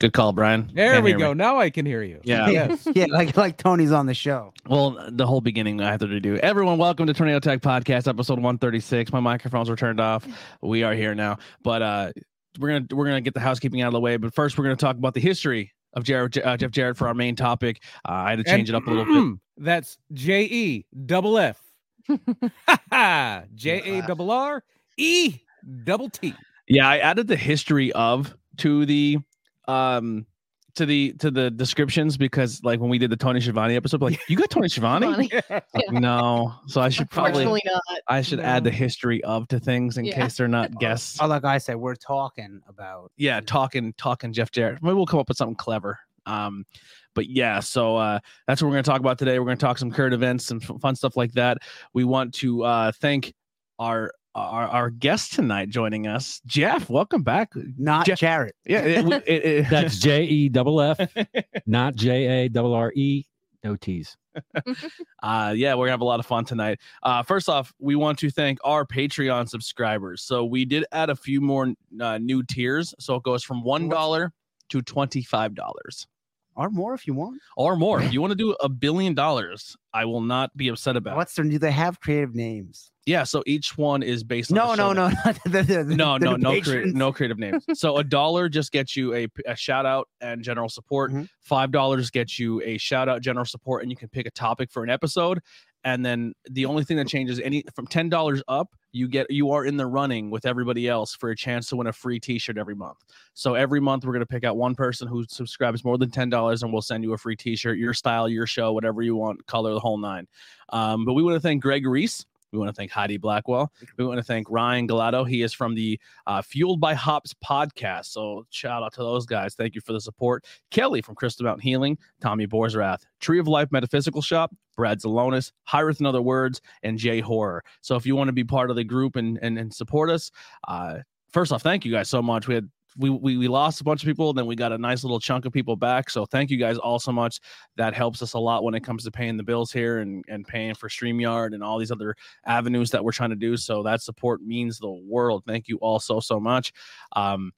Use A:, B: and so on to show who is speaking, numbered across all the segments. A: Good call, Brian.
B: There
A: Can't
B: we
A: hear me.
B: go. Now I can hear you.
A: Yeah.
B: Yes.
C: yeah, like like Tony's on the show.
A: Well, the whole beginning I have to redo. Everyone, welcome to Tornado Tech Podcast, episode 136. My microphones were turned off. We are here now, but uh, we're gonna we're gonna get the housekeeping out of the way. But first, we're gonna talk about the history of Jared, uh, Jeff Jarrett for our main topic. Uh, I had to change it up a little bit.
B: That's J E double F. J A double R E double T.
A: Yeah, I added the history of to the um to the to the descriptions because like when we did the Tony Schiavone episode, like you got Tony Schiavone?
D: Funny.
A: Like, no, so I should probably
D: Unfortunately not.
A: I should add
D: no.
A: the history of to things in
D: Yeah.
A: case they're not guests.
C: Or like I said, we're talking about
A: yeah, talking talking Jeff Jarrett. Maybe we'll come up with something clever. Um, but yeah, so uh, that's what we're going to talk about today. We're going to talk some current events and f- fun stuff like that. We want to uh, thank our our, our guest tonight joining us, Jeff. Welcome back.
C: not
A: Jeff-
C: Jarrett.
A: Yeah, it, it, it,
E: That's J E double F, not J A double R E. No T's.
A: Uh, yeah, we're gonna have a lot of fun tonight. Uh, first off, we want to thank our Patreon subscribers. So we did add a few more uh, new tiers. So it goes from one dollar to twenty five dollars
C: Or more if you want.
A: or more. If you want to do a billion dollars, I will not be upset about. it.
C: What's their do they have creative names?
A: Yeah, so each one is based. on
C: No,
A: the
C: no,
A: show
C: no, not the- the- the-
A: no,
C: the
A: no, no, crea-
C: patrons.
A: no creative names. So a dollar just gets you a, a shout out and general support.
C: Mhm.
A: Five dollars gets you a shout out, general support, and you can pick a topic for an episode. And then the only thing that changes any from ten dollars up, you get you are in the running with everybody else for a chance to win a free T-shirt every month. So every month we're gonna pick out one person who subscribes more than ten dollars, and we'll send you a free T-shirt, your style, your show, whatever you want, color, the whole nine. Um, but we want to thank Greg Reese. We want to thank Heidi Blackwell. We want to thank Ryan Galato. He is from the uh, Fueled by Hops podcast. So shout out to those guys. Thank you for the support. Kelly from Crystal Mountain Healing, Tommy Borsrath, Tree of Life Metaphysical Shop, Brad Zelonis, Hyreth in Other Words, and Jay Horror. So if you want to be part of the group and and, and support us, uh, first off, thank you guys so much. We had we, we, we lost a bunch of people, then we got a nice little chunk of people back. So thank you guys all so much. That helps us a lot when it comes to paying the bills here and, and paying for StreamYard and all these other avenues that we're trying to do. So that support means the world. Thank you all so so much. Um,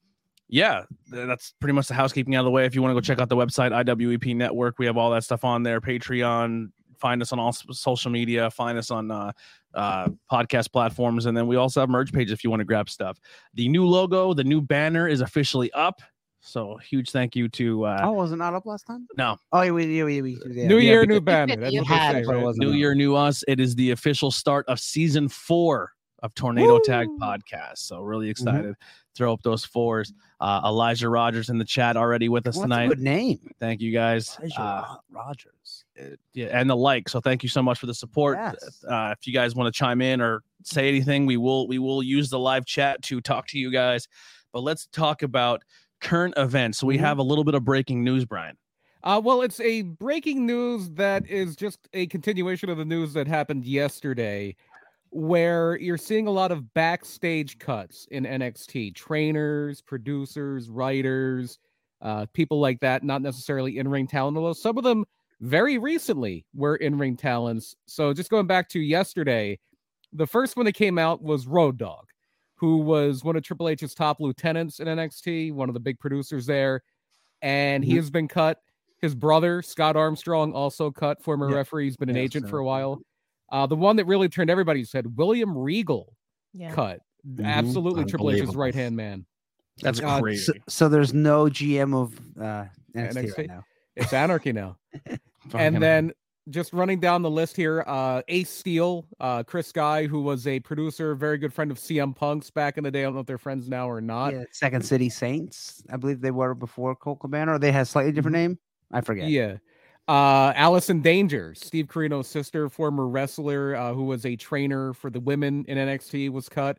A: yeah, th- that's pretty much the housekeeping out of the way. If you want to go check out the website IWEP Network, we have all that stuff on there. Patreon. Find us on all s- social media. Find us on uh, uh, podcast platforms, and then we also have merch page if you want to grab stuff. The new logo, the new banner is officially up. So huge thank you to uh,
C: Oh, was it not up last time?
A: no
C: Oh, yeah, we, yeah, we, we, yeah.
B: New
A: yeah,
B: year,
A: because-
B: new banner. That's
D: You
B: what they
C: had
B: say,
C: it, but it
B: right?
C: wasn't
A: New
C: No.
A: Year, New Us. It is the official start of season four of Tornado Tag
D: Woo!
A: Podcast. So really excited. Throw up those fours. Uh, Elijah Rogers in the chat already with us
C: What's
A: tonight.
C: a good name?
A: Thank you guys.
C: Pleasure,
A: Uh,
C: Ro- Rogers.
A: yeah, and the like. So thank you so much for the support.
C: Yes.
A: Uh, if you guys want to chime in or say anything, we will we will use the live chat to talk to you guys. But let's talk about current events. So we
C: Mhm.
A: have a little bit of breaking news, Brian.
B: Uh, well, it's a breaking news that is just a continuation of the news that happened yesterday, where you're seeing a lot of backstage cuts in NXT trainers, producers, writers, uh, people like that, not necessarily in ring talent, although some of them very recently were in ring talents. So just going back to yesterday, the first one that came out was Road Dog, who was one of Triple H's top lieutenants in NXT, one of the big producers there. And he
A: Mhm.
B: has been cut. His brother, Scott Armstrong, also cut, former
A: Yeah.
B: referee. He's been an
A: Yeah,
B: agent for
A: so-
B: a while. Uh, the one that really turned everybody's head, William Regal,
D: Yeah.
B: cut.
A: Mhm.
C: Mm-hmm.
B: Absolutely Triple H's
E: Unbelievable.
B: right hand man.
A: That's
C: Uh,
A: crazy.
C: so, so there's no GM of uh, NXT,
B: NXT?
C: right now.
B: It's anarchy now.
A: Fucking-
B: and then just running down the list here, uh, Ace Steele, uh, Chris Guy, who was a producer, very good friend of CM Punk's back in the day. I don't know if they're friends now or not.
C: Yeah, Second City Saints. I believe they were before Colt Cabana, or they had a slightly different name. I forget.
B: Mm-hmm. Yeah. Uh, Allison Danger, Steve Carino's sister, former wrestler uh, who was a trainer for the women in NXT, was cut.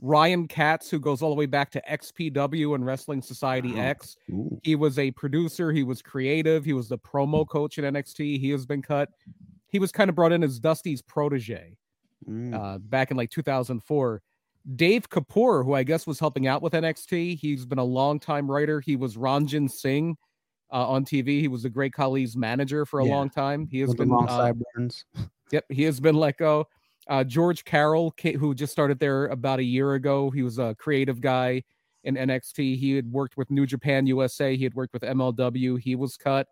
B: Ryan Katz, who goes all the way back to XPW and Wrestling Society
C: Wow.
B: X.
C: Ooh.
B: He was a producer, he was creative, he was the promo coach in NXT. He has been cut. He was kind of brought in as Dusty's protege
C: Mm.
B: uh, back in like 2004. Dave Kapoor, who I guess was helping out with NXT, he's been a longtime writer. He was Ranjan Singh uh, on TV. He was the Great Khali's manager for a
C: Yeah.
B: long time. He has
C: With the
B: been
C: long
B: uh,
C: sideburns.
B: Yep, he has been let go. Uh, George Carroll, ca- who just started there about a year ago, he was a creative guy. in NXT. He had worked with New Japan USA. He had worked with MLW. He was cut.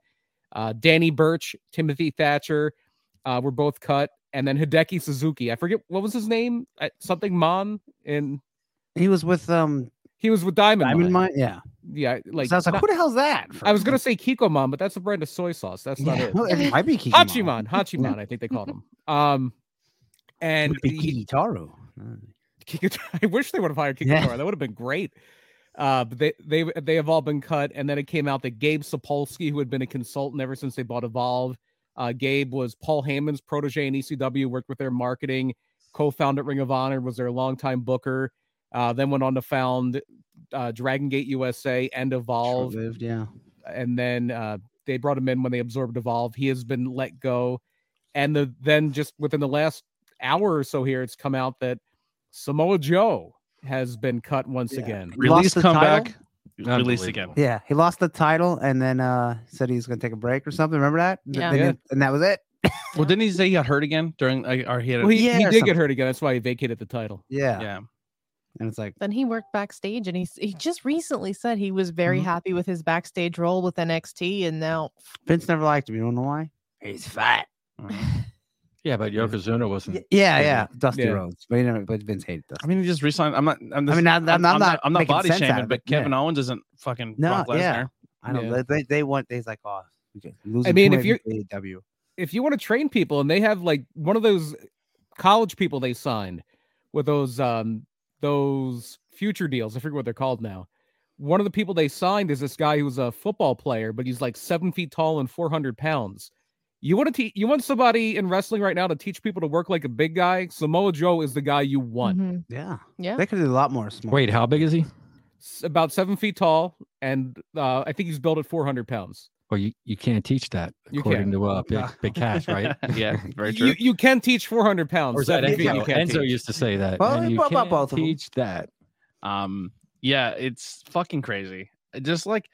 B: Uh, Danny Birch, Timothy Thatcher uh, were both cut. And then Hideki Suzuki. I forget what was his name. Uh, something Mon. And
C: He was with um
B: he was with Diamond.
C: Diamond
B: Mine.
C: Mine. Yeah.
B: Yeah. Like,
C: so I was like,
B: not-
C: who the hell's that?
B: I was going to say Kiko Mon, but that's a brand of soy sauce. That's not
C: Yeah,
B: it.
C: well, it might be Kikimon.
B: Hachiman. Hachiman, I think they called him. Um,
C: It
B: and
C: might be
B: he-
C: Kikitaru.
B: Kikita- I wish they would have hired Kikataro.
C: Yeah.
B: That would have been great. Uh, but they they they have all been cut, and then it came out that Gabe Sapolsky, who had been a consultant ever since they bought Evolve, uh, Gabe was Paul Heyman's protege in ECW, worked with their marketing, co-founded Ring of Honor, was their longtime booker, uh, then went on to found uh, Dragon Gate USA and Evolve
C: Short-lived, yeah.
B: and then uh, they brought him in when they absorbed Evolve. He has been let go, and the then just within the last hour or so here, it's come out that Samoa Joe has been cut once
C: Yeah.
B: again.
A: Release
C: the title?
A: comeback. Released again.
C: Yeah, he lost the title and then uh said he was gonna take a break or something. Remember that? Th-
D: Yeah.
C: they
B: Yeah.
C: didn't- And that was it.
A: Well, didn't he say he got hurt again during? Like, or he had? A,
B: Well, he,
C: Yeah,
B: he
C: or
B: did
C: something.
B: get hurt again. That's why he vacated the title.
C: Yeah.
A: yeah.
C: And it's like,
D: Then he worked backstage, and he s- he just recently said he was very
C: Mhm.
A: Mm-hmm.
D: happy with his backstage role with NXT, and now
C: Vince never liked him. You don't know why? He's fat. Mm-hmm.
E: Yeah, but Yokozuna wasn't.
C: Y- Yeah, yeah. Dusty
B: Yeah.
C: Rhodes. But, he never, but Vince hated Dusty.
A: Hmm. I mean, he just resigned. I'm not. I'm, just,
C: mean, I'm- I'm- I'm not
A: I'm not
C: making
A: body
C: sense out
A: shaming,
C: of
A: but
C: it, yeah.
A: Kevin Owens isn't fucking
C: No,
A: Brock Lesnar.
C: yeah. I don't
B: Yeah.
C: know. They, they want things like, oh, okay, losing
B: mean,
C: too
B: if
C: many to E AEW.
B: If you want to train people, and they have like one of those college people they signed with those um those future deals. I forget what they're called now. One of the people they signed is this guy who's a football player, but he's like seven feet tall and four hundred pounds. You want to te- you want somebody in wrestling right now to teach people to work like a big guy. Samoa Joe is the guy you want.
D: Mhm.
C: Yeah.
D: yeah,
C: They could do a lot more small.
E: Wait, how big is he?
B: S- About seven feet tall, and uh, I think he's built at four hundred pounds.
E: Well, you, you can't teach that
B: You
E: according
B: can.
E: to uh, big,
A: No.
E: big cash, right?
A: yeah, very true.
B: You, you can teach four hundred pounds.
E: Or is that
B: Seven feet
E: Enzo?
B: you can't
E: Enzo
B: teach.
E: used to say that.
C: Well,
E: and
C: he
E: you
C: brought up
E: can't
C: both of 'em.
E: teach that.
A: Um, yeah, it's fucking crazy. Just like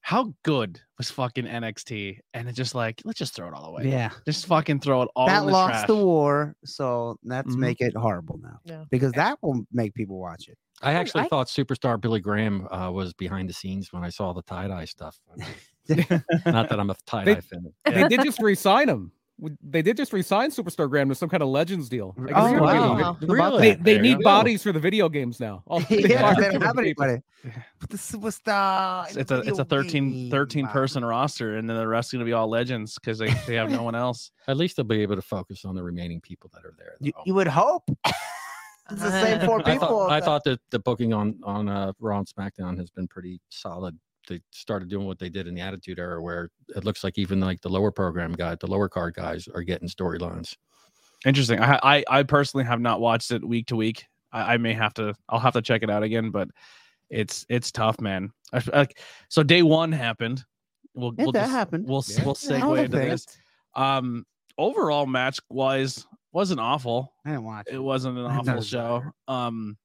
A: how good was fucking NXT, and it just like let's just throw it all away.
C: Yeah.
A: Just fucking throw it all.
C: that
A: in the
C: lost
A: trash. Mm-hmm.
C: the war, so let's
B: Mhm.
C: make it horrible now.
D: Yeah.
C: Because that will make people watch it.
E: I actually
C: I-
E: thought superstar Billy Graham uh, was behind the scenes when I saw the tie dye stuff. Not that I'm a tie dye fan.
B: they did just re-sign him. W- They did just re-sign Superstar Graham to some kind of Legends deal. I guess
C: Oh,
B: they're
D: wow.
B: waiting.
D: Wow.
B: They,
E: There
B: they
E: you
B: need
E: go.
B: bodies for the video games now. All the big
C: yeah,
B: bodies
C: they
B: for
C: don't
B: the
C: have
B: people.
C: anybody. But the superstar.
A: It's-
C: in
A: It's a
C: the
A: it's a
C: video
A: 13,
C: game.
A: 13
C: Wow.
A: person roster, and then the rest going to be all legends because they, they have no one else.
E: At least they'll be able to focus on the remaining people that are there.
C: You,
E: though.
C: you would hope. it's the same four
E: I
C: people.
E: thought, I
C: that-
E: thought that the booking on on uh, Raw and SmackDown has been pretty solid. They started doing what they did in the Attitude Era, where it looks like even like the lower program guy, the lower card guys are getting storylines.
A: Interesting. I, I I personally have not watched it week to week. I, I may have to. I'll have to check it out again, but it's it's tough, man. I f- like, so day one happened. We'll,
C: Yeah,
A: we'll
C: that
A: just-
C: happened.
A: We'll s
E: Yeah.
A: we'll
C: I
A: segue
C: was
A: into
C: there.
A: this. Um, overall match wise wasn't awful.
C: I didn't watch
A: It wasn't an
C: I
A: awful
C: know.
A: show. Um,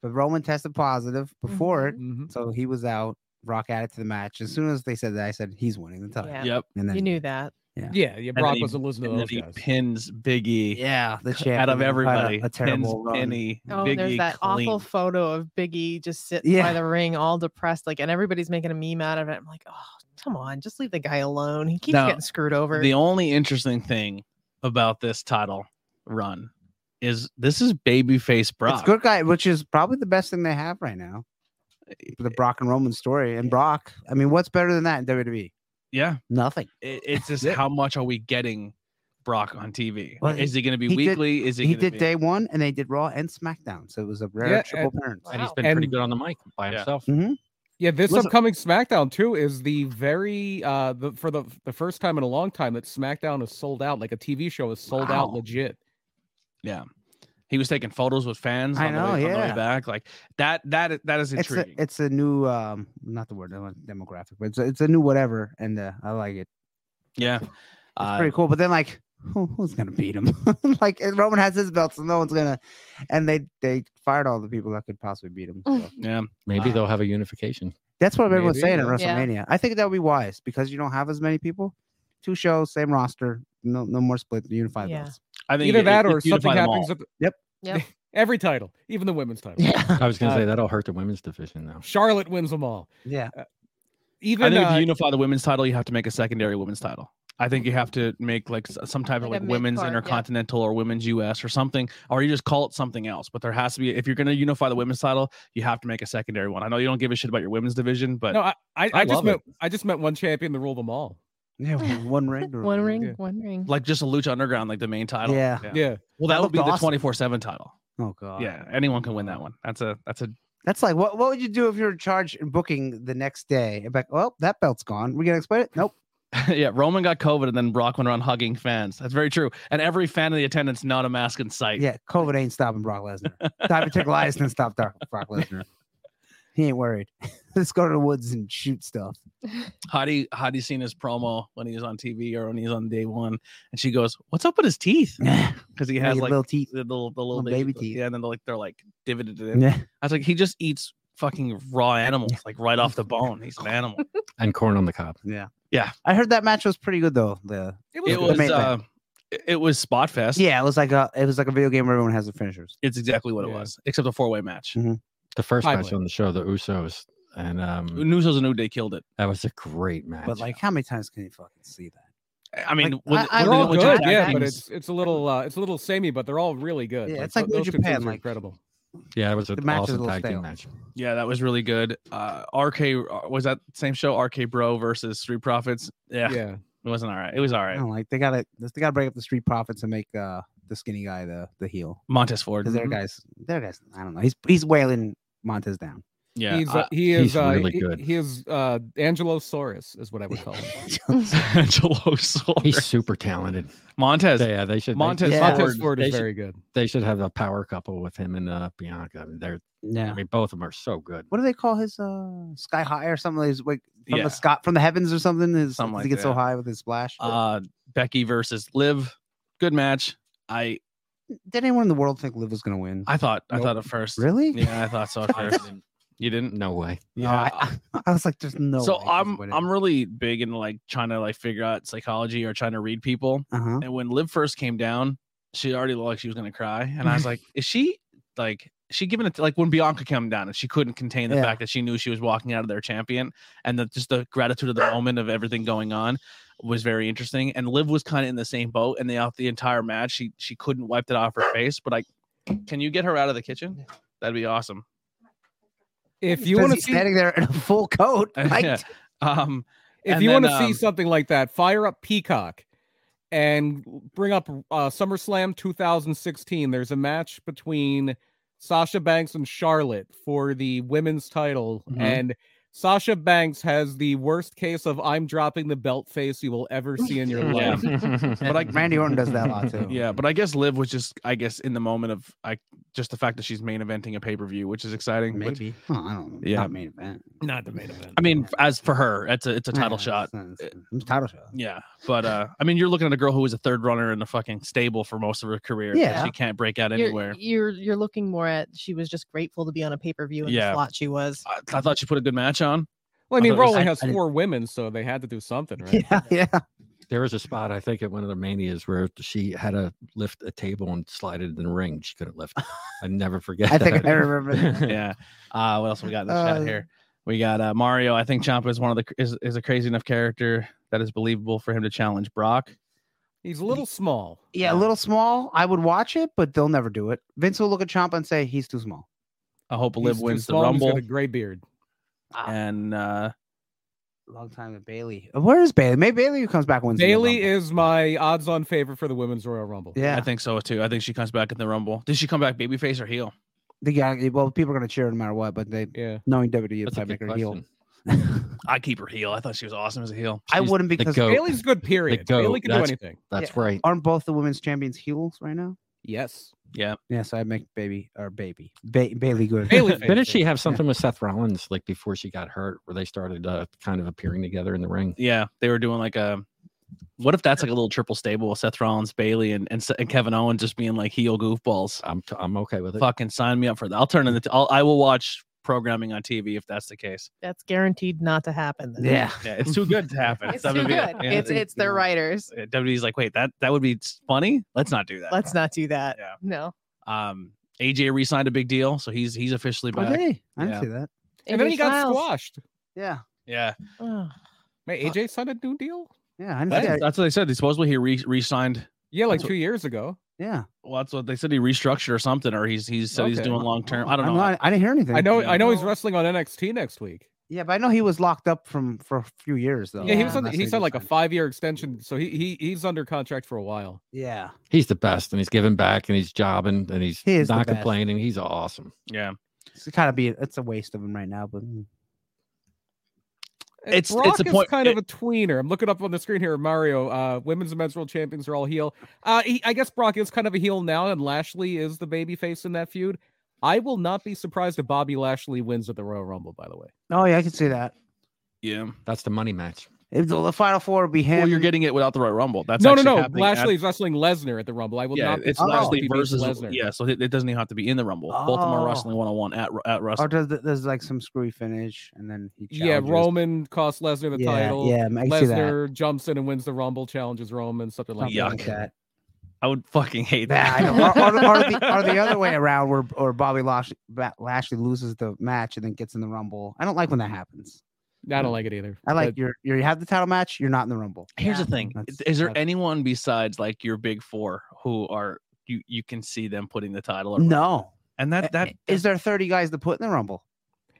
C: But Roman tested positive
D: Mm-hmm.
C: before it,
B: Mhm.
C: so he was out. Rock added to the match. As soon as they said that, I said he's winning the title.
D: Yeah.
A: yep.
C: And then
D: you knew that.
B: Yeah, yeah.
A: then
B: Brock
A: he-
B: wasn't listening to
A: And then
B: those
A: he
B: guys.
A: pins Biggie
C: yeah, the champion
A: out of
C: had a-
A: everybody.
C: A, terrible
A: pins
C: run.
A: Penny.
D: Oh,
A: Big
D: there's
A: E
D: that
A: clean.
D: awful photo of Biggie just sitting
C: Yeah.
D: by the ring, all depressed, like, and everybody's making a meme out of it. I'm like, oh, come on, just leave the guy alone. He keeps
A: Now,
D: getting screwed over.
A: The only interesting thing about this title run is this is babyface
C: It's
A: Brock.
C: good guy, which is probably the best thing they have right now. The Brock and Roman story and Brock. I mean, what's better than that in E? WWE?
A: Yeah,
C: Nothing.
A: it, it's just
C: Yeah.
A: how much are we getting Brock on TV?
C: Well,
A: is it going to be
C: he did-
A: weekly? is it
C: he
A: gonna
C: did
A: be...
C: day one, and they did Raw and SmackDown, so it was a rare
B: Yeah,
C: triple turn.
E: And he's
D: Wow.
E: been pretty
B: And-
E: good on the mic by
A: Yeah.
E: himself.
C: Mhm.
B: Yeah, this
C: Listen-
B: upcoming SmackDown too is the very uh the for the the first time in a long time that SmackDown is sold out. Like a TV show is sold out
C: Wow.
B: legit.
A: He was taking photos with fans.
C: I
A: on
C: know,
A: The way, On the way
C: yeah.
A: back, like that. That is- that is
C: It's a,
A: intriguing.
C: it's a new um not the word I want demographic, but it's a, it's a new whatever, and uh, I like it.
A: yeah.
C: It's
A: Uh,
C: pretty cool. But then like, who, who's gonna beat him? like and Roman has his belt, so no one's gonna. And they they fired all the people that could possibly beat him. so.
A: yeah.
E: Maybe
A: Uh,
E: they'll have a unification.
C: That's what everyone's
B: Maybe,
C: saying at
D: yeah.
C: WrestleMania. I think that would be wise because you don't have as many people. Two shows, same roster, no no more split, unified
D: Yeah.
C: belts.
A: I think
B: Either
A: it-
B: that
A: it-
B: or
A: it
B: something
A: unified them all.
B: happens at the,
C: Yep.
D: Yep.
B: Every title, even the women's title.
C: Yeah.
E: I was gonna
B: Uh,
E: say that'll hurt the women's division now.
B: Charlotte wins them all.
C: Yeah.
A: I
B: Even
A: think if
B: uh,
A: you unify the women's title, you have to make a secondary women's title. I think you have to make like s- some type of
D: Like
A: like
D: a
A: women's
D: mid-card, yeah.
A: intercontinental or women's US or something, or you just call it something else. But there has to be, if you're going to unify the women's title, you have to make a secondary one. I know you don't give a shit about your women's division, but
B: no, I, I, I, just
E: love
B: meant I just meant one champion to rule them all.
C: Yeah. One ring. to
D: One
C: remember.
D: ring,
B: Yeah.
D: one ring.
A: like just a Lucha Underground, like the main title.
C: Yeah.
B: Yeah.
A: Well,
C: That
A: that would
C: looked
A: be the
C: awesome.
A: 24 7 title.
C: Oh
D: Uh,
C: god.
A: Yeah. Anyone can win that one. That's a, that's a,
C: That's like what what would you do if you were charged in booking the next day? And Like, well, that belt's gone. We gonna explain it? Nope.
A: yeah. Roman got COVID and then Brock went around hugging fans. That's very true. And every fan in the attendance, not a mask in sight.
C: Yeah, COVID ain't stopping Brock Lesnar. Diamond Tech Elias didn't stop Doc- Brock Lesnar. He ain't worried. Let's go to the woods and shoot stuff.
A: How do you, how do you seen his promo when he was on TV or when he's on day one? And she goes, "What's up with his teeth?"
C: yeah,
A: Because he has
C: Like
A: like
C: little teeth.
A: the little the little,
C: Little
A: baby,
C: baby
A: teeth.
C: teeth.
A: Yeah, and then they're like they're like divoted in.
C: yeah.
A: I was like, he just eats fucking raw animals like right off the bone. He's an animal.
E: And corn on the cob.
C: I heard that match was pretty good though. The
B: It was,
A: it
B: good.
A: was
C: main event.
A: uh, it- it was spot fest.
C: yeah, it was like a it was like a video game where everyone has their finishers.
A: it's exactly what it
B: Yeah.
A: was, except a four way match.
C: Mm.
E: The first
B: I
E: match
B: blame-
E: on the show, the Usos, and um,
C: Mm.
A: Nusos and New Day killed it.
E: that was a great match.
C: But like, how many times can you fucking see that?
A: I I mean,
C: Like,
A: with,
C: I- I
A: with
B: they're
A: the
B: all
A: New
C: Ninja
B: good,
A: Japan
B: yeah, but
A: teams-
B: it's it's a little uh, it's a little samey, but they're all really good.
C: Yeah, it's like
B: tho-
C: New
B: those two teams
C: Japan,
B: are
C: like-
B: incredible.
E: yeah, it was
C: the
E: an
C: match is a
E: awesome
C: little
E: tag
C: stale.
E: team match.
A: yeah, that was really good. Uh, RK was that same show, RK Bro versus Street Profits. Yeah,
B: yeah.
A: it wasn't all right. It was all
C: I
A: right.
C: don't know, like they gotta they gotta break up the street profits and make uh the skinny guy the the heel
A: Montez Ford.
C: because their
A: Mhm.
C: guys their guys I don't know he's he's wailing Montez down.
A: Yeah,
B: he's,
A: I-
B: uh, he is
E: he's
B: uh,
E: really
B: he-
E: good.
B: He is uh, Angelosaurus, is what I would call him.
A: Angelo Sol-
E: He's super talented.
A: Montez.
E: Yeah, they should. they-
A: Montez
E: they,
C: Yeah.
E: should-
B: Montez Ford
E: they
B: is
E: should,
B: very good.
E: they should have a power couple with him and uh, Bianca. I mean, they're. I
C: Yeah.
E: mean, both of them are so good.
C: What do they call his uh sky high or something? He's like from
A: Yeah.
C: the sky from the heavens or something. His,
A: Something
C: does
A: like
C: he gets so
A: that.
C: high with his splash.
A: Uh, Becky versus Liv. Good match. I
C: Did anyone in the world think Liv was gonna win?
A: I thought I
B: Nope.
A: thought at first.
C: really?
A: Yeah, I thought so at first. You didn't?
E: no way.
C: No, I, I was like, there's no.
A: so
C: way she's
A: I'm
C: winning.
A: I'm really big into like trying to like figure out psychology or trying to read people.
C: Uh-huh.
A: And when Liv first came down, she already looked like she was gonna cry. And I was like, is she like is she giving it like when Bianca came down and she couldn't contain the
C: Yeah.
A: fact that she knew she was walking out of their champion and that just the gratitude of the moment of everything going on was very interesting. And Liv was kind of in the same boat and the out the entire match she she couldn't wipe that off her face. But like, can you get her out of the kitchen? That'd be awesome.
B: If you want to
C: Busy
B: see,
C: standing there in a full coat? Like,
A: Yeah. Um
B: if
A: and
B: you
A: then,
B: want to see
A: um,
B: something like that, fire up Peacock and bring up uh, SummerSlam 2016. There's a match between Sasha Banks and Charlotte for the women's title,
A: Mhm.
B: and Sasha Banks has the worst case of "I'm dropping the belt" face you will ever see in your
A: Yeah.
B: life.
E: but
A: like,
C: Randy Orton does that a lot, too.
A: Yeah, but I guess Liv was just, I guess, in the moment of I just the fact that she's main eventing a pay per view, which is exciting. Which,
C: maybe. Oh, I don't know.
A: Yeah.
C: Not main event.
B: Not the main event.
A: I mean, as for her, it's a it's a title
C: Yeah,
A: shot. Uh,
C: it's not- it's- it's title shot.
A: Yeah, but uh, I mean, you're looking at a girl who was a third runner in the fucking stable for most of her career. and
C: Yeah.
A: she can't break out
D: You're-
A: anywhere.
D: You're, you're looking more at she was just grateful to be on a pay per view and
A: Yeah.
D: the slot she was.
A: I, I thought she put a good match on.
B: Well, I
A: I thought
B: mean,
A: it was-
B: Raw only
C: I-
B: has
C: I didn't-
B: four women, so they had to do something, right?
C: Yeah, yeah.
E: there was a spot I think at one of the manias where she had to lift a table and slide it in the ring. She couldn't lift. it. I never forget.
C: I think I
E: that.
C: remember. that.
A: Yeah. Uh, what else we got in the
C: Uh,
A: chat here? We got uh, Mario. I think Ciampa is one of the is, is a crazy enough character that is believable for him to challenge Brock.
B: He's a little small.
C: Yeah, a little small. I would watch it, but they'll never do it. Vince will look at Chomp and say he's too small.
A: I hope Liv
B: He's too
A: wins the
B: small and he's got
A: Rumble.
B: a gray beard.
A: And uh,
C: Long time with Bailey. Uh, Where is Bailey? Maybe Bailey comes back and wins. the
B: Bailey
C: Rumble.
B: is my odds-on favorite for the women's Royal Rumble.
A: I
C: Yeah,
A: think so too. I think she comes back in the Rumble. Did she come back babyface or heel?
C: the guy. Well, people are gonna cheer no matter what, but they
B: Yeah.
C: knowing WWE,
E: That's
C: they
E: a
C: make
E: good
C: her heel.
E: question.
A: I keep her heel. I thought she was awesome as a heel.
C: I
E: She's
C: wouldn't
E: the
C: because
E: goat.
B: Bailey's good. Period.
E: goat,
B: Bailey can do
E: that's-
B: anything.
E: That's right.
C: aren't both the women's champions heels right now?
B: Yes.
C: Yeah, so I make baby or baby ba- Bailey good.
B: Bailey.
E: Didn't
B: favorite.
E: she have something with Seth Rollins like before she got hurt, where they started uh, kind of appearing together in the ring?
A: Yeah, they were doing like a. What if that's like a little triple stable with Seth Rollins, Bailey, and and, Se- and Kevin Owens just being like heel goofballs?
E: I'm t- I'm okay with it.
A: Fucking sign me up for that. I'll turn in the. T- I'll, I will watch programming on TV if that's the case.
D: That's guaranteed not to happen. then.
C: Yeah,
A: Yeah, it's too good to happen.
D: It's too good.
A: WWE. Yeah,
D: it's it's their
C: yeah.
D: writers.
A: WWE's like, wait, that that would be s- funny. Let's not do that.
D: Let's not do that.
A: Yeah.
D: No.
A: Um, AJ re-signed a big deal, so he's he's officially
C: Oh,
A: back.
C: did he? I
A: Yeah.
C: didn't see that.
B: And then
D: AJ
B: he got
D: Styles.
B: squashed.
C: Yeah.
A: Yeah,
D: Ugh.
A: Uh,
B: Wait, AJ signed a new deal?
C: Yeah. I didn't
A: that's,
C: see that.
A: that's what they said. They supposedly he re- re-signed.
B: Yeah, like
A: That's-
B: two years ago.
C: Yeah.
A: Well, that's what they said. He restructured or something, or he's he's said he's
B: Okay.
A: doing long term. I don't
C: I'm
A: know.
C: not- I didn't hear anything.
B: I know
A: yeah.
B: I know he's wrestling on NXT next week.
C: Yeah, but I know he was locked up from for a few years
A: Oh,
C: though.
B: Yeah, he was
D: Yeah.
B: on,
C: Unless
B: he
C: they
B: said
C: just
B: like a
C: signed-
B: five year extension, so he, he he's under contract for a while.
C: Yeah.
E: He's the best, and he's giving back, and he's jobbing, and he's
C: He is the
E: not
C: best.
E: complaining. He's awesome.
A: yeah,
C: It's kind of be it's a waste of him right now, but mm.
B: And
A: It's- it's
B: Brock
A: a point-
B: is kind
A: it-
B: of a tweener. I'm looking up on the screen here. Mario, uh, women's and men's world champions are all heel. Uh, he, I guess Brock is kind of a heel now, and Lashley is the baby face in that feud. I will not be surprised if Bobby Lashley wins at the Royal Rumble. By the way,
C: oh yeah, I can see that.
A: yeah.
E: That's the money match.
C: If the, the final four would be him.
A: Well, you're getting it without the right Rumble. That's
B: no, no,
A: actually
B: no.
A: happening at-
B: Lashley is wrestling Lesnar at the Rumble. I will
A: yeah,
B: not. be
A: it's
C: Oh.
B: surprised if
A: Lashley
B: he beats
A: versus
B: Lesnar.
A: yeah. So it, it doesn't even have to be in the Rumble. Both of them
C: Oh.
A: are wrestling one on one at at
C: or
A: Wrestle.
C: does th- there's like some screwy finish and then he
B: Yeah,
C: challenges.
B: Roman costs Lesnar the
C: yeah,
B: title.
C: Yeah, I can see that.
B: Lesnar jumps in and wins the Rumble, challenges Roman, something like
C: Something
B: that.
A: Yuck.
C: like that.
A: I would fucking hate
C: Yeah,
A: that.
C: I know. Or, or, or, the, or the other way around, where or Bobby Lashley, Lashley loses the match and then gets in the Rumble. I don't like when that happens.
B: I don't like it either.
C: I like
B: but
C: your, your you have the title match, you're not in the Rumble.
A: Here's
D: Yeah.
A: the thing:
C: That's-
A: is there
C: that's-
A: anyone besides like your big four who are you you can see them putting the title? around?
C: No, Eh,
A: and that that
C: is there 30 guys to put in the Rumble?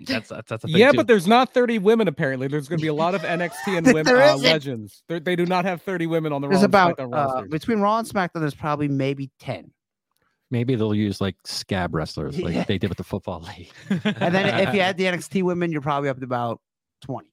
A: that's that's, that's a thing
B: yeah,
A: too.
B: but there's not 30 women apparently. There's going to be a lot of NXT and women
C: There
B: uh,
C: isn't.
B: legends. They're, they do not have 30 women on the
C: There's
B: Raw
C: about
B: and SmackDown
C: uh,
B: rosters.
C: between Raw and SmackDown. There's probably maybe ten,
E: Maybe they'll use like scab wrestlers, like
C: Yeah.
E: they did with the football league.
C: and then if you add the NXT women, you're probably up to about twenty,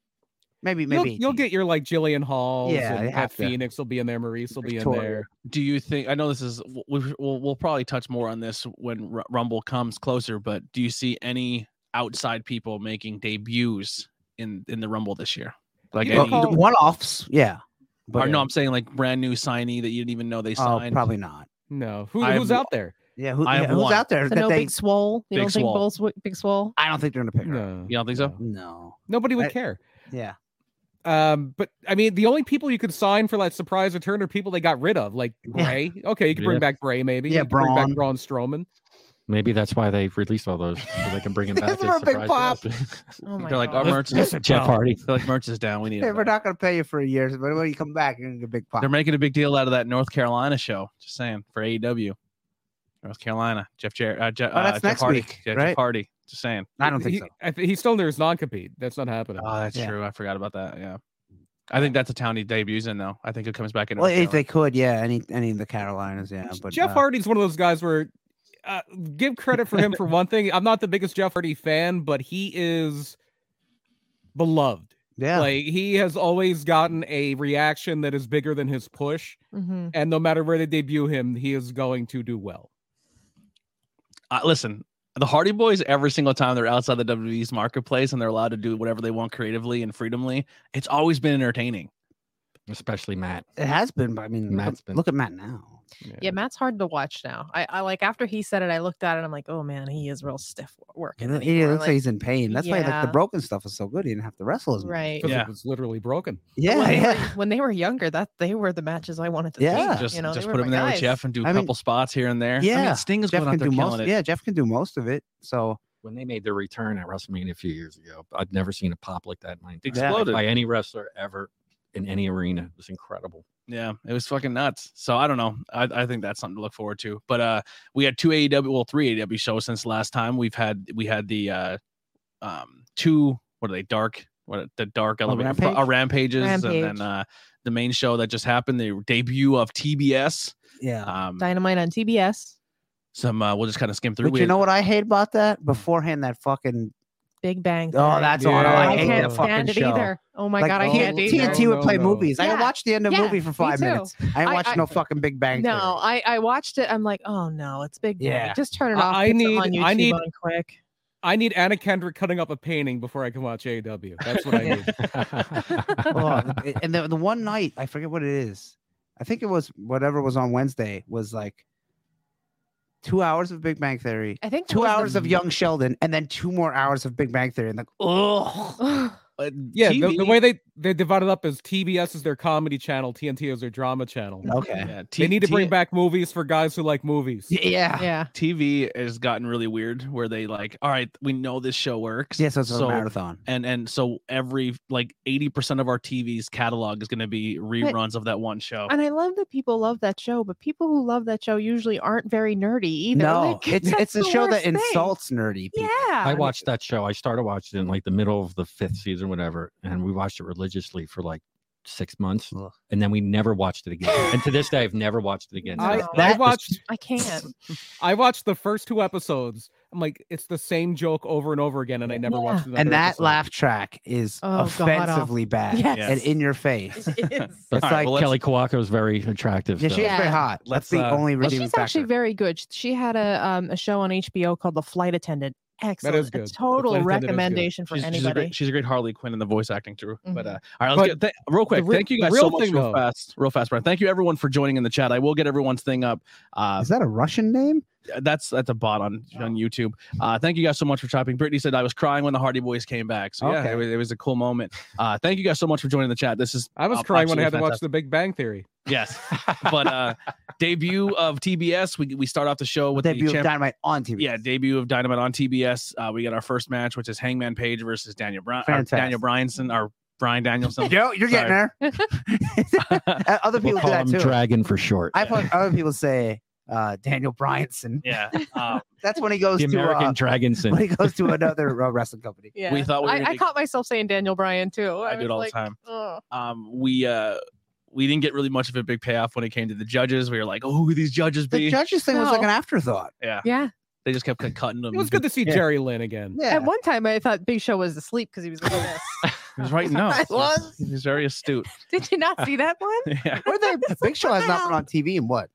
C: maybe
B: You'll,
C: maybe.
B: you'll
C: 18.
B: get your like Jillian Hall,
C: Yeah, they
B: and Pat
C: have to.
B: Phoenix will be in there, Maurice will be in
C: Victoria.
B: there.
A: do you think i know this is w- we've- we'll, we'll probably touch more on this when R- rumble comes closer but do you see any outside people making debuts in in the rumble this year like
B: You know,
A: any,
B: Paul-
A: or
B: call-
C: one offs, yeah.
A: no i'm saying like brand new signee that you didn't even know they
C: oh,
A: signed
C: probably not.
B: No, Who,
A: I have
B: who's
A: w-
B: out there?
C: Yeah, who,
A: I
C: yeah,
A: have
C: who's
A: one.
C: out there
D: So
C: that
D: no
C: they?
D: big swole. You
A: Big
D: don't think
A: Swole.
D: Bull's w- big swole?
C: I don't think they're gonna pick her. up.
B: No,
A: you don't think so
C: No.
B: nobody would
C: I-
B: care.
C: Yeah.
B: Um, but I mean, the only people you could sign for that surprise return are people they got rid of, like
C: Yeah.
B: Bray. Okay, you could bring
E: Yeah.
B: back Bray, maybe.
C: Yeah,
B: you could bring back
C: Braun.
B: Braun Strowman.
E: Maybe that's why they released all those so they can bring him back.
C: Give
E: as
C: her a big
E: surprise
C: pop.
E: guests.
D: Oh my
A: they're like our
D: God.
A: merch is
C: Listen,
E: Jeff
C: pal,
E: Hardy.
A: they're like merch is down we need
C: Hey,
A: it
C: we're
A: back.
C: not gonna pay you for a year, but when you come back, you're gonna get a big pop.
A: they're making a big deal out of that north carolina show just saying for aew north carolina jeff Jarrett. uh, Je- uh,
C: Oh, that's
A: jeff
C: next
A: hardy
C: week,
A: yeah,
C: right?
A: jeff hardy just saying
C: I don't think
B: he,
C: so. Uh,
B: I th- he's still in there as non-compete. That's not happening.
A: oh that's
C: Yeah.
A: true i forgot about that yeah i think that's a town he debuts in though i think it comes back in
C: Well,
A: North Carolina.
C: if they could, yeah, any any of the Carolinas, yeah. But
B: Jeff
C: uh,
B: Hardy's one of those guys where uh, give credit for him for one thing. I'm not the biggest Jeff Hardy fan, but he is beloved.
C: yeah,
B: Like he has always gotten a reaction that is bigger than his push,
D: Mhm.
B: and no matter where they debut him, he is going to do well.
A: uh, listen, the Hardy Boys, every single time they're outside the WWE's marketplace and they're allowed to do whatever they want creatively and freedomly, it's always been entertaining.
E: Especially Matt.
C: it has been. But I mean, look,
E: Matt's been-
C: look at Matt now.
D: Yeah, Matt's hard to watch now. I, I like after he said it, I looked at it. I'm like, oh man, he is real stiff wo-
C: He
D: working.
C: looks
D: anymore."
C: like
D: Like,
C: he's in pain. That's why like
D: yeah.
C: the broken stuff is so good. He didn't have to wrestle as much.
D: right.
B: 'Cause
A: Yeah.
B: it was literally broken.
C: Yeah,
D: when,
C: yeah.
D: They were, when they were younger, that they were the matches I wanted to
C: Yeah.
D: see.
A: Just
D: you know, they
A: just
D: were
A: put him in
D: my
A: there with
D: guys.
A: Jeff and do a
C: I mean-
A: couple spots here and there. I
C: Yeah.
A: mean, Sting is
C: Jeff
A: going out
C: can
A: there
C: do
A: killing
C: most.
A: it.
C: Yeah, Jeff can do most of it. So
E: When they made their return at WrestleMania a few years ago, I'd never seen a pop like that in my entire life
A: Exploded.
E: by any wrestler ever in any arena. It was incredible.
A: Yeah, it was fucking nuts. So I don't know. I, I think that's something to look forward to. But uh we had two AEW, well, three AEW shows since last time. We've had we had the uh um two what are they, dark what are- the dark elevator
C: Rampage?
A: uh, rampages and
D: Rampage.
A: then uh the main show that just happened, the debut of TBS.
C: yeah.
A: Um
D: Dynamite on TBS.
A: some uh, we'll just kind of skim through.
C: but
A: We
C: you
A: had-
C: know what I hate about
A: Hmm.
C: that? Beforehand, that fucking
D: Big Bang.
C: oh,
D: Theory.
C: that's all I
B: Yeah.
C: hate
D: can't
C: that
D: stand
C: fucking
D: it
C: show.
D: either. Oh my
C: Like,
D: god, I
B: oh,
D: can't
B: no,
D: either.
C: TNT would
B: No,
C: play
B: no.
C: movies. I
D: Yeah.
C: watched the end of the
D: Yeah,
C: movie for
D: me
C: five
D: too.
C: minutes. I
D: I-
C: watched
D: I-
C: no fucking Big Bang. Theory.
D: No, I, I watched it. I'm like, oh no, it's Big Bang.
C: Yeah.
D: Just turn
B: I-
D: it off.
B: I
D: It's on
B: need-
D: YouTube
B: I need-
D: on quick.
B: I need Anna Kendrick cutting up a painting before I can watch AW. That's what I need.
C: Oh, th- and the, the one night I forget what it is. I think it was whatever was on Wednesday was like two hours of Big Bang Theory,
D: I think that
C: two
D: was the-
C: hours of Young Sheldon, and then two more hours of Big Bang Theory. And like, oh,
A: uh,
B: Yeah, the, the
A: TV
B: way they they divide it up is TBS is their comedy channel, TNT is their drama channel.
C: Okay.
A: yeah,
B: They
A: T-
B: need to
A: T-
B: bring back movies for guys who like movies.
C: Yeah.
D: Yeah.
A: TV has gotten really weird where they like, all right, we know this show works.
C: Yeah, so it's a
A: So-
C: marathon.
A: And and so every like 80% of our TV's catalog is going to be reruns of that one show.
D: And I love that people love that show, but people who love that show usually aren't very nerdy either.
C: No,
D: Like,
C: it's
D: that's
C: it's a
D: the
C: show that
D: worst thing.
C: insults nerdy people.
D: Yeah.
E: I watched that show. I started watching it in like the middle of the fifth season, whatever, and we watched it religiously for like six months,
C: Ugh.
E: and then we never watched it again. and to this day, I've never watched it again.
D: No.
B: I, I
D: That
E: is-
B: watched
D: I can't.
B: I watched the first two episodes. I'm like, it's the same joke over and over again, and I never
D: Yeah.
B: watched another
C: And that
B: episode.
C: laugh track is
D: Oh, God,
C: offensively bad
D: Yes.
C: and in your face. It's
A: All right,
C: like
A: well, let's-
E: Kelly Kawako is very attractive.
C: yeah, she's
E: though.
C: very
D: Yeah.
C: hot.
A: Let's,
C: That's the
A: uh,
C: only
D: Well,
C: redeeming
D: she's actually
C: factor.
D: very good. Sh- She had a um, a show on HBO called The Flight Attendant. Excellent. A
B: good. The
D: total
B: Flight Attendant is good.
D: recommendation for
A: She's, she's a
D: anybody.
A: great, she's a great Harley Quinn in the voice acting too. But
D: Mhm.
A: uh, all right, let's
B: But
A: get th- real quick.
B: re-
A: thank you
B: the
A: guys
B: real
A: so much,
B: thing,
A: real
B: though-
A: fast, real fast, Brian. Thank you everyone for joining in the chat. I will get everyone's thing up. Uh,
C: Is that a Russian name?
A: that's that's a bot on
D: Oh.
A: on YouTube. Uh, thank you guys so much for chopping. Brittany said I was crying when the Hardy Boys came back. So yeah,
C: Okay.
A: it was, it was a cool moment. Uh, thank you guys so much for joining the chat. This is
B: I was
A: uh,
B: crying when I had
A: absolutely
B: to watch The Big Bang Theory.
A: yes, but uh, debut of TBS. We we start off the show with
C: Debut
A: the
C: of
A: champ-
C: Dynamite on TV.
A: yeah debut of Dynamite on TBS. Uh, we got our first match, which is Hangman Page versus Daniel Bryan,
C: Fantastic.
A: Daniel Bryanson, or Brian Danielson.
C: Yo, you're getting there. Uh, other
E: We'll
C: people do
E: call
C: that
E: him
C: too.
E: Dragon for short.
C: I've heard other people say uh, Daniel Bryanson.
A: Yeah. Um,
C: That's when he goes
E: the
C: to
E: American
C: uh,
E: Dragonson.
C: when he goes to another uh, wrestling company.
D: yeah.
A: We thought we were
D: I,
A: gonna
D: I
A: be-
D: caught myself saying Daniel Bryan too.
A: I do
D: was
A: it all the
D: like,
A: time.
D: ugh.
A: Um, we uh, we didn't get really much of a big payoff when it came to the judges. We were like, oh, who could these judges
C: The
A: be?
C: judges thing was like
D: No.
C: an afterthought.
A: yeah.
D: Yeah.
A: They just kept cut- cutting them.
B: It was good to see
C: Yeah.
B: Jerry Lynn again.
C: Yeah.
D: At one time, I thought Big Show was asleep because he was like this.
A: He was writing notes.
D: I was.
A: He was very astute.
D: Did you not see that one?
A: Yeah.
C: Where they Big Show has not been
D: Wow.
C: on TV in what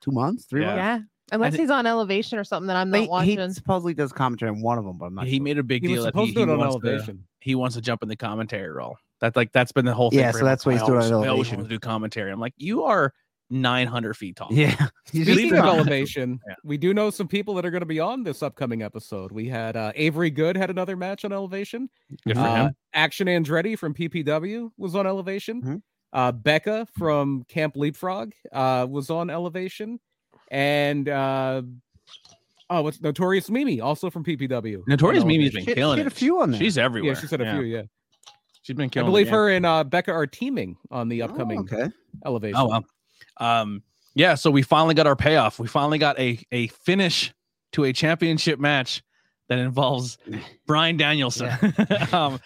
C: two months, three
A: Yeah.
C: months.
D: Yeah. Unless
A: thi-
D: he's on elevation or something that I'm
C: He-
D: not
C: he,
D: watching.
C: supposedly does commentary on one of them, but I'm not.
A: He
C: sure.
A: made a big
B: He was
A: deal that
B: supposed
A: he,
B: to do
A: he
B: it on
A: wants to,
B: elevation.
A: he wants to jump in the commentary role. That's like that's been the whole thing.
C: Yeah,
A: for
C: so
A: him.
C: that's why
A: I
C: he's doing it on
A: always- I always
C: elevation.
A: want to do commentary. I'm like, you are 900 feet tall.
C: Yeah, He's just
B: Speaking of
C: gone.
B: elevation,
A: Yeah.
B: we do know some people that are going to be on this upcoming episode. We had uh, Avery Good had another match on elevation.
A: Good for
B: Uh,
A: him. Mm-hmm.
B: Action Andretti from PPW was on elevation.
C: Mhm.
B: Uh, Becca from Camp Leapfrog uh, was on elevation, and uh, oh, what's Notorious Mimi also from PPW.
A: Notorious
B: on
A: Mimi's been
B: Elevation.
C: She- she
A: killing
C: had a
A: it.
C: few on there.
A: She's everywhere.
B: Yeah, she said a few. Yeah,
A: She's been
B: I
A: killing. it,
B: believe
A: yeah.
B: her and uh, Becca are teaming on the
C: Oh,
B: upcoming
C: okay.
B: elevation.
A: Oh wow. Um yeah, so we finally got our payoff. We finally got a a finish to a championship match that involves Brian Danielson. um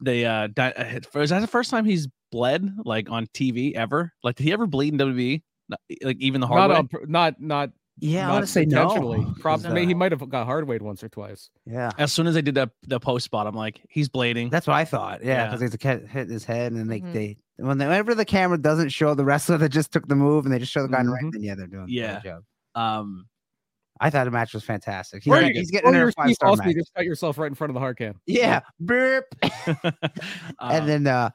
A: they uh di- uh, is that the first time he's bled like on TV ever? Like did he ever bleed in WWE? Not- Like even the hard
B: Not,
A: way?
B: on, pur- not not
C: Yeah, I want
B: not
C: to say
B: intentionally.
C: no. uh,
B: Probably
C: No.
B: he might have got hard weighed once or twice.
C: Yeah,
A: As soon as they did that the post spot, I'm like, he's blading.
C: that's what I thought. Yeah,
A: Yeah.
C: because he's a cat hit his head, and they
D: Mhm.
C: they when they- whenever the camera doesn't show the wrestler that just took the move, and they just show the guy in the ring,
B: Mhm.
C: then yeah, they're doing a bad
A: Yeah.
C: job.
A: Um
C: I thought the match was fantastic. He's,
B: Or
C: like-
B: you-
C: he's getting
B: or
C: a
B: your
C: five
B: Steve
C: star
B: Austin,
C: match.
B: you just cut yourself right in front of the hard can.
C: Yeah, burp.
A: um,
C: and then uh,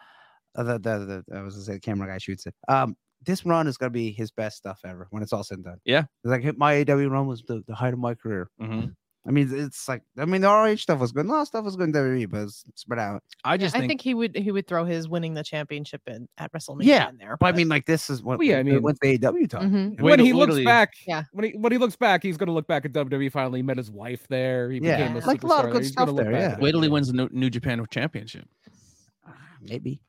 C: uh, the, the the I was gonna say the camera guy shoots it. Um, this run is gonna be his best stuff ever when it's all said and done.
A: Yeah.
C: like hit- my AW run was the, the height of my career.
B: Mm-hmm.
A: mhm.
C: I mean, it's like I mean the ROH stuff was good. A lot of stuff was good in WWE, but it's spread out.
A: I
D: Yeah,
A: just
D: I
A: think,
D: think he would he would throw his winning the championship in at WrestleMania
C: Yeah,
D: in there.
C: But I mean, like this is what
B: Uh, Well, yeah, I mean-
C: what's the AW talk.
D: Mhm.
A: way
B: when
A: to
B: he looks
A: literally-
B: back,
D: Yeah.
B: When he when he looks back, he's gonna look back at WWE. Finally, he met his wife there. He
C: Yeah.
B: became a
D: Yeah. Like,
C: a lot
B: superstar
C: of good
B: there. He's gonna
C: stuff
B: look
C: there,
B: back
C: yeah.
B: at E. it.
A: wait till he wins the New- New Japan Championship.
C: Maybe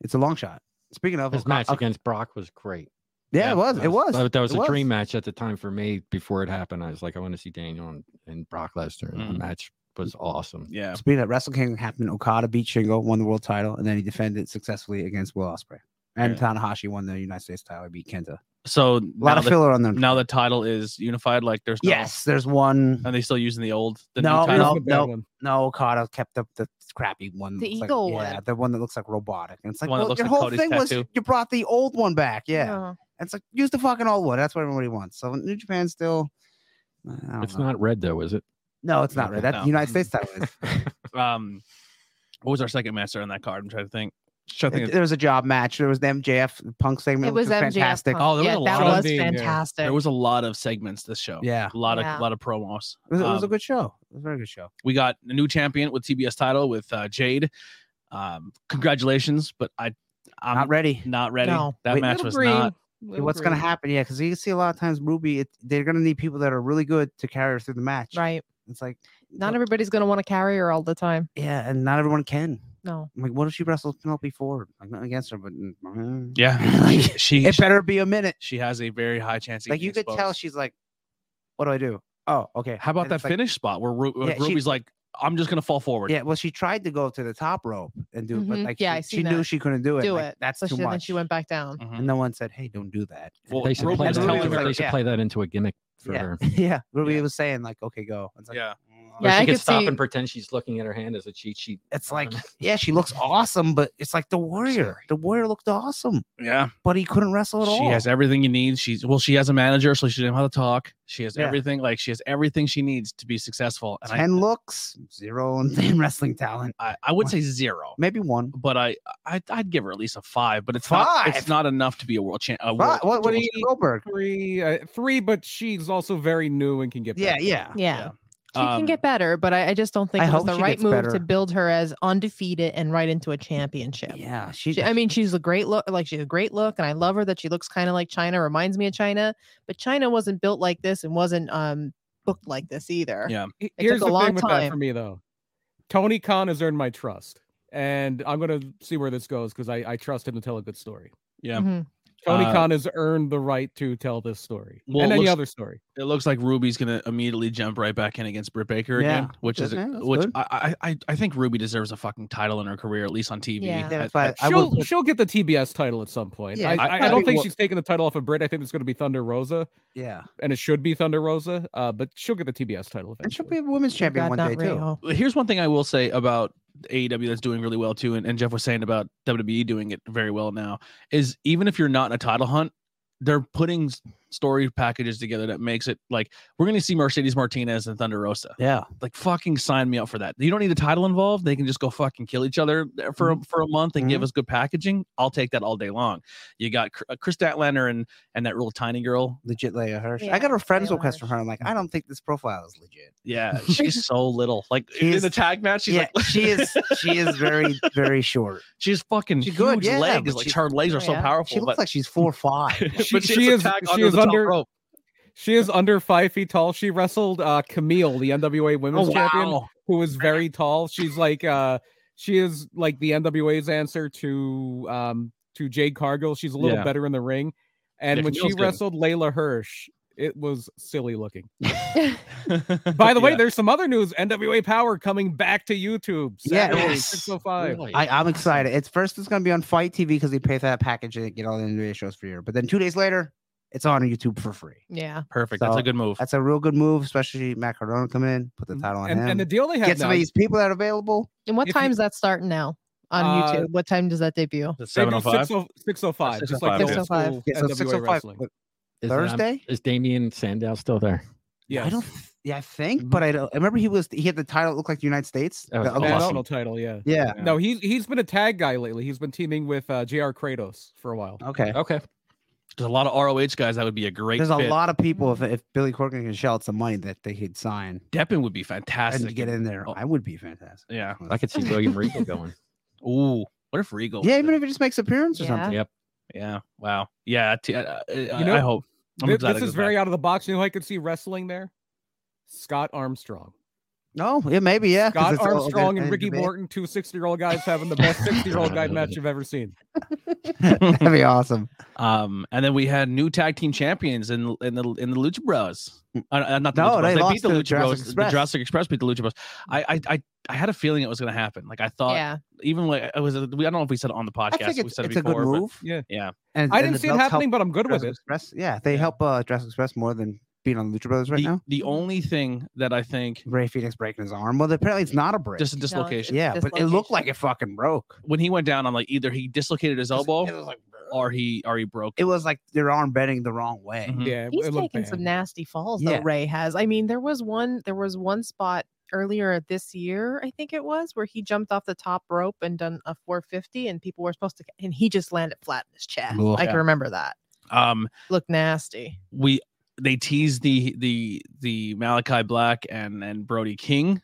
C: it's a long shot. Speaking of
E: His
C: Oka-
E: match
C: Oka-
E: against Brock was great.
C: yeah, it was,
E: that
C: it was,
E: That, that was
C: it
E: a dream match at the time for me before it happened. I was like, I want to see Daniel and, and Brock Lesnar. and
A: Mm.
E: The match was awesome.
A: Yeah.
C: Speaking of Wrestle Kingdom happened, Okada beat Shingo, won the world title, and then he defended successfully against Will Ospreay. And Tanahashi won the United States title. He beat Kenta.
A: So
C: A lot of filler on them.
A: now the title is unified. Like there's no,
C: Yes, there's one.
A: Are they still using the old the
C: No,
A: new
B: Here's
A: title?
C: no.
B: the bad one.
C: No, Okada kept up the crappy one.
D: The
C: It's like-
D: eagle
C: yeah,
D: one.
C: the one that looks like robotic. And it's
A: The
C: like,
A: one that
C: well,
A: looks
C: your
A: like
C: whole
A: Cody's
C: thing was
A: tattoo?
C: you brought the old one back. Yeah.
D: Oh.
C: And it's like use the fucking old one. That's what everybody wants. So New Japan still. I don't
E: It's
C: know.
E: not red though, is it?
C: No, it's not right. That's
A: No.
C: the United States title. Is.
A: Um, what was our second master on that card? I'm trying to think. Just trying to think.
C: there was a job match. There was the MJF Punk segment.
D: It
C: which
D: was MJF.
C: fantastic.
D: Punk.
A: Oh, there was
D: yeah,
A: a
D: that
A: lot
B: of
D: was
B: Dean, yeah.
D: fantastic.
A: There was a lot of segments this show.
C: Yeah,
A: A lot of
D: Yeah.
A: lot of promos.
C: it was, it was a
A: Oh. Um,
C: good show. It was a very good show.
A: We got a new champion with TBS title with uh, Jade. Um, congratulations, but I I'm
C: Not
A: not,
C: ready.
A: ready.
D: No.
A: That
C: Wait,
A: match
B: Little
A: was
B: green,
A: not.
B: little
C: What's going to
B: green.
C: happen? Yeah, because you see a lot of times Ruby, it, they're going to need people that are really good to carry her through the match.
D: Right.
C: It's like
D: Not
C: Well-
D: everybody's going to want to carry her all the time.
C: yeah, and not everyone can.
D: No.
C: I'm like, what if she wrestles Penelope Ford? Like nothing against her, but mm,
A: Yeah, she she,
C: it better be a minute.
A: she has a very high chance. of
C: Like you
A: getting
C: could tell
A: exposed.
C: she's like, what do I do? Oh, okay.
A: How about
C: And
A: that
C: it's like-
A: finish spot where, Ru- where
C: Yeah, she-
A: Ruby's like, I'm just gonna fall forward.
C: Yeah, well, she tried to go to the top rope and do, it, but
D: Mhm.
C: like
D: Yeah,
C: she,
D: I
C: she
D: seen
C: knew
D: that.
C: she couldn't do it.
D: Do
C: like,
D: it.
C: That's
D: so
C: too
D: she, then
C: much.
D: she went back down.
A: Mhm.
C: and no one said, "Hey, don't do that."
A: Well,
E: They should,
A: Ruby
E: play,
A: was
E: that-
C: telling
A: her,
E: they
C: like,
E: should
C: yeah.
E: play that into a gimmick for
C: yeah,
E: her.
C: yeah. Ruby
A: Yeah.
C: was saying like, "Okay, go." It's like,
A: Yeah.
C: "Mm,
E: Or
D: Yeah,
E: she
D: I
E: could
D: could
E: stop
D: see-
E: and pretend she's looking at her hand as a cheat sheet.
C: It's like, yeah, she looks awesome, but it's like the warrior. The warrior looked awesome,
A: yeah.
C: but he couldn't wrestle at all.
A: She has everything you need. She's well, she has a manager, so she didn't know how to talk. She has
C: Yeah.
A: everything, like she has everything she needs to be successful. And I,
C: ten looks, zero in, in wrestling talent.
A: I, I would say zero,
C: Maybe one.
A: but I, I I'd give her at least a five. But it's not
C: Five?
A: it's not enough to be a world champ.
C: What? What, what do you
B: Three.
C: Goldberg?
B: Three, uh, three, but she's also very new and can get.
C: Yeah,
B: back.
C: Ah, yeah. Um,
D: Yeah. She can get better, but I, I just don't think
C: I
D: it was
C: hope
D: the
C: she
D: right
C: gets
D: move
C: better.
D: to build her as undefeated and right into a championship.
C: Yeah, she.
D: She, I mean, she's a great look. Like she's a great look, and I love her that she looks kind of like China. Reminds me of China, but China wasn't built like this and wasn't um booked like this either.
A: Yeah.
B: He-
D: took
B: Here's
D: a
B: the
D: long
B: thing with that for
D: time.
B: me though. Tony Khan has earned my trust, and I'm gonna see where this goes because I, I trust him to tell a good story.
A: Yeah.
D: Mhm.
B: Tony
A: Uh,
B: Khan has earned the right to tell this story
A: Well,
B: and
A: it
B: any
A: looks-
B: other story.
A: it looks like Ruby's gonna immediately jump right back in against Britt Baker
C: Yeah.
A: again, which is
C: Okay, that's
A: which
C: good.
A: I, I I- I think Ruby deserves a fucking title in her career, at least on TV.
D: Yeah.
C: Yeah,
A: I-
C: that's why I
B: she'll
C: would-
B: she'll get the TBS title at some point.
D: Yeah,
B: I,
D: I-
B: I,
A: I
B: I don't
A: think
B: think
A: what-
B: she's taking the title off of Brit. I think it's going to be Thunder Rosa,
C: yeah,
B: and it should be Thunder Rosa. Uh, but she'll get the TBS title eventually.
C: and she'll be a women's
D: You
C: champion
D: got
C: one
D: that
C: day
D: right,
C: too.
D: oh.
A: here's one thing I will say about AEW that's doing really well too, and, and Jeff was saying about WWE doing it very well now, is even if you're not in a title hunt, they're putting s- story packages together that makes it like we're gonna see Mercedes Martinez and Thunder Rosa.
C: Yeah,
A: Like fucking sign me up for that. You don't need a title involved. They can just go fucking kill each other there for
C: Mm-hmm.
A: a, for a month and give us good packaging. I'll take that all day long. You got Cr- uh, Chris Statlander and and that real tiny girl.
C: legit Leia Hirsch. I
D: Yeah,
C: got her friends
D: Leia
C: request for
D: Hirsch.
C: her. I'm like, I don't think this profile is legit.
A: Yeah, she's so little. Like in
C: She's-
A: the tag match, she's
C: yeah,
A: like
C: she is. She is very, very short.
A: She's fucking
C: She's good,
A: huge
C: yeah,
A: legs.
C: but
A: Like
C: she's-
A: her legs are so
D: yeah.
A: powerful.
C: She looks
A: but,
C: like she's four five.
B: She-
A: but
B: she
A: has a
B: is-
A: tag
B: she
A: under
B: is
A: the top
B: under-
A: rope.
B: She is under five feet tall. She wrestled uh, Camille, the NWA Women's Champion,
A: Oh, wow.
B: who is very tall. She's like uh, she is like the NWA's answer to um, to Jade Cargill. She's a little
A: Yeah.
B: better in the ring, and
A: Yeah,
B: when
A: Camille's
B: she
A: good.
B: wrestled Layla Hirsch, it was silly looking. By the way,
A: Yeah.
B: there's some other news: NWA Power coming back to YouTube.
C: Yeah.
B: Saturday,
C: Yes.
B: 605.
E: Really?
C: I, I'm excited. It's first it's gonna be on Fight TV because they pay for that package and they get all the NBA shows for a year. But then two days later, it's on YouTube for free.
D: Yeah.
A: perfect. That's
C: So,
A: a good move.
C: That's a real good move, especially Matt Cardona come in, put the title on
B: Mm-hmm. And,
C: him,
B: and the deal they have
C: get some
B: now,
C: of these people that are available.
D: And what
B: If you-
D: time's that starting now on
B: Uh,
D: YouTube? What time does that debut?
A: That's
C: oh
B: they do
A: 705.
B: 60- 605, just like
D: 605.
B: old school
C: Yeah, so
B: NWA
C: 605.
B: wrestling.
C: but
E: Is, um,
C: Thursday?
E: is Damien Sandow still there?
B: Yes. Mm-hmm.
C: I don't. Yeah, oh I think, but I don't. I remember he was. He had the title. It looked like the United States.
E: That was
C: the-
E: awesome.
C: yeah,
B: national title. Yeah.
C: Yeah.
A: Yeah.
B: No, he's he's been a tag guy lately. He's been teaming with uh, Jr. Kratos for a while.
C: Okay.
E: Okay.
A: There's a lot of ROH guys that would be a great
C: There's a
A: fit.
C: lot of people. If, if Billy Corgan can shell out some money that they could sign
A: Deppin would be
C: and
A: fantastic.
C: get in there,
A: Oh.
C: I would be fantastic.
A: Yeah.
E: I could see William Regal going.
A: Ooh. What if Regal?
C: Yeah,
A: was
C: even
A: it?
C: if it just makes appearance or
D: Yeah.
C: something.
E: Yep.
A: yeah. Wow. Yeah. T- uh, uh, I,
B: know,
A: I hope. I'm
B: Thi-
A: excited
B: this is
A: about
B: very
A: that.
B: out of the box. You know, who I could see wrestling there. Scott Armstrong,
C: No, Oh, yeah, maybe, yeah. 'cause
B: Scott
C: it's all- they're-
B: Armstrong, and Ricky
C: debate.
B: Morton, two 60 year old guys having the best 60 year old guy match you've ever seen.
C: That'd be awesome.
A: Um, and then we had new tag team champions in in the in the Lucha Bros. Uh, uh, not the
C: Mm. No,
A: Lucha Bros.
C: they
A: They
C: lost
A: beat the
C: to
A: Lucha
C: Jurassic
A: Bros. The
C: Express. Mm.
A: Jurassic Express beat the Lucha Bros. I I I, I had a feeling it was going to happen. Like I thought,
D: yeah.
A: even like I was. I don't know if we said it on the
C: I
A: podcast.
C: think
A: we
C: it's,
A: said it
C: it's a
A: before.
C: good
A: but-
C: move.
B: Yeah.
A: yeah.
C: And,
B: I
C: and
B: didn't
C: the
B: see it
C: belts help
B: happening, but I'm good with
C: Jurassic
B: it.
C: Express. Yeah, they help uh, Jurassic Express more than being on Lucha Brothers right
A: the,
C: now.
A: the only thing that I think
C: Ray Phoenix breaking his arm. Well, apparently it's not a break.
A: just a dislocation.
C: yeah, but it looked like it fucking broke.
A: When he went down, I'm like either he dislocated his
C: 'Cause
A: elbow
C: It was like,
A: or he or he broke.
C: it was like their arm bending the wrong way.
A: Mhm.
B: Yeah,
D: He's
B: it looked
D: taking some
B: bad.
D: nasty falls
C: Yeah.
D: that Ray has. I mean, there was one there was one spot earlier this year, I think it was, where he jumped off the top rope and done a 450 and people were supposed to and he just landed flat in his chest.
C: Ugh.
D: I can remember that.
A: Um,
D: Looked nasty.
A: we they teased the the the Malachi Black and and Brody King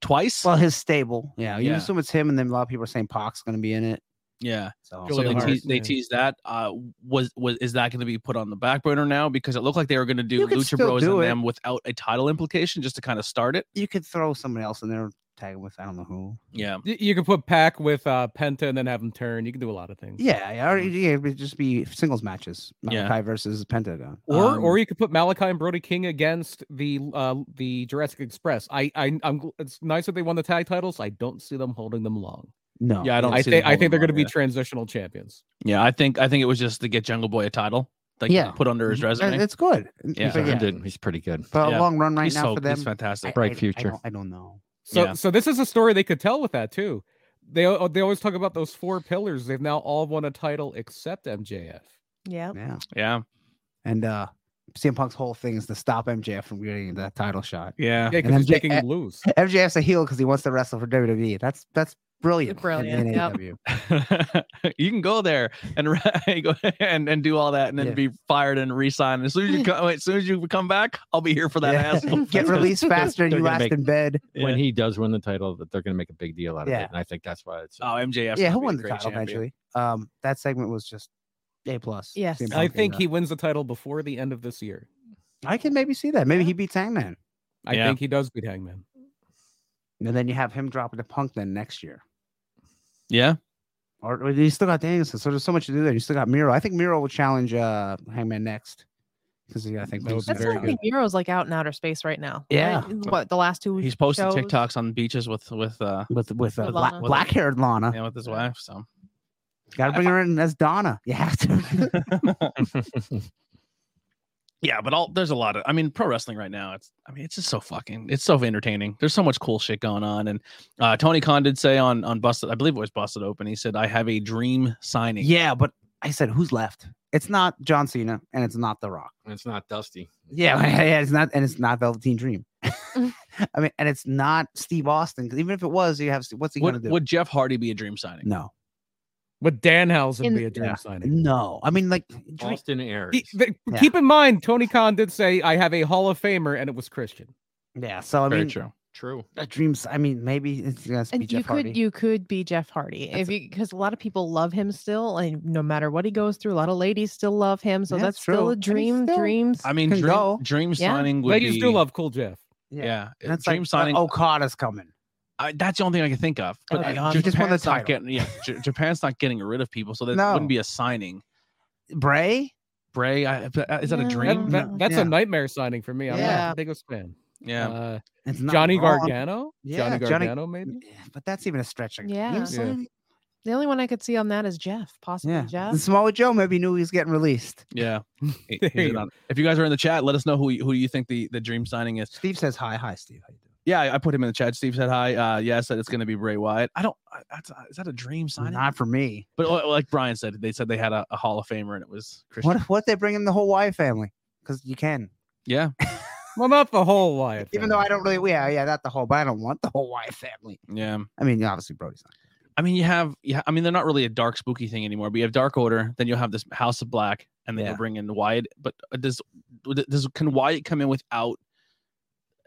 A: twice.
C: Well, his stable. Yeah, you
A: Yeah.
C: assume it's him, and then a lot of people are saying Pac's going to be in it.
A: yeah.
C: So,
A: So they
B: Hart,
A: tease, they
B: yeah.
A: teased that. Uh, was was is that going to be put on the back burner now? Because it looked like they were going to do
C: You could
A: Lucha
C: still
A: Bros
C: do
A: and
C: it.
A: them without a title implication, just to kind of start it.
C: you could throw somebody else in there, tag him with I don't know who.
A: Yeah,
B: Y- You could put Pack with uh, Penta and then have him turn. You can do a lot of things.
C: Yeah, yeah, or, yeah it would just be singles matches.
A: Yeah.
C: Malachi versus Pentagon.
B: Or,
A: Um,
B: or you could put Malachi and Brody King against the uh, the Jurassic Express. I, I, I'm. gl- It's nice that they won the tag titles. I don't see them holding them long.
C: No.
A: Yeah, I don't
B: I
A: see
B: think,
A: them
B: I think
A: holding
B: they're going
A: them
B: to
A: long,
B: be
A: yeah.
B: transitional champions.
A: yeah. I think I think it was just to get Jungle Boy a title, like
C: Yeah.
A: put under his
C: Mhm. And
A: resume.
C: It's good.
A: Yeah.
C: Yeah.
E: He's
C: But, yeah.
E: earned it. He's pretty good.
C: but
A: Yeah.
C: a long run right
A: He's
C: now
A: so-
C: for them.
A: he's fantastic.
E: Bright
C: I- I-
E: future.
C: I don't, I don't know.
B: So,
A: Yeah.
B: so this is a story they could tell with that too. They al- they always talk about those four pillars. They've now all won a title except MJF.
D: Yeah.
C: Yeah.
A: yeah,
C: And uh CM Punk's whole thing is to stop MJF from getting that title shot.
A: yeah,
B: Yeah,
C: And
B: because he's
C: MJ
B: taking
C: eh,
B: blues.
C: MJF's a heel because he wants to wrestle for WWE. That's that's brilliant. in-
D: Brilliant,
C: in
D: yep.
C: AEW.
A: you can go there and re- go and and do all that, and then
C: Yeah.
A: be fired and resign. As soon as you come, as soon as you come back, I'll be here for that
C: Yeah.
A: asshole.
C: Get released faster and
E: They're
C: you
E: gonna
C: last
E: make-
C: in bed.
A: Yeah.
E: When he does win the title, that they're going to make a big deal out of
C: Yeah. Uh,
E: it, and I think that's why it's.
A: Oh, MJF. 's gonna
C: yeah, he'll
A: be a
C: win the
A: great
C: title
A: champion.
C: eventually. Um, that segment was just a plus.
D: Yes.
C: CM
B: I
C: Punk is,
B: think
C: uh,
B: he wins the title before the end of this year.
C: I can maybe see that. Maybe he beats Hangman,
B: I
A: Yeah.
B: think he does beat Hangman.
C: and then you have him dropping the Punk then next year.
A: Yeah,
C: Or, or you still got Danielson. So there's so much to do there. You still got Miro. I think Miro will challenge uh, Hangman next because I think
B: That would be
D: That's
B: very
D: why I think Miro's like out in outer space right now.
C: Yeah.
D: Right? What the last two
A: he's posting
D: shows?
A: TikToks on beaches with with uh
C: with with uh,
D: With
C: black
D: Lana.
C: black haired Lana.
A: yeah, with his wife. So
C: Got to bring her in as Donna. You have to.
A: yeah, but all there's a lot of. I mean, pro wrestling right now. It's I mean, it's just so fucking. It's so entertaining. There's so much cool shit going on. And uh Tony Khan did say on on Busted, I believe it was Busted Open. He said, "I have a dream signing."
C: yeah, but I said who's left? It's not John Cena and it's not The Rock.
E: it's not Dusty.
C: Yeah, yeah, it's not and it's not Velveteen Dream. I mean, and it's not Steve Austin. 'cause even if it was, you have what's he gonna
A: Would,
C: do?
A: would Jeff Hardy be a dream signing?
C: no,
B: Would Danhausen
D: In-
B: be a dream
C: Yeah.
B: signing?
C: no. I mean, like Dream-
E: Austin Aries.
B: He- they-
C: Yeah.
B: Keep in mind, Tony Khan did say, "I have a Hall of Famer," and it was Christian.
C: yeah. So I
A: Very
C: mean,
A: true.
E: True.
C: a dreams. I mean, maybe it's gonna be
D: And
C: Jeff
D: you could
C: Hardy.
D: you could be Jeff Hardy
C: That's
D: if you because a lot of people love him still, and no matter what he goes through, a lot of ladies still love him. So
C: Yeah,
D: that's
C: it's
D: still
C: true.
D: a
C: And he's
D: dream.
C: still-
D: Dreams.
A: I mean,
C: Can
A: dream,
C: go.
A: dream
D: Yeah.
A: signing would
B: Ladies
A: be,
B: do love Cool Jeff.
A: Yeah,
C: And That's
A: dream
C: like,
A: signing.
C: Uh, Okada's coming.
A: I, that's the only thing I can think of. But
C: Okay.
A: uh,
C: He just won the
A: Japan's not
C: title.
A: getting. Yeah, J- Japan's not getting rid of people, so that
C: No.
A: wouldn't be a signing.
C: Bray.
A: Bray, I, is that a
D: Yeah.
B: That-
A: dream?
D: Mm,
B: that- that's
C: yeah.
B: a nightmare signing for me. I'm
D: Yeah.
B: not a biggest fan.
A: Yeah.
B: Uh,
C: It's not
B: Johnny
C: wrong.
B: Gargano.
C: Yeah,
B: Johnny
C: Johnny-
B: Gargano, maybe.
C: Yeah, But that's even a stretch. like, you know
D: Yeah.
C: what I'm saying?
D: the only one I could see on that is Jeff, possibly
C: Yeah.
D: Jeff.
C: And Samoa Joe maybe knew he was getting released.
A: Yeah. He-
B: There
A: he's
B: you
A: an on- If you guys are in the chat, let us know who you- who you think the, the dream signing is.
C: Steve says hi, hi, Steve. How you doing?
A: Yeah, I, I put him in the chat. Steve said hi. Uh, yeah, I said it's going to be Bray Wyatt. I don't. I- That's is that a dream signing?
C: Not for me.
A: but li- like Brian said, they said they had a, a Hall of Famer and it was Christian.
C: What if what if they bring in the whole Wyatt family? Because you can.
A: Yeah,
B: Well, not the whole Wyatt.
C: Even though
B: family.
C: I don't really, yeah, yeah, not the whole, but I don't want the whole Wyatt family.
A: yeah.
C: I mean, obviously Brody's not.
A: I mean, you have yeah. I mean, they're not really a dark spooky thing anymore. But you have Dark Order, then you'll have this House of Black, and then
C: Yeah.
A: you'll bring in Wyatt. But uh, does does can Wyatt come in without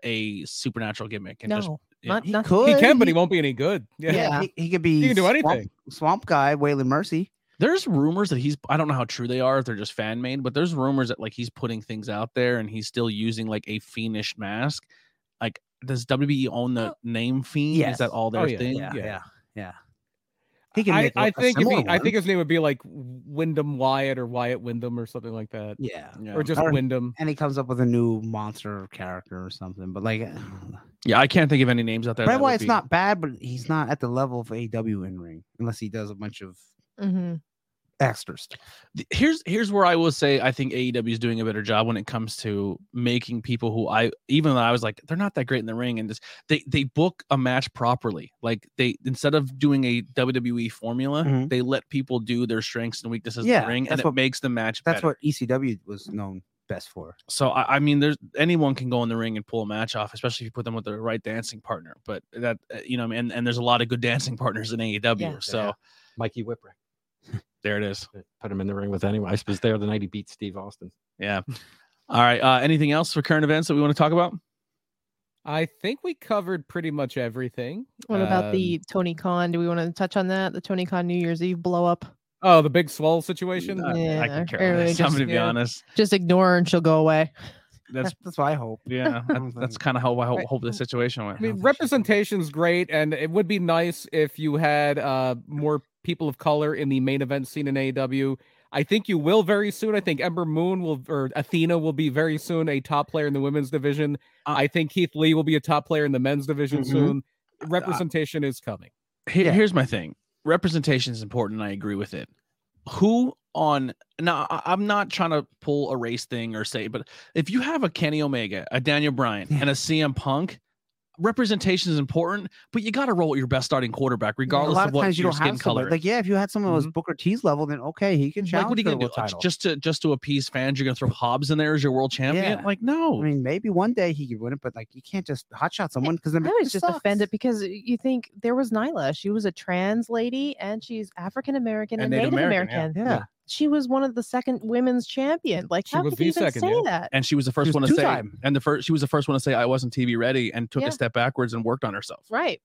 A: a supernatural gimmick?
D: no,
A: just- yeah.
D: not not
C: could.
B: he can, but he won't be any good. Yeah.
D: Yeah.
C: He, he could be.
B: He can do
C: Swamp-
B: anything.
C: Swamp guy, Waylon Mercy.
A: There's rumors that he's I don't know how true they are if they're just fan made, but there's rumors that like he's putting things out there and he's still using like a fiendish mask. Like does WWE own the name fiend? Is that
C: yes.
A: all their
B: Oh, yeah.
A: thing?
B: Yeah.
C: Oh. yeah. He can.
B: I,
C: make a-
B: I
C: a
B: think if he,
C: similar
B: I
C: one.
B: think his name would be like Wyndham Wyatt or Wyatt Wyndham or something like that,
C: Yeah.
A: Yeah.
B: or just
C: Or-
B: Wyndham.
C: And he comes up with a new monster character or something, but like,
A: Yeah, I can't think of any names out there.
C: Bray
A: that would
C: Wyatt's
A: be-
C: not bad, but he's not at the level of AW in ring unless he does a bunch of
D: hmm
C: extra stuff.
A: Th- Here's here's where I will say I think AEW is doing a better job when it comes to making people who I even though I was like they're not that great in the ring and just they they book a match properly. Like they instead of doing a WWE formula,
C: Mhm.
A: they let people do their strengths and weaknesses in
C: Yeah,
A: the ring, and
C: that's
A: it
C: what-
A: makes the match.
C: That's
A: better.
C: what ECW was known best for.
A: So I, I mean, there's anyone can go in the ring and pull a match off, especially if you put them with the right dancing partner. But that uh, you know, and and there's a lot of good dancing partners in AEW.
D: Yeah.
A: So
E: Yeah. Mikey Whipwreck.
A: there it is.
E: Put him in the ring with anyone. I was there the night he beat Steve Austin.
A: Yeah. All right. Uh, anything else for current events that we want to talk about?
B: I think we covered pretty much everything.
D: What about
B: Um,
D: the Tony Khan? Do we want to touch on that? The Tony Khan New Year's Eve blow up.
B: Oh, the big swell situation.
A: I, I
D: Yeah,
A: can
D: or
A: care less.
D: just-
A: I'm gonna be
D: yeah.
A: honest.
D: Just ignore her and she'll go away.
A: That's
C: That's what I hope.
A: yeah.
C: I
A: That's,
C: don't
A: that's
C: think-
A: kind of how I hope,
B: Right.
A: hope the situation went.
B: I mean, representation's great, and it would be nice if you had uh, more people of color in the main event scene in AEW. I think you will very soon. I think Ember Moon will or Athena will be very soon a top player in the women's division.
A: Uh,
B: I think Keith Lee will be a top player in the men's division
C: Mhm.
D: Mm-hmm.
B: soon.
D: Uh,
B: Representation is coming.
A: Here,
C: Yeah.
A: Here's my thing. Representation is important, and I agree with it. Who on now? I- I'm not trying to pull a race thing or say, but if you have a Kenny Omega, a Daniel Bryan,
C: Yeah.
A: and a CM Punk, representation is important. But you got to roll with your best starting quarterback, regardless
C: a lot
A: of what
C: times you
A: your
C: don't
A: skin
C: have
A: color.
C: somebody.
A: is.
C: Like, yeah, if you had someone that was
A: Mhm.
C: Booker T's level, then okay, he can challenge
A: Like, what are you
C: for the
A: gonna do?
C: world
A: Like,
C: title.
A: Just to just to appease fans, you're gonna throw Hobbs in there as your world champion?
C: Yeah.
A: Like, no.
C: I mean, maybe one day he could win it, but like, you can't just
A: Eh,
C: hotshot someone because then
D: I was just
C: sucks.
D: offended because you think there was Nyla. She was a trans lady and she's African American
A: And
D: and,
A: Native
D: Native,
A: American,
D: American.
A: yeah.
C: Yeah.
D: She was one of the second women's champion. Like,
B: She
D: how
B: was
D: could you
B: the
D: even
B: second,
D: say
B: yeah.
D: that?
A: and she was the first
C: was
A: one to say,
C: two-time.
A: and the first she was the first one to say I wasn't TV ready, and took
D: Yeah.
A: a step backwards and worked on herself.
D: Right.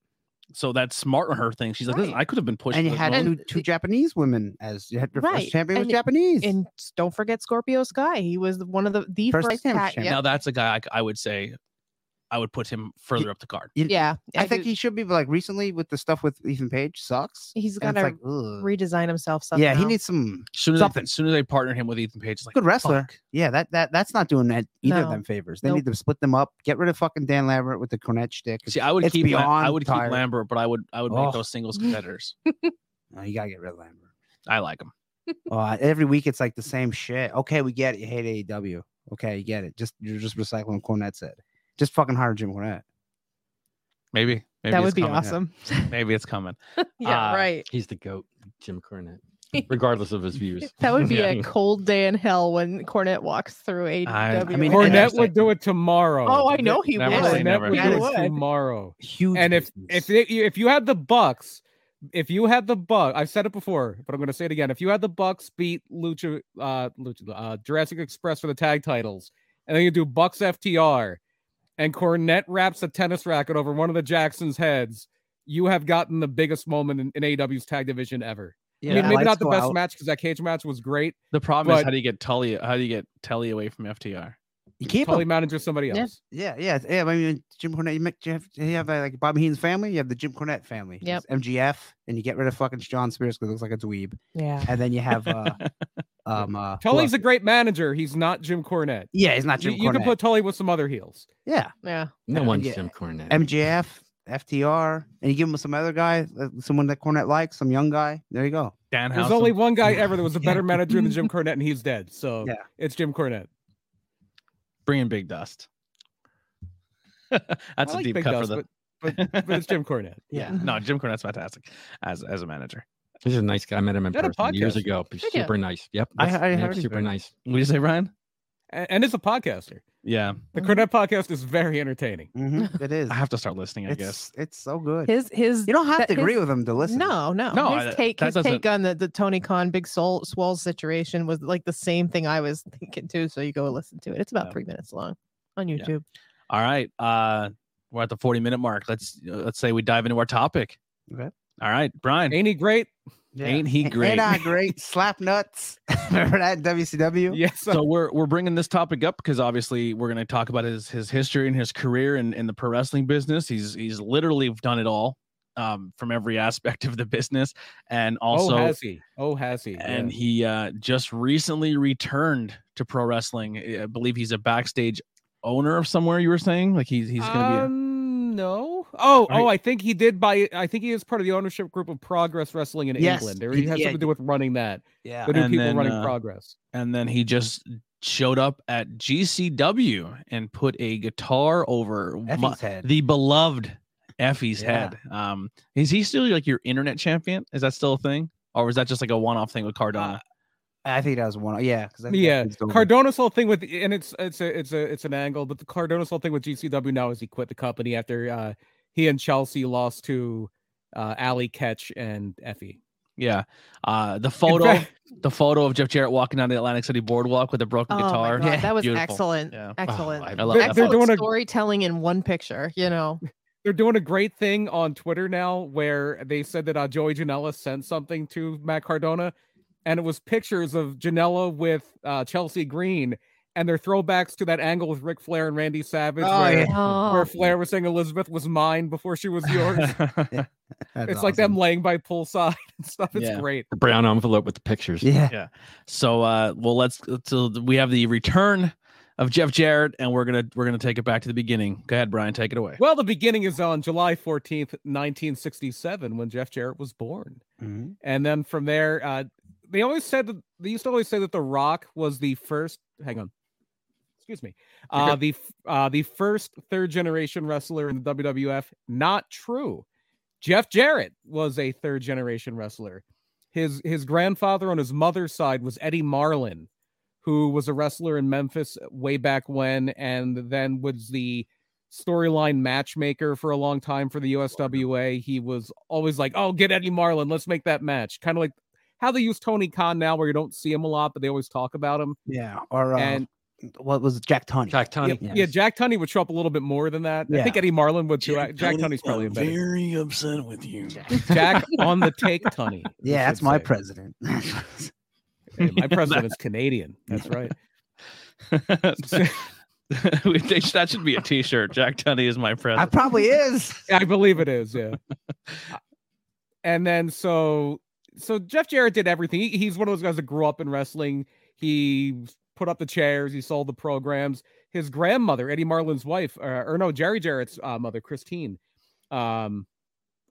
A: So that's smart on her thing. She's like, listen,
D: Right.
A: I could have been pushed.
C: And
A: to
C: you
A: this
C: had
A: moment."
C: two, two Japanese women as you had your
D: Right,
C: first champion was
D: and-
C: Japanese.
D: And s- don't forget Scorpio Sky. He was the- one of the the
C: First
D: first,
C: sandwich
D: cat.
C: champion.
A: Now
D: Yep.
A: that's a guy I, I would say, I would put him further up the card.
C: You-
D: Yeah.
C: I, think
D: do-
C: he should be but, like recently with the stuff with Ethan Page sucks.
D: he's
C: And
D: got to
C: it's like, ugh.
D: redesign himself somehow.
C: yeah, he needs some
A: As soon as They,
C: Something.
A: as soon as they partner him with Ethan Page, it's like
C: good wrestler.
A: fuck.
C: Yeah, that that that's not doing that either of
D: No.
C: them favors. They
D: Nope.
C: need to split them up. Get rid of fucking Dan Lambert with the cornet shtick.
A: See, I would
C: It's
A: keep Lam- I
C: beyond
A: would
C: tired.
A: keep Lambert, but I would I would make
C: Ugh.
A: those singles competitors.
C: No, you gotta get rid of Lambert.
A: I like him.
C: Uh, every week it's like the same shit. Okay, we get it. You hate AEW. E Okay, you get it. Just you're just recycling what Cornette said. Just fucking hire Jim Cornette.
A: Maybe, maybe
D: that
A: it's
D: would be
A: coming.
D: awesome.
A: Maybe it's coming.
D: yeah,
A: Uh,
D: right.
E: He's the goat, Jim Cornette, regardless of his views.
D: That would be a
E: Yeah.
D: cold day in hell when Cornette walks through AEW.
A: I mean,
D: and
A: Cornette
B: Cornette
D: there's-
A: would
B: would do it tomorrow.
D: Oh, I know he
A: Never
D: would.
A: say
B: Cornette
A: never.
B: would
D: Yeah,
B: do
D: would.
B: it tomorrow.
C: Huge.
B: And if if
C: business.
B: they, if you had the Bucks, if you had the Buck, I've said it before, but I'm going to say it again. If you had the Bucks beat Lucha, uh, Lucha, uh, Jurassic Express for the tag titles, and then you do Bucks FTR, and Cornette wraps a tennis racket over one of the Jacksons' heads, you have gotten the biggest moment in, in AEW's tag division ever. I mean,
C: the
B: maybe
C: lights
B: not the
C: go
B: best
C: out.
B: match because that cage match was great.
A: The problem is
B: But-
A: how do you get Tully? How do you get Tully away from FTR?
C: you keep
B: Tully
C: him.
B: manages somebody
D: Yeah.
B: else.
C: Yeah, yeah, yeah. I mean, Jim Cornette. You, make, you have you have uh, like Bobby Heenan's family. You have the Jim Cornette family.
D: Yep.
C: It's MGF, and you get rid of fucking John Spears because it looks like a dweeb.
D: Yeah.
C: And then you have uh, um uh, who
B: Tully's
C: else?
B: a great manager. He's not Jim Cornette.
C: yeah, he's not
B: You,
C: Jim
B: you
C: Cornette.
B: can put Tully with some other heels.
C: yeah,
D: Yeah.
E: No one's
C: Yeah.
E: Jim Cornette.
C: MGF, FTR, and you give him some other guy, uh, someone that Cornette likes, some young guy. There you go.
A: Dan
B: There's only one guy
C: Yeah.
B: ever that was a
C: Yeah.
B: better manager than Jim Cornette, and he's dead. So
C: Yeah.
B: it's Jim Cornette.
A: bringing Big Dust.
B: I
A: That's a
B: like
A: deep
B: Big
A: cut
B: Dust,
A: for the.
B: but, but, but it's Jim Cornette.
C: Yeah.
A: no, Jim Cornette's fantastic as as a manager.
E: He's a nice guy. I met him in
B: He had a
E: person years
B: podcast.
E: ago. He's
D: Did ya?
E: super nice. Yep.
C: I-
E: that's-
C: I
E: yep,
C: heard he's
E: super
C: very
E: nice.
A: Would you say Ryan?
B: A- And it's a podcaster.
A: Yeah,
B: The
C: Mm-hmm.
D: Mhm.
B: Cornette podcast is very entertaining.
C: Mhm, It is.
A: I have to start listening. I
C: it's,
A: guess
C: it's so good.
D: His his
C: you don't have
D: that-
C: to agree
D: his-
C: with him to listen.
D: No, no.
A: No, I-
D: his take,
A: that
D: his
A: doesn't-
D: take on the, the Tony Khan Big Soul Swole situation was like the same thing I was thinking too. So you go listen to it. It's about
A: Yeah.
D: three minutes long on
A: Yeah.
D: YouTube.
A: All right. Uh we're at the 40 minute mark. Let's uh, let's say we dive into our topic.
C: Okay.
A: All right, Brian.
B: Ain't he great?
C: Yeah.
A: Ain't he
C: A-
A: great?
C: Ain't I great? Slap nuts. Remember that in WCW?
B: Yes. Oh,
A: So we're we're bringing this topic up because obviously we're going to talk about his his history and his career in, in the pro wrestling business. He's he's literally done it all um, from every aspect of the business, and also
B: oh, has he? Oh, has he?
A: and
B: Yeah.
A: he uh, just recently returned to pro wrestling. I- I believe he's a backstage owner of somewhere. You were saying like he's he's going to be.
B: Um, no. Oh,
A: Are
B: oh, I think he did buy. I think he is part of the ownership group of Progress Wrestling in
C: Yes,
B: England. Or
C: he-
B: he has
C: yeah.
B: something to do with running that.
C: Yeah.
B: The new
A: And
B: people
A: then,
B: running
A: uh,
B: Progress.
A: and then he just showed up at GCW and put a guitar over mu-
C: Effie's head.
A: the beloved Effie's
C: Yeah.
A: head. Um, is he still like your internet champion? Is that still a thing, or was that just like a one-off thing with Cardona?
C: I think that was one. Yeah. 'cause I think that
B: Yeah,
C: dude's over.
B: Cardona's whole thing with and it's it's a it's a it's an angle, but the Cardona's whole thing with GCW now is he quit the company after uh he and Chelsea lost to uh Ali Ketch and Effie.
A: Yeah. Uh, the
B: In
A: photo,
B: fact-
A: the photo of Jeff Jarrett walking down the Atlantic City boardwalk with a broken
D: Oh my
A: guitar.
D: God,
C: Yeah,
D: that was
A: beautiful.
D: excellent.
A: Yeah. Oh,
D: Excellent.
E: I
A: I love
B: They're-
A: that.
B: they're
A: photo.
B: doing a-
D: storytelling in one picture, you know.
B: They're doing a great thing on Twitter now where they said that uh, Joey Janela sent something to Matt Cardona, and it was pictures of Janela with uh, Chelsea Green and their throwbacks to that angle with Ric Flair and Randy Savage
C: Oh,
B: where,
C: yeah.
B: where
D: Oh,
B: Flair was saying Elizabeth was mine before she was yours. it's
C: That's
B: like them
C: awesome.
B: laying by poolside and stuff. It's
A: Yeah.
B: great.
E: The brown envelope with the pictures.
C: Yeah.
A: so uh well let's so we have the return of Jeff Jarrett and we're gonna we're gonna take it back to the beginning. Go ahead, Brian, take it away.
B: Well, the beginning is on July 14th, 1967, when Jeff Jarrett was born.
C: Mhm.
B: And then from there, uh, they always said that they used to always say that The Rock was the first. Hang on, excuse me. Uh, the f- uh, the first third generation wrestler in the WWF. Not true. Jeff Jarrett was a third generation wrestler. His his grandfather on his mother's side was Eddie Marlin, who was a wrestler in Memphis way back when, and then was the storyline matchmaker for a long time for the USWA. He was always like, "Oh, get Eddie Marlin, let's make that match." Kind of like how they use Tony Khan now, where you don't see him a lot, but they always talk about him.
C: Yeah. Or uh,
B: and
C: what was it? Jack Tunney?
E: Jack Tunney.
B: yeah,
C: yes.
B: yeah, Jack Tunney would show up a little bit more than that. I think
C: Yeah.
B: Eddie Marlin would too. Jack, Tunney's probably a better.
F: very upset with you.
B: Jack on the take, Tunney. we
C: yeah, that's
B: should
C: my
B: say.
C: president.
B: Hey, my president's Canadian. That's right.
A: We- they sh- that should be a t-shirt. Jack Tunney is my
C: I
A: president.
C: probably is.
B: I believe it is, yeah. Uh, and then so so Jeff Jarrett did everything. He, he's one of those guys that grew up in wrestling. He put up the chairs. He sold the programs. His grandmother, Eddie Marlin's wife, uh, or no, Jerry Jarrett's uh, mother, Christine, um,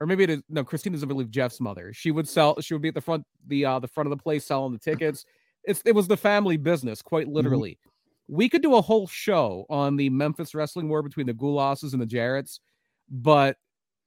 B: or maybe it is no, Christine is I believe Jeff's mother. She would sell. She would be at the front the uh, the front of the place selling the tickets. It's it was the family business, quite literally. We could do a whole show on the Memphis wrestling war between the Goulasses and the Jarretts, but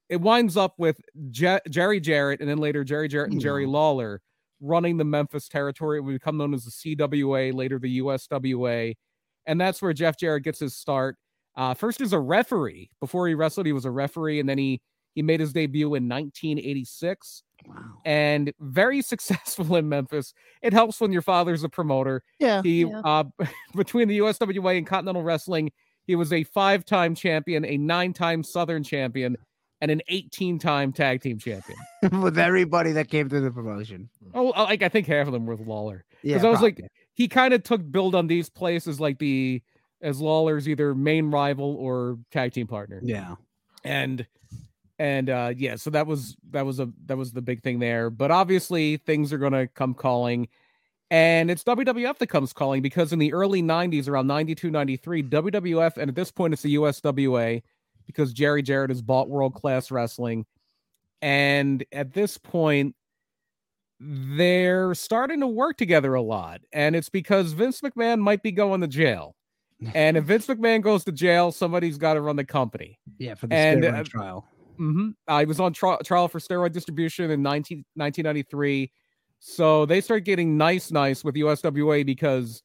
B: it winds up with Je- Jerry Jarrett and then later Jerry Jarrett and Jerry Lawler running the Memphis territory. It would become known as the CWA, later the USWA. And that's where Jeff Jarrett gets his start. Uh, first as a referee. Before he wrestled, he was a referee, and then he he made his debut in 1986
C: Wow.
B: and very successful in Memphis. It helps when your father's a promoter.
D: yeah.
B: He uh, between the USWA and Continental Wrestling, he was a five-time champion, a nine-time Southern champion, and an 18-time tag team champion.
C: With everybody that came through the promotion.
B: oh, I- like I think half of them were with Lawler.
C: Yeah.
B: Because I was
C: probably.
B: like, he kind of took build on these places like the as Lawler's either main rival or tag team partner.
C: yeah.
B: And and uh yeah, so that was that was a that was the big thing there. But obviously things are gonna come calling. And it's WWF that comes calling because in the early 90s, around 92, 93, WWF, and at this point it's the USWA because Jerry Jarrett has bought world class wrestling. And at this point, they're starting to work together a lot. And it's because Vince McMahon might be going to jail. And if Vince McMahon goes to jail, somebody's got to run the company.
C: Yeah. For the
B: and,
C: steroid
B: uh,
C: trial.
B: Mm-hmm. I was on tri- trial for steroid distribution in 19, 1993. So they start getting nice, nice with USWA because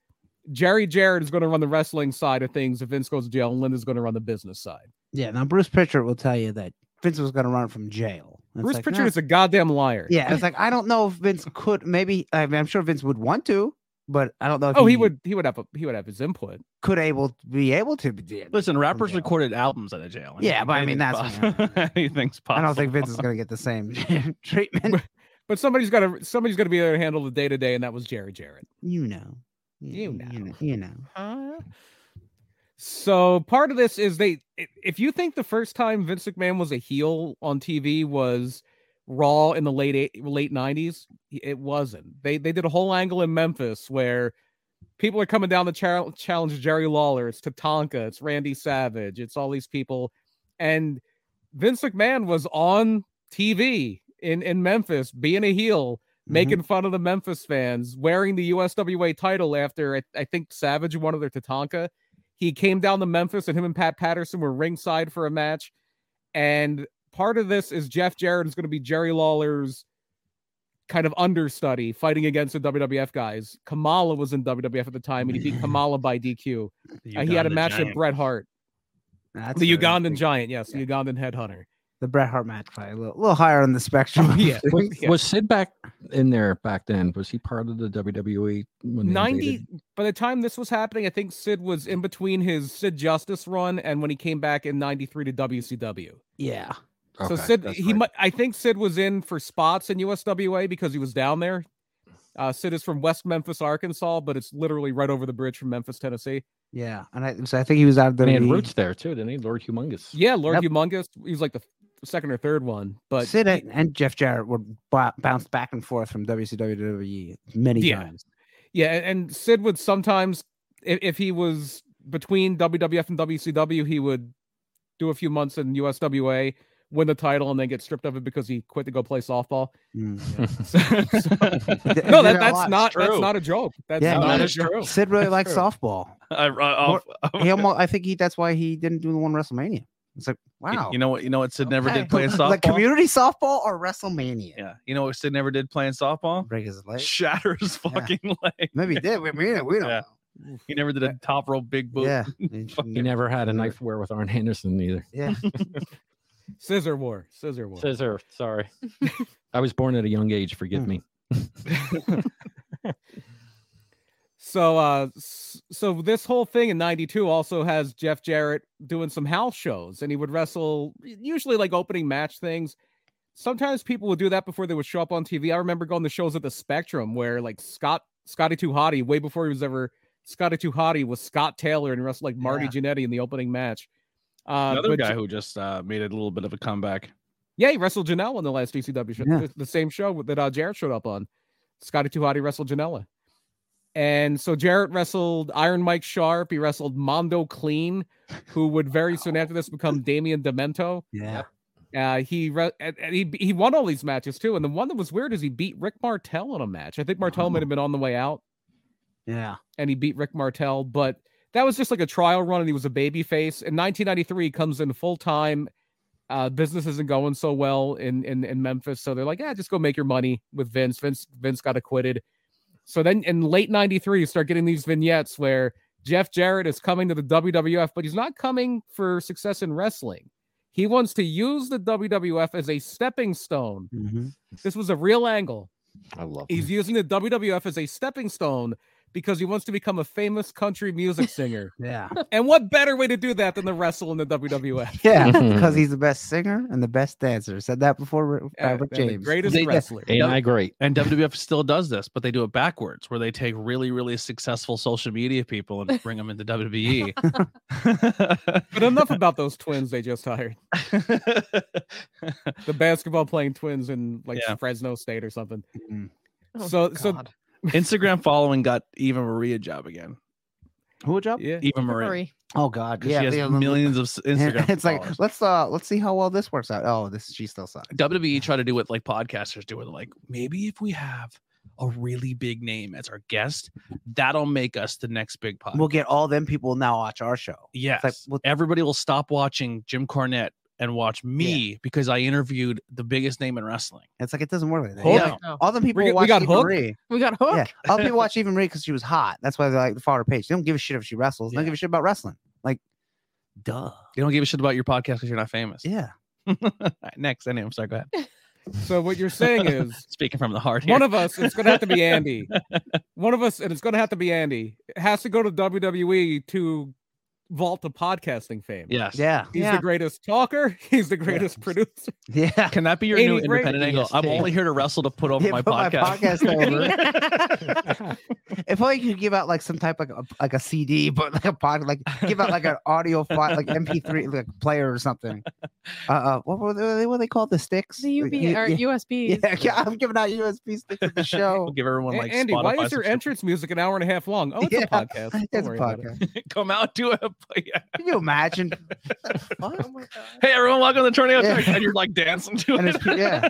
B: Jerry Jarrett is going to run the wrestling side of things if Vince goes to jail, and Linda's going to run the business side.
C: Yeah. Now, Bruce Pritchard will tell you that Vince was going to run from jail. And it's
B: Bruce
C: like,
B: Pritchard
C: nah.
B: is a goddamn liar.
C: Yeah. It's like, I don't know if Vince could, maybe, I mean, I'm sure Vince would want to, but I don't know if
B: Oh, he would. He would have. A, he would have his input.
C: could able be able to do it.
A: Listen, rappers
C: jail.
A: recorded albums out of jail.
C: Yeah, but I mean,
A: Anything's
C: that's-
A: possible. anything's
C: I
A: possible.
C: don't think Vince is going to get the same treatment.
B: But somebody's got to. Somebody's going to be there to handle the day to day, and that was Jerry Jarrett.
C: You know.
B: You
C: You
B: know.
C: know. You know.
B: So part of this is they. i- If you think the first time Vince McMahon was a heel on TV was Raw in the late eight, late nineties, it wasn't. They they did a whole angle in Memphis where people are coming down the chal- challenge Jerry Lawler, it's Tatanka, it's Randy Savage, it's all these people, and Vince McMahon was on TV in in Memphis being a heel
C: Mm-hmm.
B: making fun of the Memphis fans, wearing the USWA title after I, I think Savage won of their Tatanka. He came down to Memphis and him and Pat Patterson were ringside for a match. And part of this is Jeff Jarrett is going to be Jerry Lawler's kind of understudy fighting against the WWF guys. Kamala was in WWF at the time and he beat Kamala by DQ. Uh, he had a match with Bret Hart,
C: Mm-hmm. That's
B: the
C: very
B: Ugandan
C: big.
B: giant. Yes, the
C: Yeah.
B: Ugandan headhunter.
C: the Bret Hart match, probably a little, little higher on the spectrum.
B: Yeah.
E: Was,
B: Yeah.
E: was Sid back in there back then? Was he part of the WWE? When they invaded?
B: 90 by the time this was happening, I think Sid was in between his Sid Justice run and when he came back in 93 to WCW.
C: Yeah.
B: so
E: Okay,
B: Sid
E: that's
B: he
E: right.
B: might I think Sid was in for spots in USWA because he was down there. Uh, Sid is from West Memphis, Arkansas, but it's literally right over the bridge from Memphis, Tennessee.
C: Yeah. And I, so I think he was out of E. the
E: And he had roots there too, didn't he? Lord Humongous.
B: Yeah, Lord
C: Yep.
B: Humongous. He was like the f- second or third one, but
C: Sid and, and Jeff Jarrett were bo- bounced back and forth from WCW to WWE many
B: Yeah.
C: times.
B: Yeah, a- and Sid would sometimes, if, if he was between WWF and WCW, he would do a few months in USWA, win the title, and then get stripped of it because he quit to go play softball.
C: Mm.
B: So-
C: Th-
B: no,
C: there are
B: that,
C: a
B: that's
C: lot.
B: not that's
A: true.
B: not a joke. That's
C: Yeah,
B: not
C: that
B: a
C: is
B: joke.
C: Sid really
B: That's
C: likes
B: true.
C: softball.
A: I, I,
C: More- He almost, I think he that's why he didn't do the one WrestleMania. It's like wow,
A: You know what? You know what Sid never
D: Okay.
A: did playing softball.
C: like community softball or WrestleMania.
A: yeah. You know what Sid never did playing softball?
C: Break his leg.
A: Shatter his
C: Yeah.
A: fucking leg.
C: Maybe he did. We, we, we don't.
A: Yeah. He never did a top rope big
C: Know.
A: boot.
C: Eh, Yeah.
E: He never had a knife wear with Arn Anderson either.
C: Yeah.
B: Scissor war, scissor war.
E: Scissor. Sorry. I was born at a young age. Forgive
C: Hmm.
E: me.
B: So, uh, s- so this whole thing in '92 also has Jeff Jarrett doing some house shows, and he would wrestle usually like opening match things. Sometimes people would do that before they would show up on TV. I remember going to shows at the Spectrum where like Scott Scotty Too Hottie, way before he was ever Scotty Too Hottie, was Scott Taylor and wrestled like Marty Jannetty in the opening match. Uh,
A: Another
B: but
A: guy
B: J-
A: who just uh, made a little bit of a comeback.
B: yeah, he wrestled Janelle on the last DCW show,
C: Yeah.
B: the, the same show that uh, Jarrett showed up on. Scotty Tuhati wrestled Janela. And so Jarrett wrestled Iron Mike Sharp. He wrestled Mondo Clean, who would very soon after this become Damian Demento.
C: Yeah.
B: Uh, he re- and, and he he won all these matches too. And the one that was weird is he beat Rick Martel in a match. I think Martel might have been on the way out,
C: Yeah.
B: and he beat Rick Martel. But that was just like a trial run, and he was a baby face. In 1993, he comes in full time. Uh, business isn't going so well in, in in Memphis, so they're like, "Yeah, just go make your money with Vince." Vince Vince got acquitted. So then in late '93, you start getting these vignettes where Jeff Jarrett is coming to the WWF, but he's not coming for success in wrestling. He wants to use the WWF as a stepping stone.
C: Mhm.
B: This was a real angle.
E: I love.
B: He's using the WWF as a stepping stone because he wants to become a famous country music singer.
C: Yeah.
B: and what better way to do that than to wrestle in the WWF?
C: Yeah. Because he's the best singer and the best dancer. Said that before Ri-
B: And-
C: uh, Rick
B: and the
C: James.
B: greatest
A: They-
B: wrestler.
E: Ain't I great?
A: And WWF still does this, but they do it backwards, where they take really, really successful social media people and bring them into E. WWE.
B: But enough about those twins they just hired. The basketball playing twins in like
A: Yeah.
B: Fresno State or something.
C: Mhm.
D: Oh,
B: so so
D: God.
A: Instagram following got Eva Maria a job again.
C: Who job?
B: yeah.
A: Eva Maria.
D: Sorry.
C: Oh God.
A: 'cause
C: Yeah.
A: she has
C: they- let me-
A: millions of s- Instagram.
C: and It's like
A: followers.
C: let's uh let's see how well this works out. Oh, this she still sucks.
A: WWE try E to do what like podcasters do, where they're like, maybe if we have a really big name as our guest, that'll make us the next big podcast.
C: We'll get all them people now watch our show.
A: yes,
C: well-
A: everybody will stop watching Jim Cornette and watch me because I interviewed the biggest name in wrestling.
C: It's like it doesn't work like that.
A: Hold
C: Yeah.
B: Oh.
A: on.
D: No.
C: All them people
B: got- we
C: watch
B: got
C: Eva
B: Hook?
C: Marie.
D: We got hooked.
C: Yeah. All people watch Eva Marie because she was hot. That's why they like follow her page. They don't give a shit if she wrestles. They don't
A: Yeah.
C: give a shit about wrestling. Like, duh.
A: They don't give a shit about your podcast because you're not famous.
C: Yeah.
A: All right, next, anyway, I'm sorry. Go ahead.
B: So what you're saying is
A: Speaking from the heart here.
B: one of us it's going to have to be Andy. One of us and it's going to have to be Andy. Has to go to WWE to vault to podcasting fame.
A: yes.
C: Yeah.
B: He's
D: Yeah.
B: the greatest talker. He's the greatest producer.
C: Yeah.
A: Can that be your new
B: Andy Brady.
A: independent angle? I'm
C: EST.
A: only here to wrestle to put over
C: Yeah,
A: my,
C: put my
A: podcast.
C: podcast If only you could give out like some type of like a, like a CD, but like a pod, like give out like an audio file, like MP3, like player or something. Uh, uh what were they? What they called the sticks?
D: The UB or
C: yeah,
D: USBs.
C: yeah, yeah, I'm giving out USB sticks at the
A: We'll
C: show.
A: give everyone
B: A-
A: like
B: Andy,
A: Spotify
B: why is your
A: subscription.
B: entrance music an hour and a half long? Oh, it's
C: Yeah,
B: a podcast. Don't
C: It's a
B: worry about it.
C: podcast.
A: come out to a yeah.
C: Can you imagine? What?
D: Oh my God.
A: hey everyone welcome to tornado
C: Yeah.
A: Talk," and you're like dancing to
C: And
A: it
C: it's, yeah,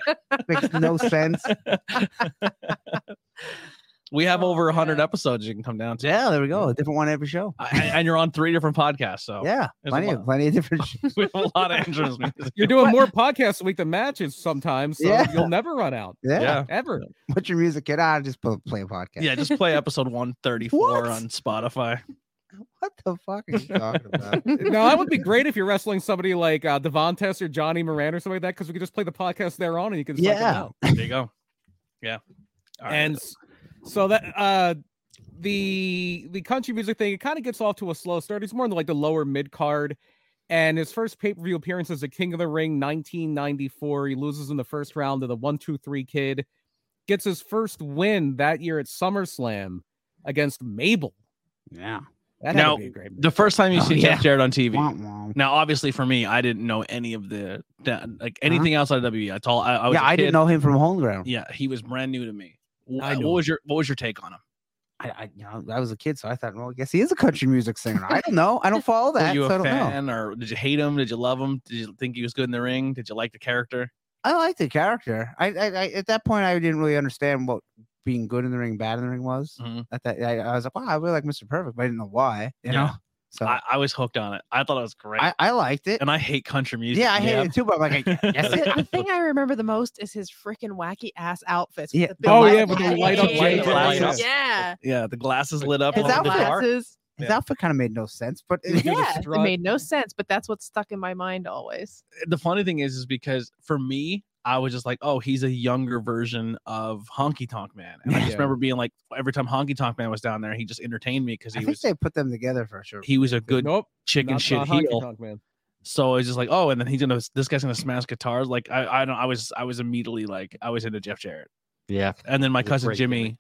C: makes no sense.
A: we have
D: Oh,
A: over 100
D: man.
A: episodes you can come down to
C: Yeah, there we go. A different one every show.
A: I- and, you're on three different podcasts so
C: yeah,
A: there's Oh, a
C: plenty of
A: lot.
C: plenty of different. sh-
A: we have a lot of interest music.
B: You're doing more podcasts a week than matches sometimes, so
C: Yeah.
B: you'll never run out
C: Yeah.
A: Yeah.
B: ever.
C: put your music in. I just put, play a podcast.
A: yeah just play episode 134
C: What?
A: on spotify
C: What the fuck are you talking about?
B: now that would be great if you're wrestling somebody like uh, Devontes or Johnny Moran or something like that, because we could just play the podcast they're on and you can. suck 'em
C: Yeah.
B: out.
A: there you go yeah All right.
B: and s- so that uh the the country music thing it kind of gets off to a slow start he's more in like the lower mid card and his first pay-per-view appearance is the king of the ring 1994 he loses in the first round to the 123 kid gets his first win that year at summerslam against mabel
C: Yeah.
B: that
A: Now,
B: had to be a great
A: the first time you
C: Oh,
A: see
C: yeah.
A: Jeff Jarrett on TV.
C: Womp womp.
A: Now, obviously, for me, I didn't know any of the that, like anything outside of WWE. I told I, I was
C: Uh-huh. yeah,
A: a
C: I
A: kid.
C: didn't know him from Holy Ground.
A: Yeah, he was brand new to me. Wh-
B: I know
A: what was your What was your take on him?
C: I, I, you know, I was a kid, so I thought, well, I guess he is a country music singer. I don't know. I don't follow
A: Were
C: that.
A: you
C: so
A: a
C: I don't know.
A: fan, or did you hate him? Did you love him? Did you think he was good in the ring? Did you like the character?
C: I like the character. I, I, I at that point I didn't really understand what being good in the ring, bad in the ring was.
A: Mhm.
C: At that, I, I was like, wow, I really like Mr. Perfect, but I didn't know why.
A: Yeah.
C: You know, so
A: I,
C: I,
A: I was hooked on it. I thought it was great,
C: I, liked it.
A: and I hate country music.
C: yeah, I hated
E: yeah.
C: it too, but I'm like, I guess
D: The, the
C: it.
D: thing I remember the most is his freaking wacky ass outfits.
C: Yeah.
D: With the big
B: Oh,
D: light
B: yeah, with the
D: bulb.
B: light up
D: Yeah.
A: light up.
D: Yeah.
A: yeah, the glasses lit up.
C: His
A: over the
C: outfit-
A: car.
D: Glasses.
C: His
A: Yeah.
C: outfit kind of made no sense, but
B: You do the
D: Yeah, it
B: strut.
D: made no sense, but that's what stuck in my mind always.
A: the funny thing is, is because for me, I was just like, oh, he's a younger version of Honky Tonk Man. And I just
B: Yeah.
A: remember being like, every time Honky Tonk Man was down there, he just entertained me because
C: I
A: he
C: think
A: was
C: they put them together for sure.
A: he was a good
B: nope
A: chicken
B: not-
A: shit
B: not Honky
A: heel.
B: Tonk Man.
A: So it's just like, oh, and then he's gonna this guy's gonna smash guitars. Like I, I don't, I was, I was immediately like, I was into Jeff Jarrett,
E: Yeah.
A: and then my
E: He's a
A: cousin
E: great
A: Jimmy
E: gimmick.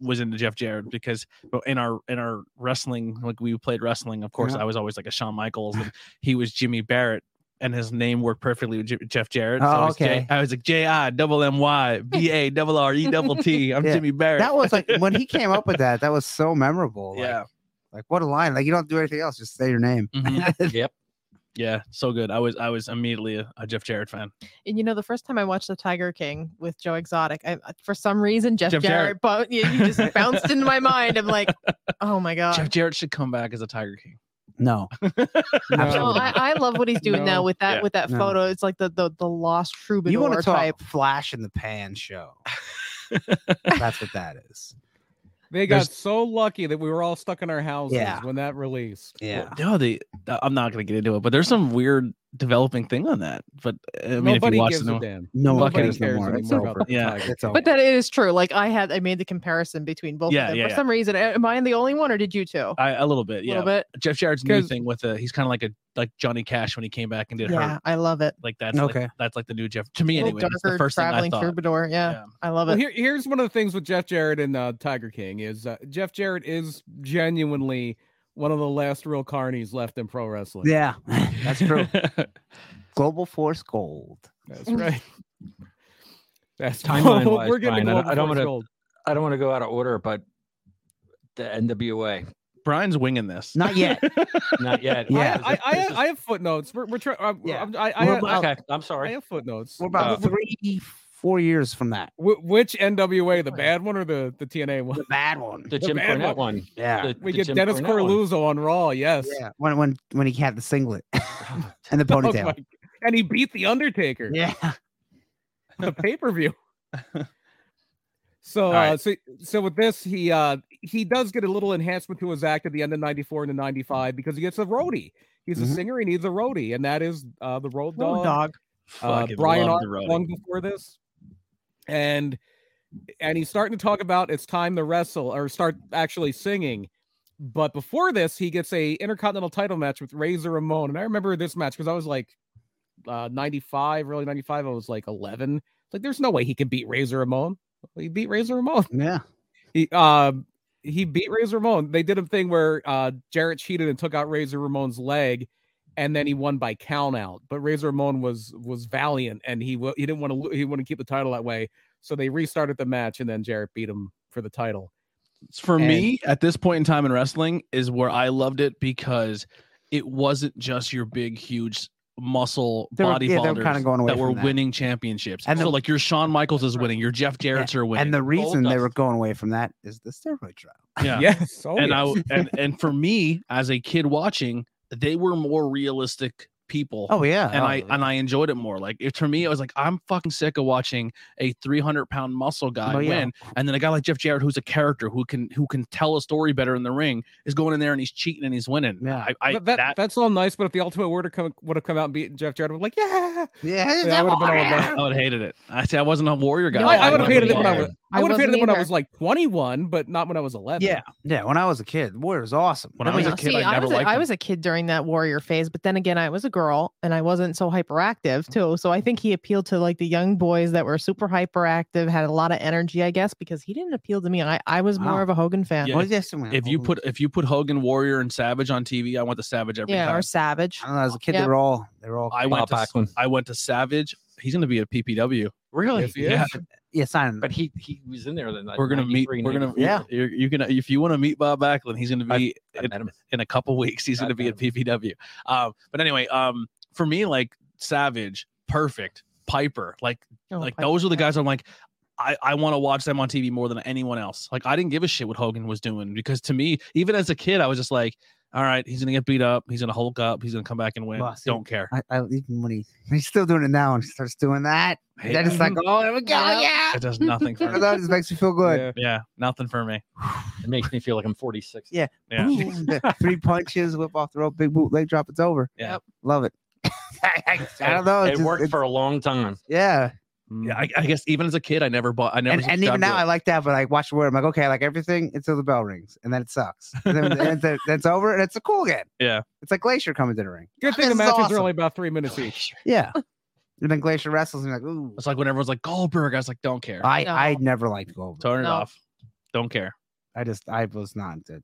A: was into Jeff Jarrett because but in our in our wrestling, like we played wrestling. Of course,
C: Yeah.
A: I was always like a Shawn Michaels, and he was Jimmy Barrett, and his name worked perfectly with J- Jeff Jarrett.
C: Oh,
A: I was J-
C: okay.
A: I was like J I double M Y B A double R E double T. I'm
C: Yeah.
A: Jimmy Barrett.
C: That was like when he came up with that. That was so memorable. Like,
A: yeah,
C: like what a line! Like you don't do anything else, just say your name.
A: Mhm.
E: Yep.
A: yeah, so good. I was, I was immediately a, a Jeff Jarrett fan.
D: And you know, the first time I watched The Tiger King with Joe Exotic, I, I- for some reason, Jeff,
A: Jeff
D: Jarrett,
A: Jarrett.
D: bu- you, you just bounced into my mind. I'm like, oh my God.
A: Jeff Jarrett should come back as a Tiger King.
C: No,
B: No.
D: No,
C: absolutely.
D: I, I love what he's doing now
B: No.
D: with that
A: Yeah.
D: with that
C: No.
D: photo. It's like the the, the lost troubadour
C: you want to talk
D: type.
C: flash in the pan show? That's what that is.
B: they got
A: There's-
B: so lucky that we were all stuck in our houses
C: Yeah.
B: when that released
C: Yeah.
A: Well, no, they. uh, I'm not gonna get into it, but there's some weird developing thing on that. But I mean, if
B: nobody
A: you watch
B: gives
A: the
B: a
A: new-
B: damn
C: No one
B: nobody
C: cares no
B: cares
C: more. It's
B: anymore about
C: over.
B: the
A: Yeah.
B: Tiger.
C: It's over.
D: But that is true. Like I had I made the comparison between both
A: Yeah,
D: of them.
A: yeah,
D: For
A: yeah.
D: some reason, am I the only one or did you two?
A: I, a little bit,
D: a
A: yeah.
D: little bit.
A: Jeff Jarrett's new
B: 'Cause-
A: thing with a he's kind of like a like Johnny Cash when he came back and did
D: Yeah,
A: her.
D: I love it.
A: Like that's
C: Okay.
A: Like, that's like the new Jeff to me
D: Little
A: anyway. That's the first thing I
D: traveling
A: thought.
D: troubadour. Yeah,
A: Yeah.
D: I love
B: Well,
D: it.
B: here, here's one of the things with Jeff Jarrett and uh, Tiger King is uh, Jeff Jarrett is genuinely one of the last real carnies left in pro wrestling.
C: Yeah, that's true. Global Force Gold.
B: that's right. That's
E: Timeline-wise,
B: we're getting
E: Brian,
B: global
E: I don't- I don't
B: force
E: wanna-
B: gold.
E: I don't want to go out of order, but the NWA.
A: Brian's winging this.
C: Not yet.
E: Not yet.
C: Yeah.
B: I, I, I, have, I have footnotes. We're we're trying.
C: Yeah.
B: Yeah. I, I,
C: We're
B: have-
C: about-
E: okay. I'm
B: I
E: sorry.
B: have footnotes.
C: We're about
B: Uh,
C: three, four years from that.
B: wh- which NWA, the bad one or the, the TNA one?
C: The bad one.
E: Oh, The
B: the
E: Jim
B: bad
E: Cornette
B: one.
E: one.
C: Yeah.
E: The,
B: We
E: the
B: get
E: Jim
B: Dennis
E: Cornette one.
B: Corluzzo on Raw. Yes.
C: Yeah. When when when he had the singlet and the
B: Oh my-
C: ponytail.
B: and he beat the Undertaker.
C: yeah.
B: the pay per view. So,
A: right.
B: uh, so, so with this, he uh, he does get a little enhancement to his act at the end of '94 and the '95 because he gets a roadie. He's
C: Mhm.
B: a singer. He needs a roadie, and that is uh, the Road Dog. Uh,
A: Fucking
B: Brian
A: love
B: Ar-
A: the road.
B: long before this, and and he's starting to talk about it's time to wrestle or start actually singing. But before this, he gets a Intercontinental title match with Razor Ramon, and I remember this match because I was like uh, 95, really 95. I was like 11. It's Like, there's no way he could beat Razor Ramon. Well, He beat Razor Ramon.
C: Yeah.
B: He um he beat Razor Ramon. They did a thing where uh Jarrett cheated and took out Razor Ramon's leg, and then he won by count out. But Razor Ramon was was valiant, and he wa- he didn't want to he wanted to keep the title that way. So they restarted the match, and then Jarrett beat him for the title.
A: for
B: And-
A: me at this point in time in wrestling is where I loved it because it wasn't just your big, huge muscle
C: They were-
A: bodybuilders
C: yeah, they were kinda going away
A: that were
C: from that.
A: winning championships.
C: And
A: And so
C: the-
A: like your Shawn Michaels is winning, your Jeff Jarrett's are winning.
C: And the reason they
E: dust.
C: were going away from that is the steroid trial.
A: yeah.
B: Yes. Oh,
A: and
B: yes.
A: I w- and, and for me as a kid watching, they were more realistic people.
C: Oh yeah.
A: and
C: Oh,
A: I and I enjoyed it more. Like it, for me, it was like I'm fucking sick of watching a 300 pound muscle guy
C: Oh, yeah.
A: win, and then a guy like Jeff Jarrett, who's a character who can who can tell a story better in the ring, is going in there and he's cheating and he's winning.
C: Yeah.
A: I, I
B: But
A: that,
B: that, that's all nice, but if the Ultimate Warrior come, would have come out and beat Jeff Jarrett, I would like, yeah,
C: yeah.
B: Yeah, I would've been all about
A: I would have hated it. I say I wasn't a warrior guy.
B: No, I would've
A: wasn't
B: hated
A: a
B: it when I
A: warrior.
B: was- I, would have hated
D: wasn't
B: it when I
D: either.
B: was like 21, but not when I was 11.
A: Yeah.
C: Yeah, when I was a kid, Warrior was awesome.
A: When I
C: That
A: was
C: was
A: a
C: a-
A: kid,
D: See,
A: I never
D: was a,
A: liked
D: I
A: him.
D: was a kid during that warrior phase, but then again, I was a girl and I wasn't so
A: Mm-hmm.
D: hyperactive too. So I think he appealed to like the young boys that were super hyperactive, had a lot of energy, I guess, because he didn't appeal to me. I, I was
C: Wow.
D: more of a Hogan fan.
A: Yeah.
C: what is this one?
A: If you
C: Hold on.
A: put if you put Hogan, Warrior, and Savage on TV, I want the Savage every
D: Yeah,
A: time.
D: or Savage.
C: I don't know, as a kid,
D: Yep.
C: they were all they were all.
A: I went
E: Bob
A: to,
E: Backlund.
A: I went to Savage. He's gonna be at PPW.
E: Really?
A: Yes, he is.
C: yeah, sign.
E: But he he was in there then. like,
A: We're gonna meet.
E: 93,
A: We're gonna
E: 94.
C: Yeah.
A: You're, you're gonna if you want to meet Bob Backlund, he's gonna
E: I-
A: be
E: I met him.
A: in a couple weeks. He's going to be at PPW. Um, but anyway, um, for me, like Savage, perfect, Piper, like
D: Oh,
A: like
D: I-
A: those are the
D: yeah.
A: guys I'm like, I I want to watch them on TV more than anyone else. Like I didn't give a shit what Hogan was doing because to me, even as a kid, I was just like, all right, he's going to get beat up, he's going to Hulk up, he's going to come back and win.
C: Well, see,
A: Don't care.
C: I, I even when he he's still doing it now and he starts doing that,
A: Hey,
C: then it's like, oh, there we go,
D: Yeah.
C: yeah.
A: It does nothing for me.
C: That just makes me feel good.
B: Yeah.
A: Yeah, nothing for me.
E: It makes me feel like I'm 46.
C: Yeah.
A: Yeah.
C: Boom, the three punches, whip off the rope, big boot, leg drop. It's over.
A: Yeah.
D: Yep.
C: love it. I don't know.
E: It,
C: it's just-
E: worked
C: it's-
E: for a long time.
C: yeah,
B: Mm-hmm.
A: Yeah, I, I guess even as a kid, I never bought. I never
C: and, and even
A: subscribed to
C: now
A: it.
C: I like that. But I watch the word. I'm like, okay, I like everything until the bell rings, and then it sucks. And then, and then it's over, and it's a cool again.
A: Yeah.
C: it's like Glacier coming to the ring.
B: Good thing
C: This
B: the
C: is
B: matches
C: awesome.
B: are only about three minutes each.
C: Yeah, and then Glacier wrestles, and you're like, ooh,
A: it's like when everyone's like Goldberg, I was like, don't care.
C: I
D: No.
C: I never liked Goldberg.
A: Turn it
D: No.
A: off. Don't care.
C: I just I was not into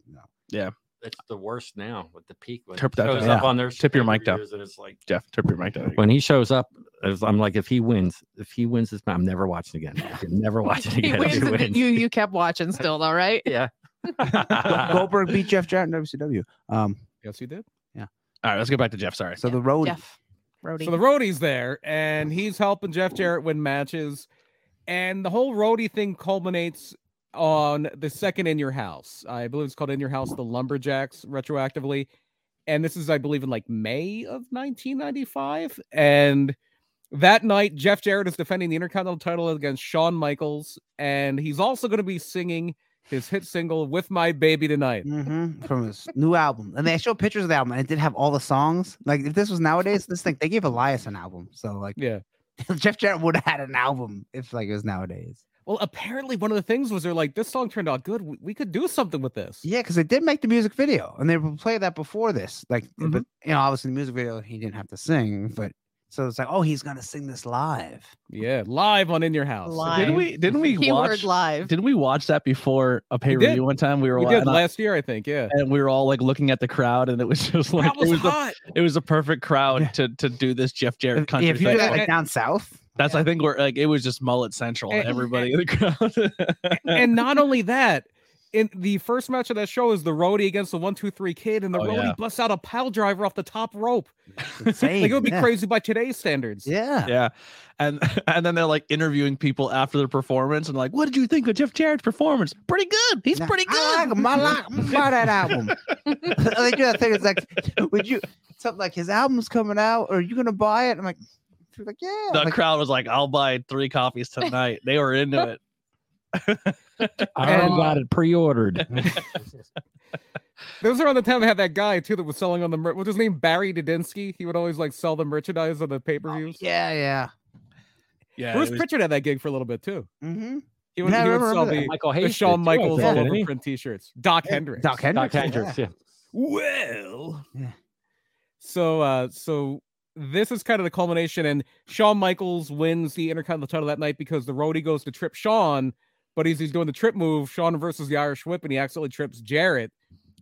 C: no.
E: It's the worst now with the peak. When
A: Tip
E: he
A: that
E: shows
A: down.
E: up on their
A: Tip your
E: pay-per-views
A: mic down.
E: And it's like
A: Jeff, turn your mic down.
E: when he shows up, as- I'm like, if he wins, if he wins this match, I'm never watching again. I can never watch it
D: He
E: again. if
D: wins
E: he
D: and
E: wins.
D: You you kept watching still though, right?
E: yeah.
C: Go- Goldberg beat Jeff Jarrett in WCW. Um,
B: Yes, you did.
A: All right, let's get back to Jeff. Sorry.
C: so the road.
D: Jeff. Roadie.
B: So the roadie's there, and he's helping Jeff Jarrett win matches, and the whole roadie thing culminates on the second in your house. I believe it's called in your house, the Lumberjacks, retroactively, and this is, I believe, in like May of 1995, and that night Jeff Jarrett is defending the Intercontinental title against Shawn Michaels, and he's also going to be singing his hit single "With My Baby Tonight."
C: Mhm, from his new album, and they show pictures of the album, and it did have all the songs. Like if this was nowadays, this thing they gave Elias an album, so like
B: Yeah.
C: Jeff Jarrett would have had an album if like it was nowadays.
B: Well, apparently one of the things was they're like, this song turned out good. We, we could do something with this.
C: Yeah, because they did make the music video, and they would play that before this. Like, eh, but
B: Mm-hmm.
C: you know, obviously the music video he didn't have to sing, but so it's like, oh, he's gonna sing this live.
B: Yeah, live on In Your House.
D: Live.
A: Didn't we? Didn't we
D: Keyword
A: watch?
D: live.
A: Didn't we watch that before a pay
B: did.
A: review one time? We were
B: We
A: wa-
B: did
A: and, I-
B: last year, I think. Yeah.
A: and we were all like looking at the crowd, and it was just like
B: that was,
A: it was the
B: hot.
A: it was the perfect crowd to to do this Jeff Jarrett
C: If,
A: country
C: if you
A: thing.
C: did that
B: Yeah.
C: like down south,
A: That's I think where like it was just mullet central. and
B: And-
A: everybody in the crowd.
B: and not only that, in the first match of that show is the roadie against the one, two, three kid, and the
A: Oh,
B: roadie
A: yeah.
B: busts out a pile driver off the top rope.
C: it's insane.
B: Like it would be
C: yeah.
B: crazy by today's standards.
C: Yeah.
A: yeah, and and then they're like interviewing people after their performance, and like, what did you think of Jeff Jarrett's performance? Pretty good. He's
C: Nah,
A: pretty good.
C: I like him. I like him. Buy that album. they do that thing. It's like, would you something like his album's coming out? Or are you gonna buy it? I'm like, they're like yeah. I'm
A: the
C: like,
A: crowd was like, I'll buy three coffees tonight. they were into it.
E: I already
B: And-
E: got it pre-ordered.
B: Those are on the time they had that guy too that was selling on the mer- what's his name? Barry Dudinsky. He would always like sell the merchandise on the pay-per-views.
C: yeah, yeah.
A: Oh, Yeah,
B: Bruce
A: it was-
B: Pritchard had that gig for a little bit too.
C: Mm-hmm.
B: He would,
C: Yeah, I
B: he would
C: remember
B: sell
C: that.
B: the,
E: Michael
B: the
E: Hayes.
B: Shawn
E: did too, I
B: Michaels
E: think,
B: all
E: didn't
B: over
E: he?
B: print t-shirts. Doc Hendricks.
C: Doc
E: Doc
C: Hendricks.
E: Hendricks. Yeah.
A: well.
B: So uh so this is kind of the culmination and Shawn Michaels wins the Intercontinental title that night because the roadie goes to trip Shawn, but he's he's doing the trip move, Shawn versus the Irish whip, and he accidentally trips Jarrett.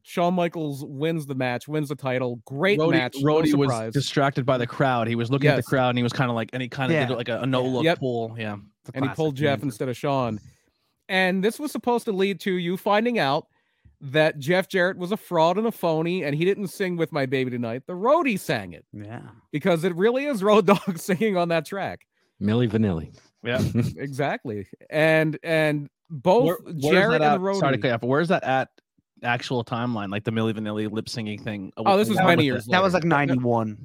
B: Shawn Michaels wins the match, wins the title. Great
A: Rhodey,
B: match. no
A: Rhodey was
B: surprise.
A: distracted by the crowd. He was looking at the
B: Yes.
A: crowd and he was kind of like, and he kind of
C: Yeah.
A: did like a, a no look
B: Yep.
A: pull. Yeah.
C: It's a
B: and he pulled
C: classic, man.
B: Jeff instead of Sean. And this was supposed to lead to you finding out that Jeff Jarrett was a fraud and a phony, and he didn't sing with my baby tonight. The roadie sang it
C: Yeah.
B: because it really is Road Dog singing on that track.
E: Millie Vanilli.
A: Yeah.
B: exactly. And and both
A: Where- where's
B: Jared
A: that
B: and the
A: at-
B: Roadie.
A: Sorry to cut you off, but Where's that at actual timeline? Like the Millie Vanilli lip singing thing?
B: oh, this was
A: Along
B: many
A: with
B: years.
A: it.
B: later.
C: That was like '91.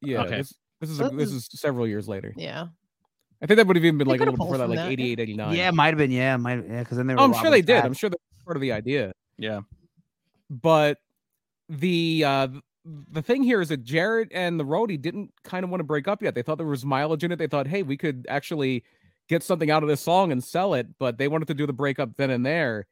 B: yeah.
A: okay.
B: This, this is
D: So
B: a,
D: this
B: this is several years later.
D: yeah.
B: I think that would have even been
D: They
B: like a
D: could
B: little
D: have
B: before
D: pulled
B: that,
D: from
B: like
D: that, yeah.
B: 88, 89.
C: Yeah, might have been. Yeah, might. Yeah, because then they were.
B: Oh, I'm sure
C: robbing
B: they did.
C: Pat.
B: I'm sure that was part of the idea.
A: Yeah.
B: But the uh th- the thing here is that Jared and the roadie didn't kind of want to break up yet. They thought there was mileage in it. They thought, hey, we could actually get something out of this song and sell it, but they wanted to do the breakup then and there.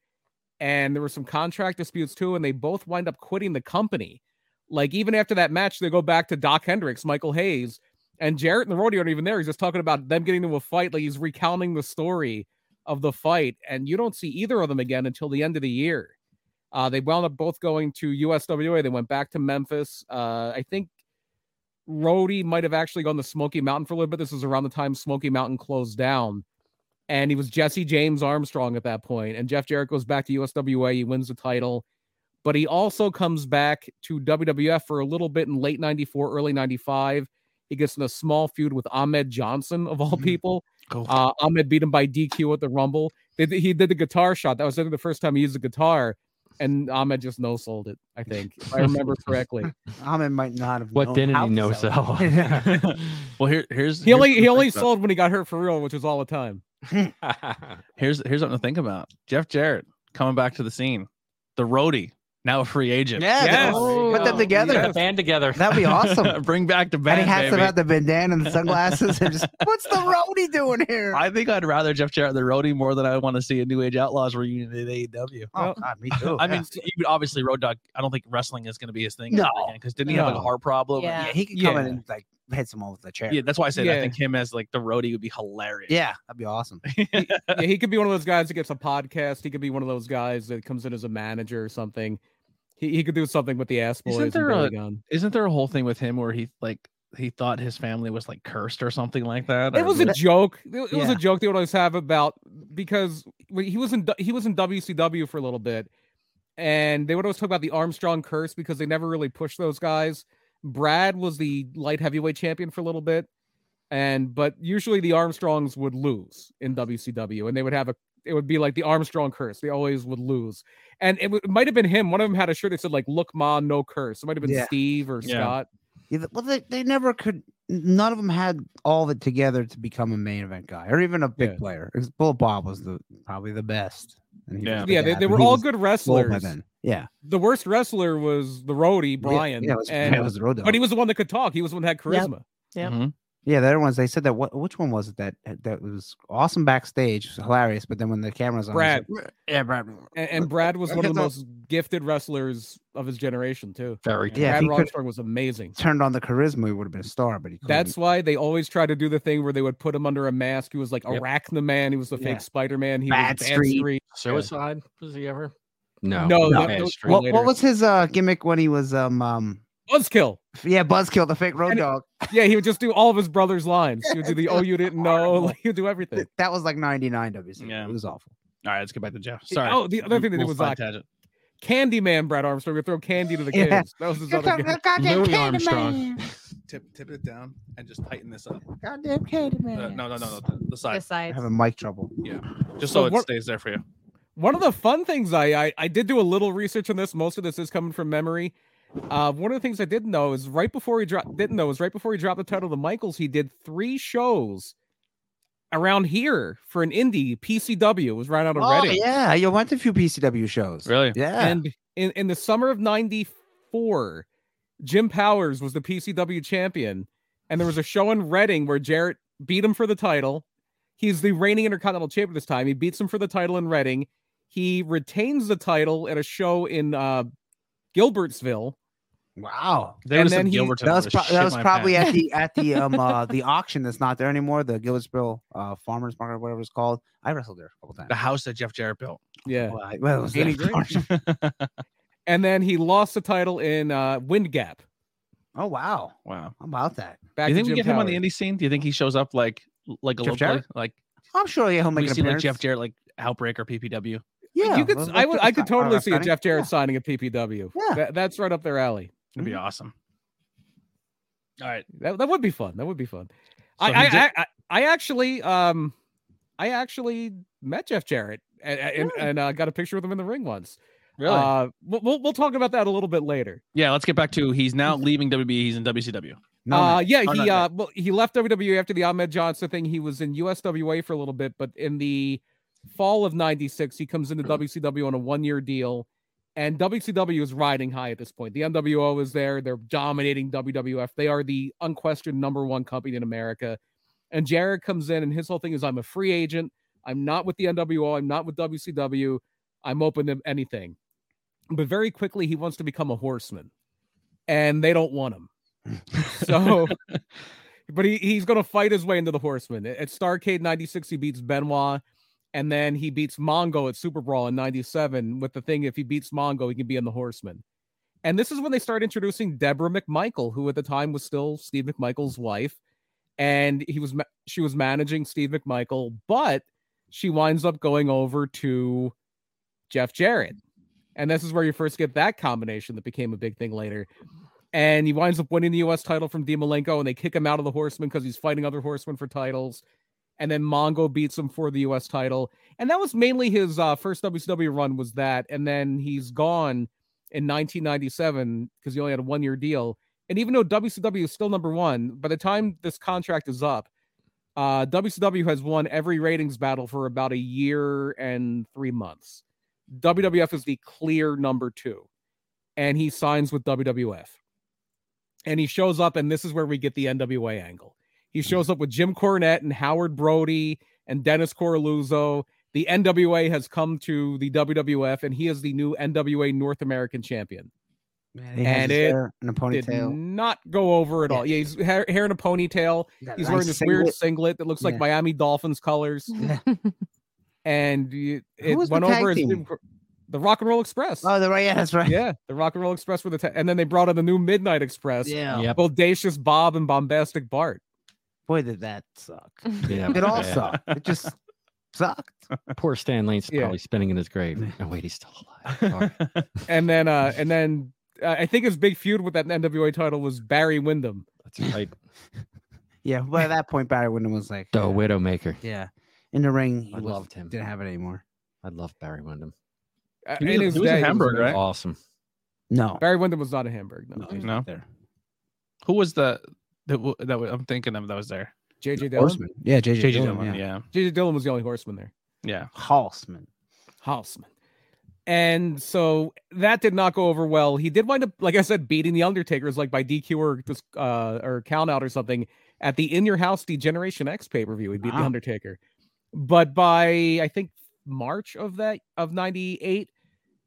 B: And there were some contract disputes too, and they both wind up quitting the company. Like even after that match, they go back to Doc Hendricks, Michael Hayes, and Jarrett and the rodeo aren't even there. He's just talking about them getting into a fight, like he's recounting the story of the fight, and you don't see either of them again until the end of the year. Uh, they wound up both going to USWA. They went back to Memphis. Uh, I think Rhodey might have actually gone to Smoky Mountain for a little bit. This was around the time Smoky Mountain closed down. And he was Jesse James Armstrong at that point. And Jeff Jarrett goes back to USWA. He wins the title. But he also comes back to WWF for a little bit in late 94, early 95. He gets in a small feud with Ahmed Johnson, of all
C: Mhm.
B: people.
C: Go.
B: Uh, Ahmed beat him by DQ at the Rumble. They, did- he did the guitar shot. That was I think, the first time he used a guitar. And Ahmed just no sold it, I think, if I remember correctly.
C: Ahmed might not have.
E: What
C: known
E: didn't
C: how
E: he
C: to
E: know
C: sell
E: so?
C: it.
A: Well, here, here's
B: He
A: here's
B: only
A: something
B: he
A: to
B: only
A: think about.
B: sold when he got hurt for real, which was all the time.
A: Here's here's something to think about. Jeff Jarrett coming back to the scene. The roadie now a free agent.
C: Yeah,
B: Yes.
C: they- put them together.
B: Yes.
F: the band together.
C: That'd be awesome.
A: Bring back the
C: and he
A: band,
C: has to
A: baby.
C: have the bandana and the sunglasses and just what's the roadie doing here?
A: I think I'd rather Jeff Jarrett the roadie more than I want to see a New Age Outlaws reunion E at AEW.
C: oh God, me too.
A: I
C: yeah.
A: mean, he would- obviously, Road Dog. I don't think wrestling is going to be his thing.
C: No.
A: because didn't he have like
B: No.
A: a heart problem?
D: Yeah.
A: yeah,
C: yeah, he could come in
B: Yeah.
C: and like hit someone with a chair.
A: yeah, that's why I said I
B: Yeah.
A: think him as like the roadie would be hilarious.
C: Yeah, that'd be awesome.
B: yeah, he could be one of those guys that gets a podcast. He could be one of those guys that comes in as a manager or something. He, he could do something with the ass boys.
A: Isn't
B: and
A: there
B: Billy
A: a-
B: Gunn.
A: Isn't there a whole thing with him where he like he thought his family was like cursed or something like that?
B: It
A: or
B: was a joke. It, it was
C: Yeah.
B: a joke they would always have about because when he was in Du- he was in WCW for a little bit, and they would always talk about the Armstrong curse because they never really pushed those guys. Brad was the light heavyweight champion for a little bit, and but usually the Armstrongs would lose in WCW, and they would have a it would be like the Armstrong curse. They always would lose, and it, w- it might have been him. One of them had a shirt that said like "Look, Ma, no curse." It might have been
C: Yeah.
B: Steve or
A: Yeah.
B: Scott.
C: Yeah, th- well, they, they never could. None of them had all of it together to become a main event guy or even a big
B: Yeah.
C: player. 'Cause Bull Bob was the probably the best. And
A: Yeah.
C: was the
B: Yeah, they,
C: guy,
B: they
C: but
B: were
C: he
B: all
C: was
B: good
C: slow by
B: wrestlers.
C: then. Yeah,
B: the worst wrestler was the roadie Brian,
C: Yeah, yeah, it was,
B: and,
C: yeah, it was uh, the road dog.
B: but he was the one that could talk. He was the one that had
D: Yep.
B: charisma.
D: Yep.
A: Mhm.
C: Yeah, the other ones they said that. What? Which one was it that that was awesome backstage, hilarious? But then when the cameras on, it's
B: Brad.
C: like, yeah, Brad.
B: And, and Brad was
C: I
B: one of
C: guess
B: the
C: I'll-
B: most gifted wrestlers of his generation too.
E: Very
C: Yeah, if
B: Brad
C: he could-
B: Armstrong was amazing.
C: turned on the charisma, he would have been a star. But he couldn't.
B: That's why they always try to do the thing where they would put him under a mask. He was like
E: Yep.
B: Arachna Man. He was the fake
C: Yeah.
B: Spider Man. He
C: Bad
B: was
C: Street.
E: Suicide was he ever? No,
B: No,
E: not
B: that-
E: Bad
B: those-
E: Street.
C: what,
B: later.
C: what was his uh, gimmick when he was um um
B: Buzzkill.
C: f- yeah Buzzkill, the fake road
B: And it-
C: dog.
B: Yeah, he would just do all of his brother's lines. He would do the oh you didn't know. Like, he would do everything.
C: Th- That was like ninety nine WC.
A: Yeah.
C: it was awful.
A: All right, let's get back to Jeff. Sorry.
B: Oh, the other thing they did
A: Little
B: was
A: side
B: like
A: tangent.
B: Candyman. Brad Armstrong would throw candy to the kids.
C: Yeah.
B: That was his other. gimmick.
E: Louis Armstrong.
A: tip tip it down and just tighten this up.
C: Goddamn candy
A: Uh,
C: man.
A: no, no, no, no, the, the side.
D: Besides,
C: Having mic trouble.
A: Just
B: So
A: so, it
B: what-
A: stays there for you.
B: one of the fun things I, I I did do a little research on this. Most of this is coming from memory. Uh, one of the things I didn't know is right before he dropped didn't know is right before he dropped the title to Michaels, he did three shows around here for an indie PCW. It was right out of
C: Oh
B: Reading.
C: yeah, you went to a few PCW shows.
A: Really?
C: Yeah.
B: And in, in the summer of 94, Jim Powers was the PCW champion. And there was a show in Reading where Jarrett beat him for the title. He's the reigning Intercontinental Champion this time. He beats him for the title in Reading. He retains the title at a show in uh, Gilbertsville.
C: wow.
A: They would
B: And
A: have
B: then
A: said
B: he-
A: Gilbert.
C: That was, pro- that was probably at the at the um uh, the auction that's not there anymore, the Gilbertsville uh, Farmers Market, or whatever it's called. I wrestled there a couple times.
A: the house that Jeff Jarrett built.
B: Yeah.
C: Well, I- well, it was
B: Danny
C: that
B: Green.
C: farm-
B: And then he lost the title in uh, Wind Gap.
C: oh wow,
A: Wow.
C: how about that?
B: Back
A: Do you
B: to
A: think we
B: Jim
A: get him on the
B: Powers.
A: indie scene? Do you think he shows up like like a
C: Jeff
A: local
C: Jarrett?
A: like
C: I'm sure yeah, he'll make
A: we
C: an
A: see like
C: appearance.
A: Jeff Jarrett like Outbreak or PPW?
C: yeah,
B: you could.
C: let's-
B: I
C: let's
B: would.
C: do
B: I could
C: some- uh,
B: totally see a
C: signing.
B: Jeff Jarrett
C: Yeah.
B: signing a PPW.
C: Yeah.
B: That- that's right up their alley.
A: It'd be
C: Mhm.
A: awesome. All right.
B: That, that would be fun. That would be fun.
A: So
B: I,
A: he
B: I,
A: did-
B: I I I actually um I actually met Jeff Jarrett and and,
A: Hmm.
B: and uh, got a picture with him in the ring once. Uh, we'll, we'll we'll talk about that a little bit later.
A: yeah, let's get back to he's now leaving WB. He's in WCW.
C: No,
B: uh,
C: man.
B: yeah,
A: Oh,
B: he
A: no, no.
B: uh well he left WWE after the Ahmed Johnson thing. He was in USWA for a little bit, but in the fall of '96, he comes
A: Mm-hmm.
B: into WCW on a one-year deal, and WCW is riding high at this point. The NWO is there; they're dominating WWF. They are the unquestioned number one company in America. And Jared comes in, and his whole thing is, I'm a free agent. I'm not with the NWO. I'm not with WCW. I'm open to anything. But very quickly, he wants to become a horseman, and they don't want him. So, but he, he's going to fight his way into the horseman. At at Starcade 96, he beats Benoit, and then he beats Mongo at Super Brawl in 97 with the thing if he beats Mongo, he can be in the horseman. And this is when they start introducing Deborah McMichael, who at the time was still Steve McMichael's wife. And he was ma- she was managing Steve McMichael, but she winds up going over to Jeff Jarrett. And this is where you first get that combination that became a big thing later. And he winds up winning the US title from Malenko, and they kick him out of the horseman because he's fighting other horsemen for titles. And then Mongo beats him for the US title. And that was mainly his uh, first WCW run, was that. And then he's gone in 1997 because he only had a one year deal. And even though WCW is still number one, by the time this contract is up, uh, WCW has won every ratings battle for about a year and three months. WWF is the clear number two, and he signs with WWF. And he shows up, and this is where we get the NWA angle. He
C: Mm-hmm.
B: shows up with Jim Cornette and Howard Brody and Dennis Corluzzo. The NWA has come to the WWF, and he is the new NWA North American champion.
C: Man, he has
B: And
C: his
B: it
C: hair in a
B: Did
C: ponytail.
B: not go over at all.
C: Yeah.
B: Yeah, he's hair, hair in a ponytail.
C: He's got a
B: He's
C: nice
B: wearing this weird singlet that looks like
C: Yeah.
B: Miami Dolphins colors.
C: Yeah.
B: and you,
C: Who
B: it
C: was the
B: went over
C: tag
B: as
C: team?
B: Jim Cor- the Rock and Roll Express.
C: Oh, the right. Yeah, that's right.
B: yeah, the Rock and Roll Express were the ta- and then they brought in the new Midnight Express.
C: Yeah.
E: Yep.
B: Bodacious Bob and bombastic Bart.
C: Boy, did that suck.
E: Yeah.
C: It all
E: yeah.
C: sucked. It just sucked.
E: Poor Stan Lane's
B: Yeah.
E: probably spinning in his grave. Oh wait, he's still alive. Sorry.
B: And then uh and then uh, I think his big feud with that NWA title was Barry Windham.
E: That's right.
C: Yeah. By that point, Barry Windham was like,
E: The
C: yeah.
E: Widowmaker.
C: yeah. In the ring, he
E: I
C: was-
E: loved him.
C: Didn't have it anymore.
E: I love Barry Windham.
B: Uh,
A: He was
B: in
A: a-
B: his
A: he was a
B: day,
A: Hamburg,
B: amazing.
A: Right?
E: Awesome.
C: No.
B: Barry Windham was not a Hamburg. No,
C: he's
A: Mm-hmm. No.
C: not there.
A: Who was the that w- that w- I'm thinking of that was there?
B: JJ Dillon.
C: Horseman. Yeah, JJ,
A: JJ
C: Dillon,
A: Dillon.
C: Yeah.
A: Yeah.
B: JJ Dillon was the only horseman there.
A: Yeah.
C: Halsman.
B: Hausman. And so that did not go over well. He did wind up, like I said, beating the Undertaker's like by DQ or dis- uh, or count out or something at the In Your House Degeneration X pay per view. He beat the
C: Wow.
B: Undertaker, but by I think March of that of '98,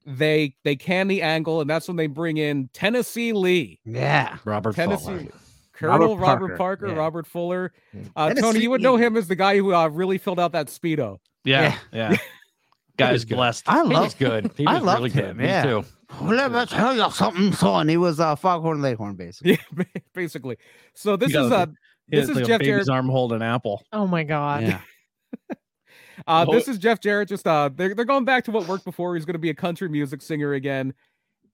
B: they they can the angle, and that's when they bring in Tennessee Lee,
C: Yeah.
E: Robert
B: Tennessee
E: Fuller.
B: Colonel
C: Robert
B: Robert Parker,
C: Parker, yeah. Hmm.
B: Robert Fuller.
E: Yeah.
B: Uh, Tony,
C: Tennessee
B: you would know
C: Lee.
B: him as the guy who uh, really filled out that speedo.
A: Yeah. Yeah. Guys
E: was good.
A: blessed.
C: I
E: He was
C: love.
E: good. He
C: I
E: was really
C: loved him,
E: good. Me
C: yeah.
E: too.
C: Let me tell you something, son. He was uh, Foghorn Leghorn, basically.
B: Yeah, basically. So this
A: got
B: is
A: a-
B: uh, this
A: It's
B: is
A: like a
B: Jeff
A: baby's
B: Jarrett.
A: arm holding an apple.
D: oh my god.
C: Yeah.
B: Uh,
A: Oh.
B: this is Jeff Jarrett. Just uh, they're they're going back to what worked before. He's going to be a country music singer again,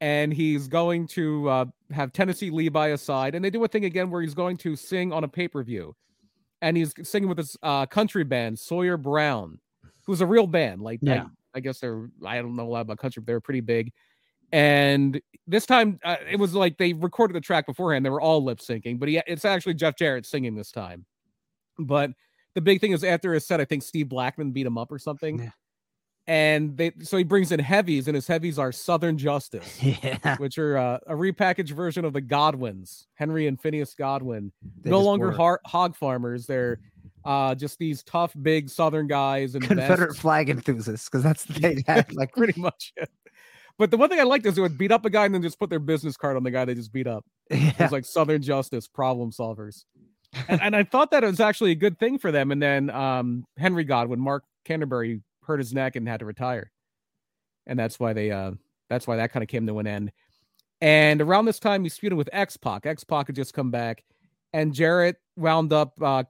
B: and he's going to uh, have Tennessee Lee by his side, and they do a thing again where he's going to sing on a pay per view, and he's singing with this uh, country band Sawyer Brown, who's a real band. Like, I-
C: Yeah.
B: I, guess they're I don't know a lot about country, but they're pretty big. And this time uh, it was like they recorded the track beforehand. They were all lip syncing, but he, it's actually Jeff Jarrett singing this time. But the big thing is after his set, I think Steve Blackman beat him up or something.
C: Yeah.
B: And they so he brings in heavies, and his heavies are Southern Justice,
C: Yeah.
B: which are uh, a repackaged version of the Godwins, Henry and Phineas Godwin.
C: They
B: no
C: just
B: longer
C: were
B: har- hog farmers; they're uh, just these tough, big Southern guys and
C: Confederate flag enthusiasts, because that's the they had like
B: pretty much. it. But the one thing I liked is they would beat up a guy and then just put their business card on the guy they just beat up. It
C: yeah.
B: was like Southern Justice problem solvers. And, and I thought that it was actually a good thing for them. And then um, Henry Godwin, Mark Canterbury hurt his neck and had to retire. And that's why they uh, that's why that kind of came to an end. And around this time he's feuding with X Pac. X Pac had just come back. And Jarrett wound up uh,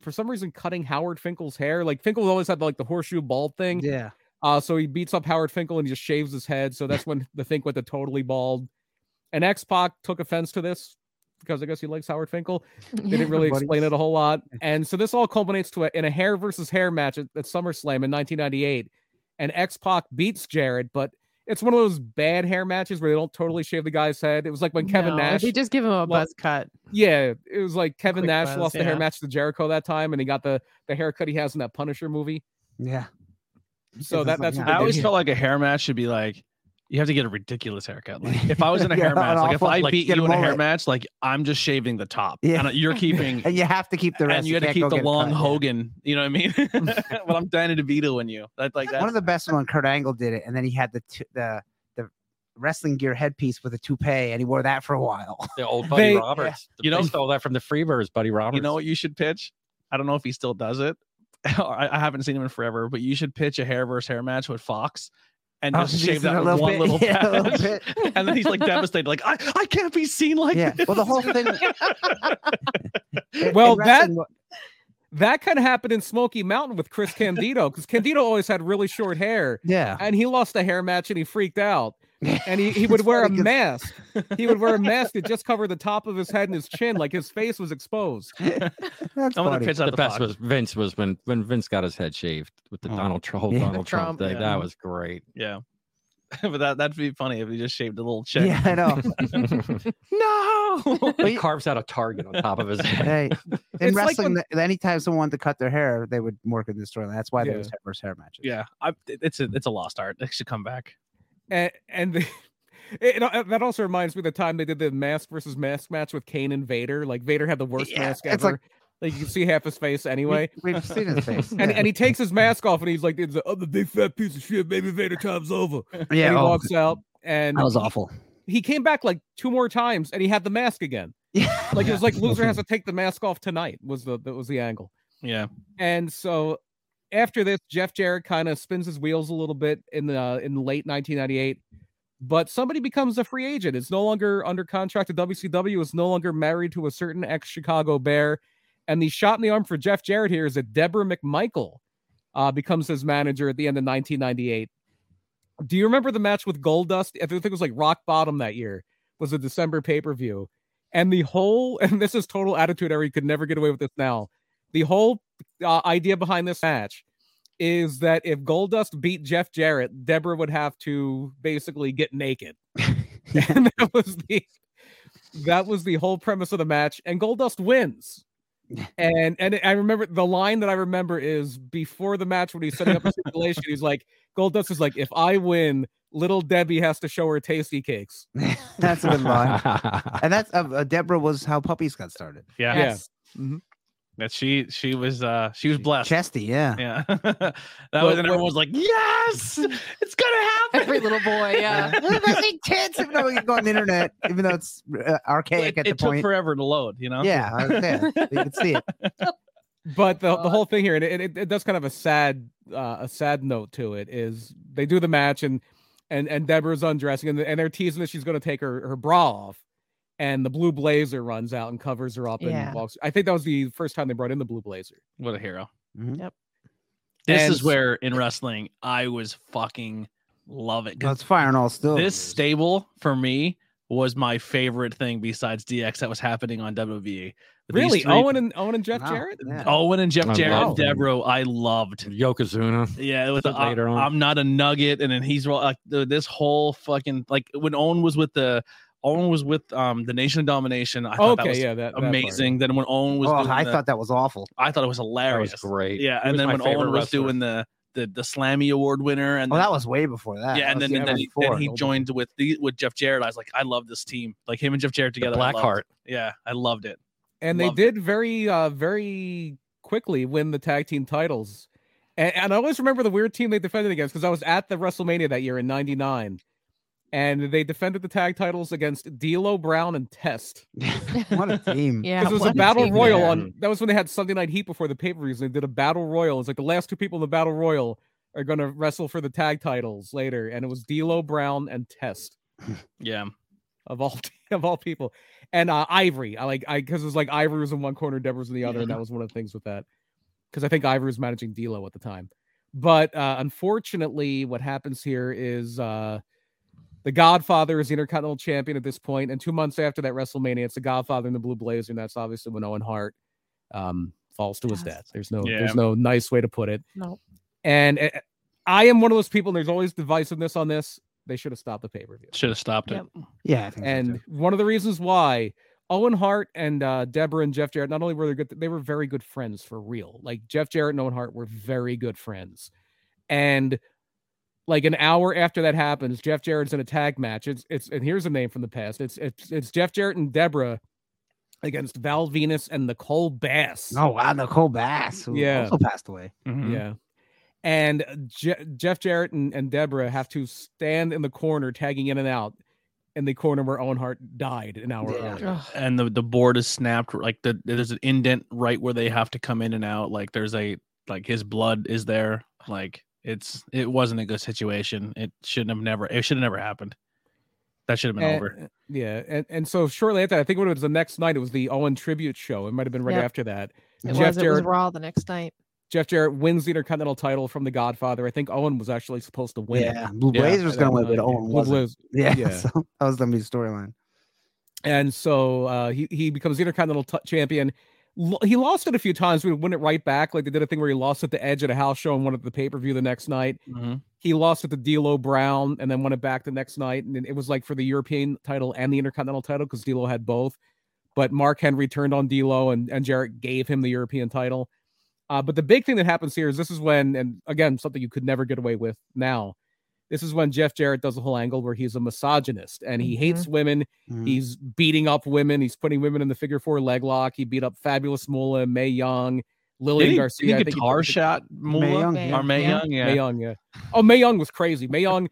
B: for some reason cutting Howard Finkel's hair. Like Finkel always had like the horseshoe bald thing.
C: yeah.
B: Uh, so he beats up Howard Finkel and he just shaves his head. So that's when the Fink went to totally bald. And X Pac took offense to this because I guess he likes Howard Finkel. They didn't really
C: Buddies.
B: explain it a whole lot. And so this all culminates to a, in a hair versus hair match at, at SummerSlam in 1998. And X Pac beats Jared, but it's one of those bad hair matches where they don't totally shave the guy's head. It was like when Kevin
D: No,
B: Nash.
D: They just give him a
B: Well,
D: buzz cut.
B: yeah, it was like Kevin
D: Quick
B: Nash
D: buzz,
B: lost the hair
D: yeah.
B: match to Jericho that time, and he got the the haircut he has in that Punisher movie.
C: Yeah.
B: So
C: It's
B: that-
C: like,
B: that's what
C: yeah,
B: they
A: I
B: did
A: always
B: here.
A: felt like a hair match should be like You have to get a ridiculous haircut. Like if I was in a hair
C: Yeah,
A: match,
C: an
A: like if
C: awful-
A: I
C: like,
A: beat
C: get
A: you
C: a
A: in a hair
C: mullet.
A: match, like I'm just shaving the top.
C: Yeah.
A: And you're keeping
C: and you have to keep the rest.
A: and you had to
C: can't
A: keep
C: go
A: the
C: get it
A: long
C: cut, yeah.
A: Hogan. You know what I mean? but I'm Danny DeVito in you. That's like that.
C: One of the best one, Kurt Angle did it, and then he had the t- the the wrestling gear headpiece with a toupee, and he wore that for a while.
E: The old Buddy
B: They-
E: Roberts.
A: You
E: You know,
A: know-
E: stole that from the Freebirds, Buddy Roberts.
A: you know what you should pitch? I don't know if he still does it. I, I haven't seen him in forever, but you should pitch a hair versus hair match with Fox and
C: Oh,
A: just
C: just
A: shave
C: in a
A: that with
C: little
A: one
C: bit-
A: little patch.
C: yeah, a little bit.
A: and then he's like devastated, like I, I can't be seen like
C: yeah.
A: this.
C: Well, the whole thing. in-
B: Well,
C: in
B: that-
C: wrestling, what-
B: That kind of happened in Smoky Mountain with Chris Candido because Candido always had really short hair
C: yeah.
B: and he lost a hair match and he freaked out. And he, he would wear a
C: funny 'cause-
B: mask. He would wear a mask that just covered the top of his head and his chin, like his face was exposed.
C: That's
A: I'm gonna
C: funny.
A: pitch out
E: the
A: the,
E: best
A: Fox.
E: was Vince was when when Vince got his head shaved with the
C: Oh.
E: Donald Trump
C: Yeah.
E: Donald
D: Trump,
E: Trump, thing.
D: yeah.
E: That was great.
A: Yeah. but that that'd be funny if he just shaved a little chick.
C: Yeah, I know.
A: No.
E: he carves out a target on top of his head.
C: Hey, in
B: It's like
C: wrestling, th- anytime someone wanted to cut their hair, they would work in the storyline. That's why
B: Yeah.
C: there was hair versus hair matches.
A: yeah. I, it's a it's a lost art. It should come back.
B: And, and the, it, it- that also reminds me of the time they did the mask versus mask match with Kane and Vader. Like Vader had the worst
C: Yeah,
B: mask
C: it's
B: ever. Like, you can see half his face anyway.
C: We, have seen his face.
B: And,
C: yeah.
B: and he takes his mask off and he's like, "It's a- I'm a big fat piece of shit. Maybe Vader time's over.
C: yeah,
B: and he
C: oh,
B: walks out and
C: that was awful.
B: he came back like two more times and he had the mask again.
C: Yeah.
B: Like it was like loser has to take the mask off tonight was the that was the angle.
A: Yeah.
B: And so after this, Jeff Jarrett kind of spins his wheels a little bit in the in late 1998. But somebody becomes a free agent. It's no longer under contract to WCW. Is no longer married to a certain ex Chicago Bear. And the shot in the arm for Jeff Jarrett here is that Deborah McMichael uh, becomes his manager at the end of 1998. Do you remember the match with Goldust? I think it was like Rock Bottom that year. Was a December pay per view, and the whole and this is total attitude error. You could never get away with this now. The whole uh, idea behind this match is that if Goldust beat Jeff Jarrett, Deborah would have to basically get naked. and that was the that was the whole premise of the match. And Goldust wins. And and I remember the line that I remember is before the match when he's setting up a stipulation, he's like, Goldust is like, if I win, little Debbie has to show her tasty cakes.
C: that's a good line. And that's uh, uh, Deborah was how puppies got started.
A: Yeah.
B: Yeah.
A: That she she was uh she was blessed.
C: Chesty, yeah.
A: Yeah. that
B: Well,
A: was and
B: well-
A: everyone was like, Yes, it's gonna happen.
D: Every little boy, yeah.
C: That ain't kids, even though we can go on the internet, even though it's uh,
A: Well, it,
C: archaic at the
A: it took
C: point.
A: forever to load, you know?
C: Yeah, I was there. you can see it.
B: but the,
C: Uh,
B: the whole thing here and it, it, it does kind of a sad uh, a sad note to it is they do the match and and and deborah's undressing and, and they're teasing that she's going to take her, her bra off and the blue blazer runs out and covers her up
D: Yeah.
B: and walks i think that was the first time they brought in the blue blazer
A: What a hero.
C: Mhm.
D: Yep.
A: This
B: And-
A: is where in wrestling I was fucking love it. 'cause
C: Well, it's firing all still.
A: this stable for me was my favorite thing besides DX that was happening on WWE. These
B: really
A: three-
B: owen and owen and jeff
C: Wow,
B: jarrett
C: yeah.
A: Owen and Jeff
E: I
A: Jarrett and
E: love them.
A: Devereaux, I loved.
E: Yokozuna.
A: Yeah, it was
E: Said
A: the,
E: later on.
A: I'm not a nugget, and then he's ro- like th- this whole fucking like when Owen was with the Owen was with um the Nation of Domination. I thought
B: okay
A: that was
B: yeah that that part.
A: amazing. Then when Owen was,
C: Oh,
A: doing
C: I
A: the-
C: thought that was awful.
A: I thought it was
E: That
A: hilarious.
E: was great.
A: Yeah,
E: He
A: and
E: was
A: then
E: my
A: when Owen
E: favorite
A: was
E: wrestler.
A: doing the the the Slammy Award winner, and
C: Oh,
A: then-
C: that was way before that.
A: yeah, and
C: That
A: then,
C: was
A: then, he,
C: before.
A: then he joined with the with Jeff Jarrett. I was like, I love this team. Like him and Jeff Jarrett
E: The
A: together. I loved.
E: Blackheart.
A: Yeah, I loved it.
B: and they
A: Loved it.
B: did very uh very quickly win the tag team titles and, and i always remember the weird team they defended against because i was at the wrestlemania that year in 99 and they defended the tag titles against D'Lo Brown and Test.
C: what a team.
D: Yeah.
B: Because it was
D: what
B: a battle
D: team.
B: royal
E: yeah.
B: on that was when they had Sunday Night Heat before the pay per views. They did a battle royal. It's like the last two people in the battle royal are going to wrestle for the tag titles later, and it was D'Lo Brown and Test
A: Yeah,
B: of all of all people, and uh, Ivory. I like I because it was like Ivory was in one corner, Deborah was in the other, and that was one of the things with that. Because I think Ivory was managing D'Lo at the time, but uh, unfortunately, what happens here is uh, the Godfather is the Intercontinental Champion at this point, and two months after that WrestleMania, it's the Godfather and the Blue Blazer, and that's obviously when Owen Hart um, falls to his
D: Yes.
B: death. There's no
A: Yeah.
B: there's no nice way to put it,
D: No.
B: and uh, I am one of those people. And there's always divisiveness on this. They should have stopped the pay per view.
A: should have stopped it.
D: Yep.
C: Yeah, I think so,
B: And
C: Mm, too.
B: one of the reasons why Owen Hart and uh, Deborah and Jeff Jarrett not only were they good, they were very good friends for real. Like Jeff Jarrett and Owen Hart were very good friends, and like an hour after that happens, Jeff Jarrett's in a tag match. It's it's and here's a name from the past. It's it's it's Jeff Jarrett and Deborah against Val Venus and Nicole Bass.
C: Oh mm-hmm. wow, Nicole Bass, who
B: Yeah.
C: also passed away.
E: Mm-hmm.
A: Mhm.
B: Yeah. And Je- Jeff Jarrett and, and Deborah have to stand in the corner, tagging in and out in the corner where Owen Hart died an hour
C: Yeah.
B: earlier.
A: And the the board is snapped. Like the there's an indent right where they have to come in and out. Like there's a like his blood is there. Like it's it wasn't a good situation. It shouldn't have never. It should have never happened. That should have been
B: And- uh,
A: over.
B: Yeah. And, and so shortly after that, I think it was the next night, it was the Owen tribute show. It might have been right
D: Yep.
B: after that.
D: It
B: Jeff
D: was. It was
B: Jarrett-
D: Raw the next night.
B: Jeff Jarrett wins the Intercontinental title from The Godfather. I think Owen was actually supposed to win. it.
C: Yeah, Blue
A: Yeah.
C: Blaze was gonna win,
B: Uh,
C: but
B: yeah,
C: Owen
B: Blue
C: wasn't.
B: Blues.
C: Yeah,
B: Yeah.
C: so that was gonna be the storyline.
B: And so uh, he he becomes the Intercontinental t- Champion. L- he lost it a few times. We win it right back. Like they did a thing where he lost at the Edge at a house show and won at the pay per view the next night.
A: Mhm.
B: He lost at the D'Lo Brown and then won it back the next night. And then it was like for the European title and the Intercontinental title because D'Lo had both. But Mark Henry turned on D'Lo and and Jarrett gave him the European title. Uh, but the big thing that happens here is this is when, and again, something you could never get away with now. This is when Jeff Jarrett does a whole angle where he's a misogynist and he
D: Mhm.
B: hates women.
A: Mm-hmm.
C: Mhm.
B: He's beating up women. He's putting women in the figure four leg lock. He beat up Fabulous Moolah, May Young,
A: Did
B: Lillian
A: he,
B: Garcia.
A: did
B: I
A: he
B: think he
A: guitar
B: put the-
A: shot
C: Mae
A: Moolah
C: Young,
D: May
C: yeah.
A: or May
D: Yeah.
A: Young? Yeah.
B: Mae Young, yeah. Oh, May Young was crazy. May Young,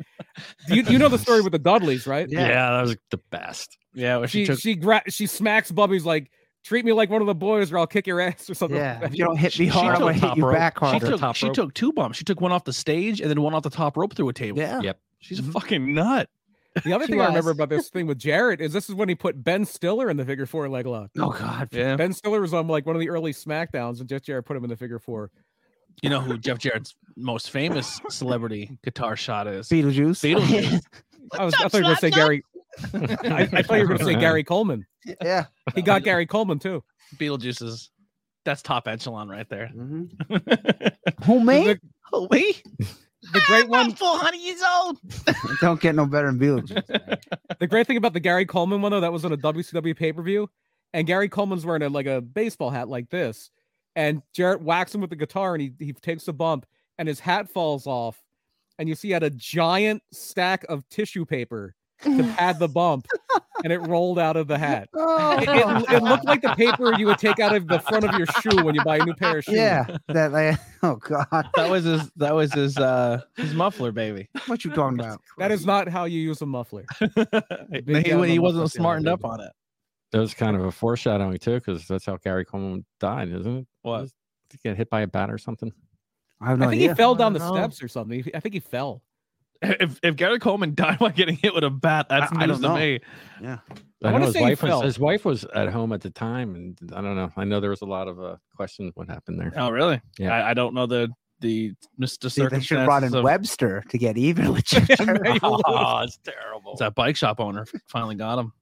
B: you, you know the story with the Dudleys, right?
E: Yeah, that was the best.
A: Yeah, where she,
B: She
A: took.
B: she gra- she smacks Bubby's like, treat me like one of the boys, or I'll kick your ass or something.
C: Yeah,
B: like
C: if
B: that.
C: you don't hit me
A: she
C: hard, I'm
A: took
C: gonna hit
E: top
C: you
E: rope.
C: back
A: she
C: harder.
A: took, she took two bumps. She took one off the stage and then one off the top rope through a table.
C: yeah.
E: Yeah.
A: She's a
B: Mm-hmm.
A: fucking nut.
B: The other
D: She
B: thing I remember
D: was.
B: about this thing with Jarrett is this is when he put Ben Stiller in the figure four leg lock.
C: Oh God.
A: Yeah.
B: Ben Stiller was on like one of the early SmackDowns, and Jeff Jarrett put him in the figure four.
A: You know who Jeff Jarrett's most famous celebrity guitar shot is?
C: Beetlejuice.
A: Beetlejuice.
B: I was I thought you were going to say Gary. I, I thought you were going to say Gary Coleman.
C: yeah.
B: He got Gary Coleman too.
A: Beetlejuice is that's top echelon right there.
C: Mhm.
B: The-
C: Who me?
B: The,
C: Who me?
B: the great one,
A: Oh, four hundred years old.
C: Don't get no better than Beetlejuice. man.
B: the great thing about the Gary Coleman one though, that was on a WCW pay per view, and Gary Coleman's wearing a, like a baseball hat like this, and Jarrett whacks him with the guitar, and he he takes a bump, and his hat falls off, and you see he had a giant stack of tissue paper to pad the bump, and it rolled out of the hat.
C: Oh,
B: It, it, it looked like the paper you would take out of the front of your shoe when you buy a new pair of shoes.
C: yeah. That like, oh God.
A: That was his that was his uh his muffler, baby.
C: What you talking about?
B: That is not how you use a muffler.
A: he,
B: guy with a
A: he
B: muffler
A: wasn't
B: thing,
A: smartened up
B: baby.
A: on it.
E: That was kind of a foreshadowing too, because that's how Gary Coleman died, isn't it?
A: What?
E: Did he get hit by a bat or something?
C: I have no
B: I think
C: idea.
B: he fell
D: I
B: down the
D: don't know.
B: steps or something. He- I think he fell.
A: If if Gary Coleman died by getting hit with a bat, that's
C: I- I
A: news
C: don't
A: to
C: know.
A: me.
B: I
E: I,
B: wanna
E: know his
B: say he
E: wife,
B: fell.
E: was, his wife was at home at the time, and I don't know. I know there was a lot of uh, questions what happened there.
A: Oh really?
E: Yeah.
A: I, I don't know the the Mr.
C: See, they should have brought in
A: circumstances of,
C: Webster to get even with Jeff Jarrett.
E: oh, it's terrible.
A: that bike shop owner finally got him.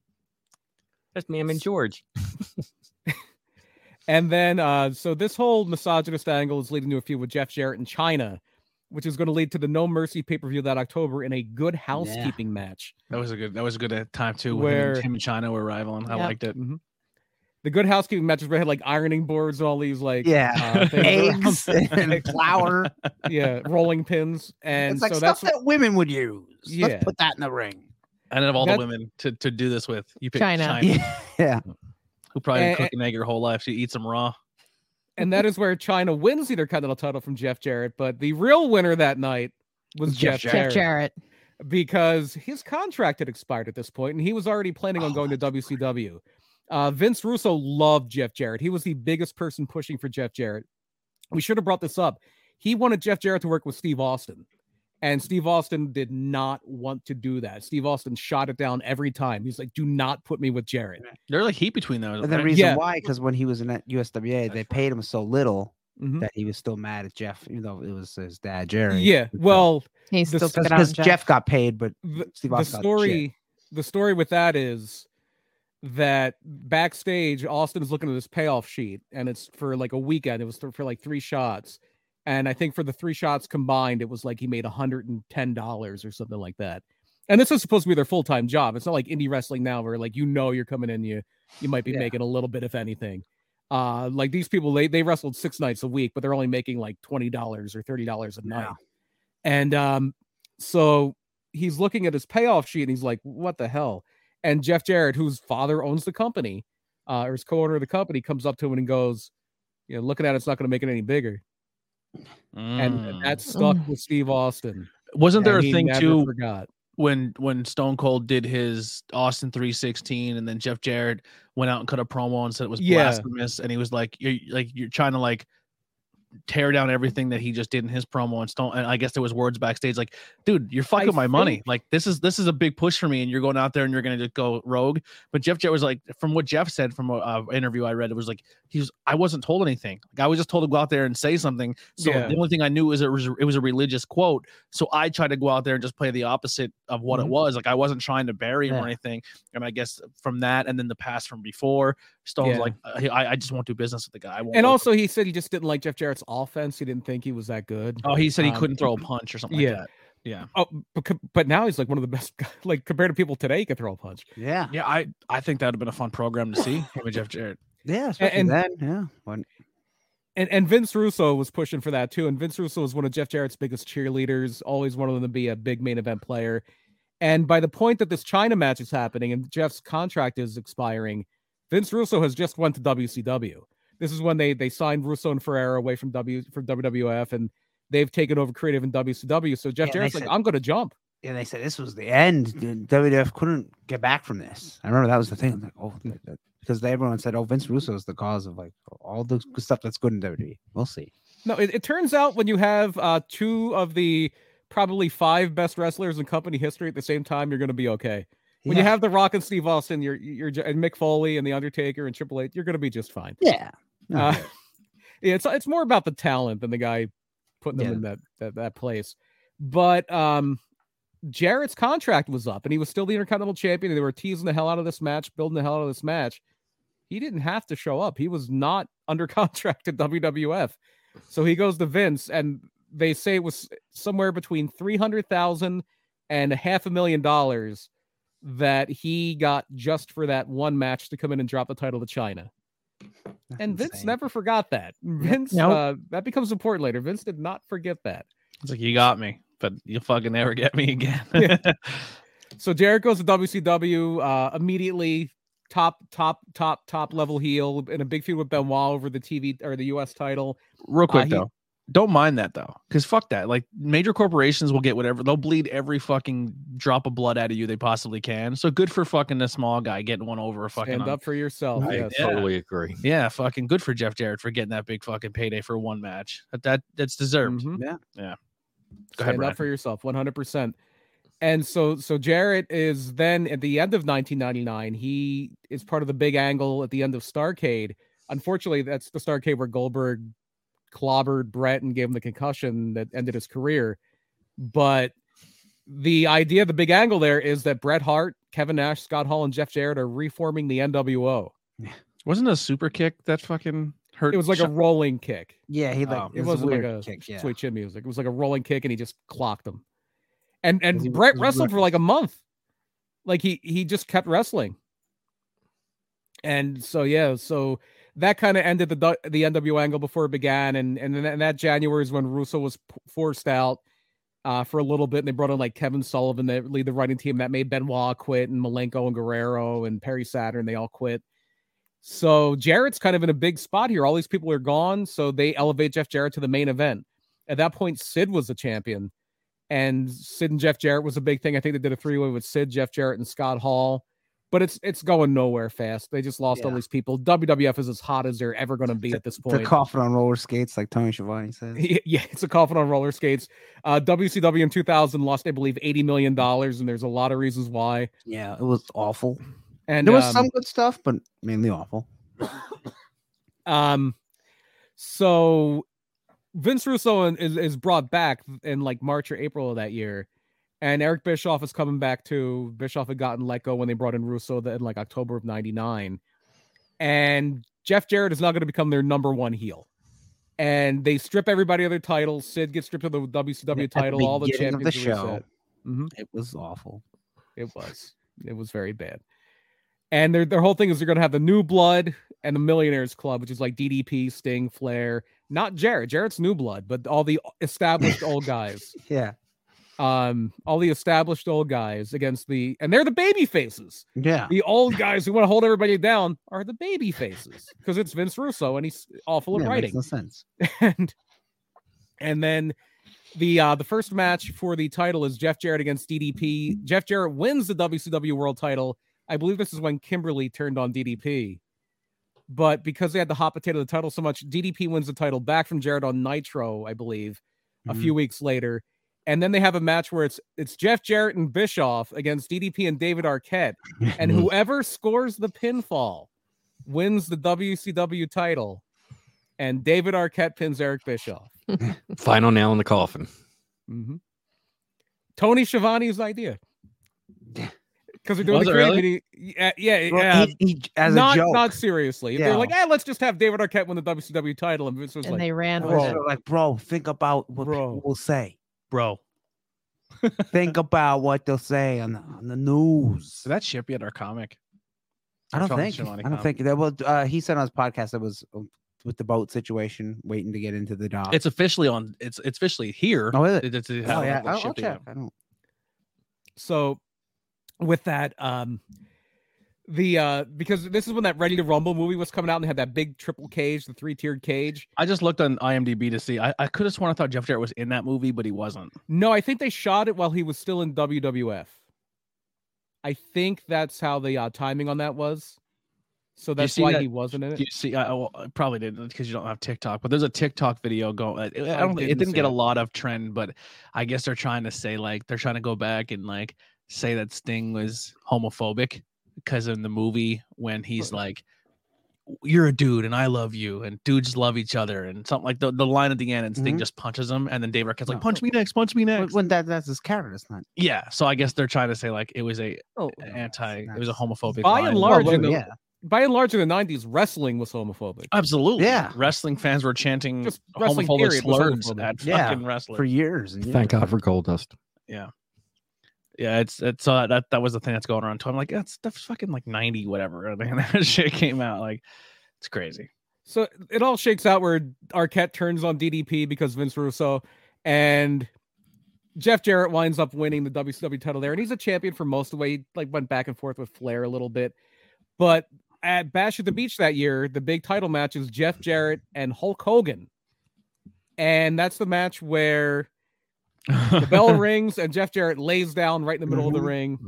E: That's Mam and George.
B: And then, uh, so this whole misogynist angle is leading to a feud with Jeff Jarrett and China, which is going to lead to the No Mercy pay per view that October in a good housekeeping match.
A: That was a good that was a good uh, time too when him and-
B: Where-
A: him and China were rivaling. I
D: Yeah.
A: liked it.
B: Mhm. The good housekeeping matches where they had like ironing boards and all these like
C: Yeah.
B: uh, things
C: Eggs
B: around.
C: and flour.
B: yeah, rolling pins, and
C: It's like
B: so
C: stuff
B: that's
C: that women would use.
B: Yeah.
C: Let's put that in the ring.
A: And of all
B: That-
A: the women to, to do this with, you picked China,
D: China.
C: Yeah. yeah.
A: who probably
B: Eh,
A: cooked an egg her whole life. She eats them raw.
B: and that is where China wins the Intercontinental title from Jeff Jarrett. But the real winner that night was Jeff,
D: Jeff Jarrett.
B: because his contract had expired at this point and he was already planning on
C: Oh,
B: going to WCW. Uh, Vince Russo loved Jeff Jarrett. He was the biggest person pushing for Jeff Jarrett. We should have brought this up. He wanted Jeff Jarrett to work with Steve Austin, and Steve Austin did not want to do that. Steve Austin shot it down every time. He's like, "Do not put me with Jarrett."
A: There's like heat between those.
C: And the
A: right?
C: reason
B: Yeah.
C: why, because when he was in that USWA, they
A: That's
C: paid him so little
B: Mhm.
C: that he was still mad at Jeff, even though it was his dad, Jerry.
B: Yeah. Well,
D: He
B: This-
D: still took it out.
C: Because
D: on
C: Jeff.
D: Jeff.
C: got paid, but
B: the,
C: Steve
B: the
C: Austin got shit.
B: story the story with that is that backstage Austin is looking at his payoff sheet and it's for like a weekend. It was for like three shots. And I think for the three shots combined, it was like he made $110 or something like that. And this is supposed to be their full-time job. It's not like indie wrestling now where like you know you're coming in, you you might be
C: Yeah.
B: making a little bit if anything. Uh like these people they they wrestled six nights a week, but they're only making like $20 or $30 a night.
C: Wow.
B: And um So he's looking at his payoff sheet and he's like, what the hell? And Jeff Jarrett, whose father owns the company, uh, or is co-owner of the company, comes up to him and goes, you know, looking at it's not going to make it any bigger. And that stuck
D: Mm.
B: with Steve Austin.
A: wasn't Hmm. there a
B: and he
A: thing
B: never
A: too
B: Forgot.
A: when when Stone Cold did his Austin 316 and then Jeff Jarrett went out and cut a promo and said it was
B: Yeah.
A: blasphemous and he was like you're like you're trying to like tear down everything that he just did in his promo and Stone and I guess there was words backstage like dude you're fucking my money
B: think-
A: like this is this is a big push for me and you're going out there and you're going to just go rogue but Jeff Jarrett was like from what Jeff said from an uh, interview I read it was like he was I wasn't told anything like I was just told to go out there and say something so
B: Yeah.
A: the only thing I knew is it was it was a religious quote so I tried to go out there and just play the opposite of what
B: Mhm.
A: it was. Like I wasn't trying to bury him
C: Yeah.
A: or anything. And I guess from that, and then the past from before, Stone's
B: Yeah.
A: like, "Hey, I, I just won't do business with the guy. I won't
B: And
A: work
B: also, he said he just didn't like Jeff Jarrett's offense. He didn't think he was that good.
A: with-" oh, he said he
B: um,
A: couldn't throw a punch or something
B: yeah.
A: like
B: Oh, but, co- but now he's like one of the best. guy- Like compared to people today, he could throw a punch.
C: Yeah.
A: that. Yeah, I I think that would have been a fun program to see him and Jeff Jarrett.
C: Yeah. Especially
B: and-
C: then. Yeah. When,
B: And and Vince Russo was pushing for that too. And Vince Russo was one of Jeff Jarrett's biggest cheerleaders. Always wanted him to be a big main event player. And by the point that this China match is happening and Jeff's contract is expiring, Vince Russo has just went to WCW. This is when they they signed Russo and Ferreira away from W from WWF and they've taken over creative in WCW. So Jeff
C: Yeah, they
B: Jarrett's like,
C: said-
B: I'm going to jump.
C: yeah. They said this was the end. The WWF couldn't get back from this. I remember that was the thing. I'm like, oh, that- that- because they- everyone said, oh, Vince Russo is the cause of like all the good stuff that's good in WWE. We'll see.
B: No, it, it turns out when you have uh, two of the probably five best wrestlers in company history at the same time, you're going to be okay. When you
C: Yeah.
B: have The Rock and Steve Austin, you're you're ju- and Mick Foley and The Undertaker and Triple H, you're going to be just fine.
C: Yeah. No,
B: Uh, yeah, it's it's more about the talent than the guy putting them
C: Yeah.
B: in that, that that place. But um, Jarrett's contract was up, and he was still the Intercontinental Champion. And they were teasing the hell out of this match, building the hell out of this match. He didn't have to show up. He was not under contract to WWF, so he goes to Vince, and they say it was somewhere between three hundred thousand and a half a million dollars that he got just for that one match to come in and drop the title to China.
C: that's
B: And Vince
C: insane.
B: never forgot that. Vince,
D: Nope.
B: uh, that becomes important later. Vince did not forget that.
A: It's like you got me, but you'll fucking never get me again.
B: So Jarrett goes to WCW uh, immediately, top, top, top, top level heel in a big feud with Benoit over the TV or the US title.
A: Real
C: Uh,
A: quick
B: he-
A: though. Don't mind that though, because fuck that. Like major corporations will get whatever they'll bleed every fucking drop of blood out of you they possibly can. So good for fucking the small guy getting one over a fucking
B: Stand up for yourself.
E: I
B: yes.
A: Yeah.
E: totally agree.
A: Yeah, fucking good for Jeff Jarrett for getting that big fucking payday for one match. That, that that's deserved.
C: Mm-hmm.
B: Mhm.
A: Go ahead,
B: Stand
A: Brian.
B: up for yourself, 100%. And so, so Jarrett is then at the end of 1999, he is part of the big angle at the end of Starcade. Unfortunately, that's the Starcade where Goldberg clobbered Brett and gave him the concussion that ended his career. But the idea, the big angle there is that Bret Hart, Kevin Nash, Scott Hall, and Jeff Jarrett are reforming the NWO.
A: Wasn't a super kick that fucking hurt?
B: It was like a
A: Sh-
B: rolling kick.
C: Yeah, he like
A: Um,
B: Oh, It
C: was
B: wasn't like
C: weird
B: a
C: kick. Yeah.
B: sweet chin music. It was like a rolling kick, and he just clocked him. And and
C: Was he-
B: Brett
C: was he
B: wrestled for
C: reckless?
B: like a month. Like he he just kept wrestling. And so yeah, so that kind of ended the du- the NW angle before it began, and and then that- that January is when Russo was p- forced out. Uh, for a little bit, and they brought in like Kevin Sullivan to lead the writing team. That made Benoit quit, and Malenko and Guerrero and Perry Saturn. They all quit. So Jarrett's kind of in a big spot here. All these people are gone, so they elevate Jeff Jarrett to the main event. At that point, Sid was the champion, and Sid and Jeff Jarrett was a big thing. I think they did a three way with Sid, Jeff Jarrett, and Scott Hall. But it's it's going nowhere fast. They just lost all
C: Yeah.
B: these people. WWF is as hot as they're ever going to be at this
C: The
B: point.
C: coffin on roller skates, like Tony Schiavone says.
B: yeah, it's a coffin on roller skates. Uh, WCW in 2000 lost, I believe, 80 million dollars, and there's a lot of reasons why.
C: Yeah, it was awful.
B: And
C: there was
B: um,
C: some good stuff, but mainly awful.
B: Um, so Vince Russo in- is, is brought back in like March or April of that year, and Eric Bischoff is coming back too. Bischoff had gotten let go when they brought in Russo that in like October of '99, and Jeff Jarrett is not going to become their number one heel. And they strip everybody of their titles. Sid gets stripped of the WCW
C: At the
B: title. all the
C: beginning
B: champions
C: of the
B: are
C: show.
B: reset. Mhm.
C: It was awful.
B: It was. It was very bad. And their their whole thing is they're gonna have the new blood and the Millionaires Club, which is like DDP, Sting, Flair, not Jarrett. Jarrett's new blood, but all the established old guys.
C: Yeah,
B: Um, all the established old guys against the, and they're the baby faces.
C: Yeah.
B: The old guys who want to hold everybody down are the baby faces because it's Vince Russo and he's awful at
C: yeah,
B: writing
C: Makes no sense.
B: and and then the uh the first match for the title is Jeff Jarrett against DDP. Jeff Jarrett wins the WCW World Title. I believe this is when Kimberly turned on DDP. But because they had to hot potato the title so much, DDP wins the title back from Jarrett on Nitro, I believe, a few weeks later. And then they have a match where it's it's Jeff Jarrett and Bischoff against DDP and David Arquette, and
C: Mhm.
B: whoever scores the pinfall wins the WCW title and David Arquette pins Eric Bischoff.
E: Final nail in the coffin.
B: Mhm. Tony Schiavone's idea. Because they're doing
A: Was
B: the
A: it really?
B: creativity. Yeah, yeah, yeah.
C: Well, he- he- as
B: not,
C: a joke.
B: not seriously.
C: Yeah.
B: They're like, eh, let's just have David Arquette win the WCW title. And Vince was
D: and
B: like,
D: they ran
C: Bro,
D: with it.
C: they're like, bro, think about what
B: Bro.
C: people will say.
A: bro.
C: Think about what they'll say on the, on the news.
A: Did that ship yet our comic?
C: I
A: Or
C: don't
A: Tony
C: think.
A: Schiavone
C: I don't
A: comic?
C: think that. Well, uh, he said on his podcast that was uh, with the boat situation, waiting to get into the dock.
A: It's officially on. It's it's officially here.
C: Oh, is it?
A: It- it's- it
C: oh
A: hasn't
C: yeah,
A: been
C: I'll, I'll
A: shipped yet.
C: check. I don't.
B: so with that, um, the uh, because this is when that Ready to Rumble movie was coming out and had that big triple cage, the three tiered cage.
A: I just looked on IMDb to see. I, I could have sworn I thought Jeff Jarrett was in that movie, but he wasn't.
B: No, I think they shot it while he was still in WWF. I think that's how the uh, timing on that was. So
A: Do you
B: that's
A: see
B: why
A: that-
B: he wasn't in it.
A: Do you see? I, I- well, I probably didn't because you don't have TikTok, but there's a TikTok video going. I
B: I
A: don't. think it
B: didn't
A: didn't
B: see
A: get a
B: that.
A: lot of trend, but I guess they're trying to say like they're trying to go back and like say that Sting was homophobic because in the movie when he's like, "You're a dude and I love you and dudes love each other" and something like the the line at the end and Sting
B: Mm-hmm.
C: Mhm.
A: just punches him and then Dave Arquette's
B: Oh.
A: like,
C: No.
A: "Punch me next, punch me
C: Well,
A: next."
C: When that that's his character, it's not.
A: yeah, so I guess they're trying to say like it was a
B: Oh,
C: no, it's
A: anti, it was a
C: not.
A: homophobic.
B: By
A: line.
B: and large,
C: well,
B: in the,
C: yeah.
B: by and large, in the '90s, wrestling was homophobic.
A: Absolutely.
C: Yeah.
A: Wrestling fans were chanting
B: Just wrestling
A: Um, homophobic
B: period was
A: slurs
B: homophobic.
A: at
C: Yeah,
A: fucking wrestling.
C: for years. And years.
E: Thank God for gold dust.
A: yeah, it's it's uh, that that was the thing that's going around. too. I'm like, that's that's fucking like 90 whatever. And then that shit came out like it's crazy.
B: So it all shakes out where Arquette turns on DDP because Vince Russo, and Jeff Jarrett winds up winning the WCW title there, and he's a champion for most of the way. He like went back and forth with Flair a little bit, but at Bash at the Beach that year, the big title match is Jeff Jarrett and Hulk Hogan, and that's the match where the bell rings and Jeff Jarrett lays down right in the middle of the ring.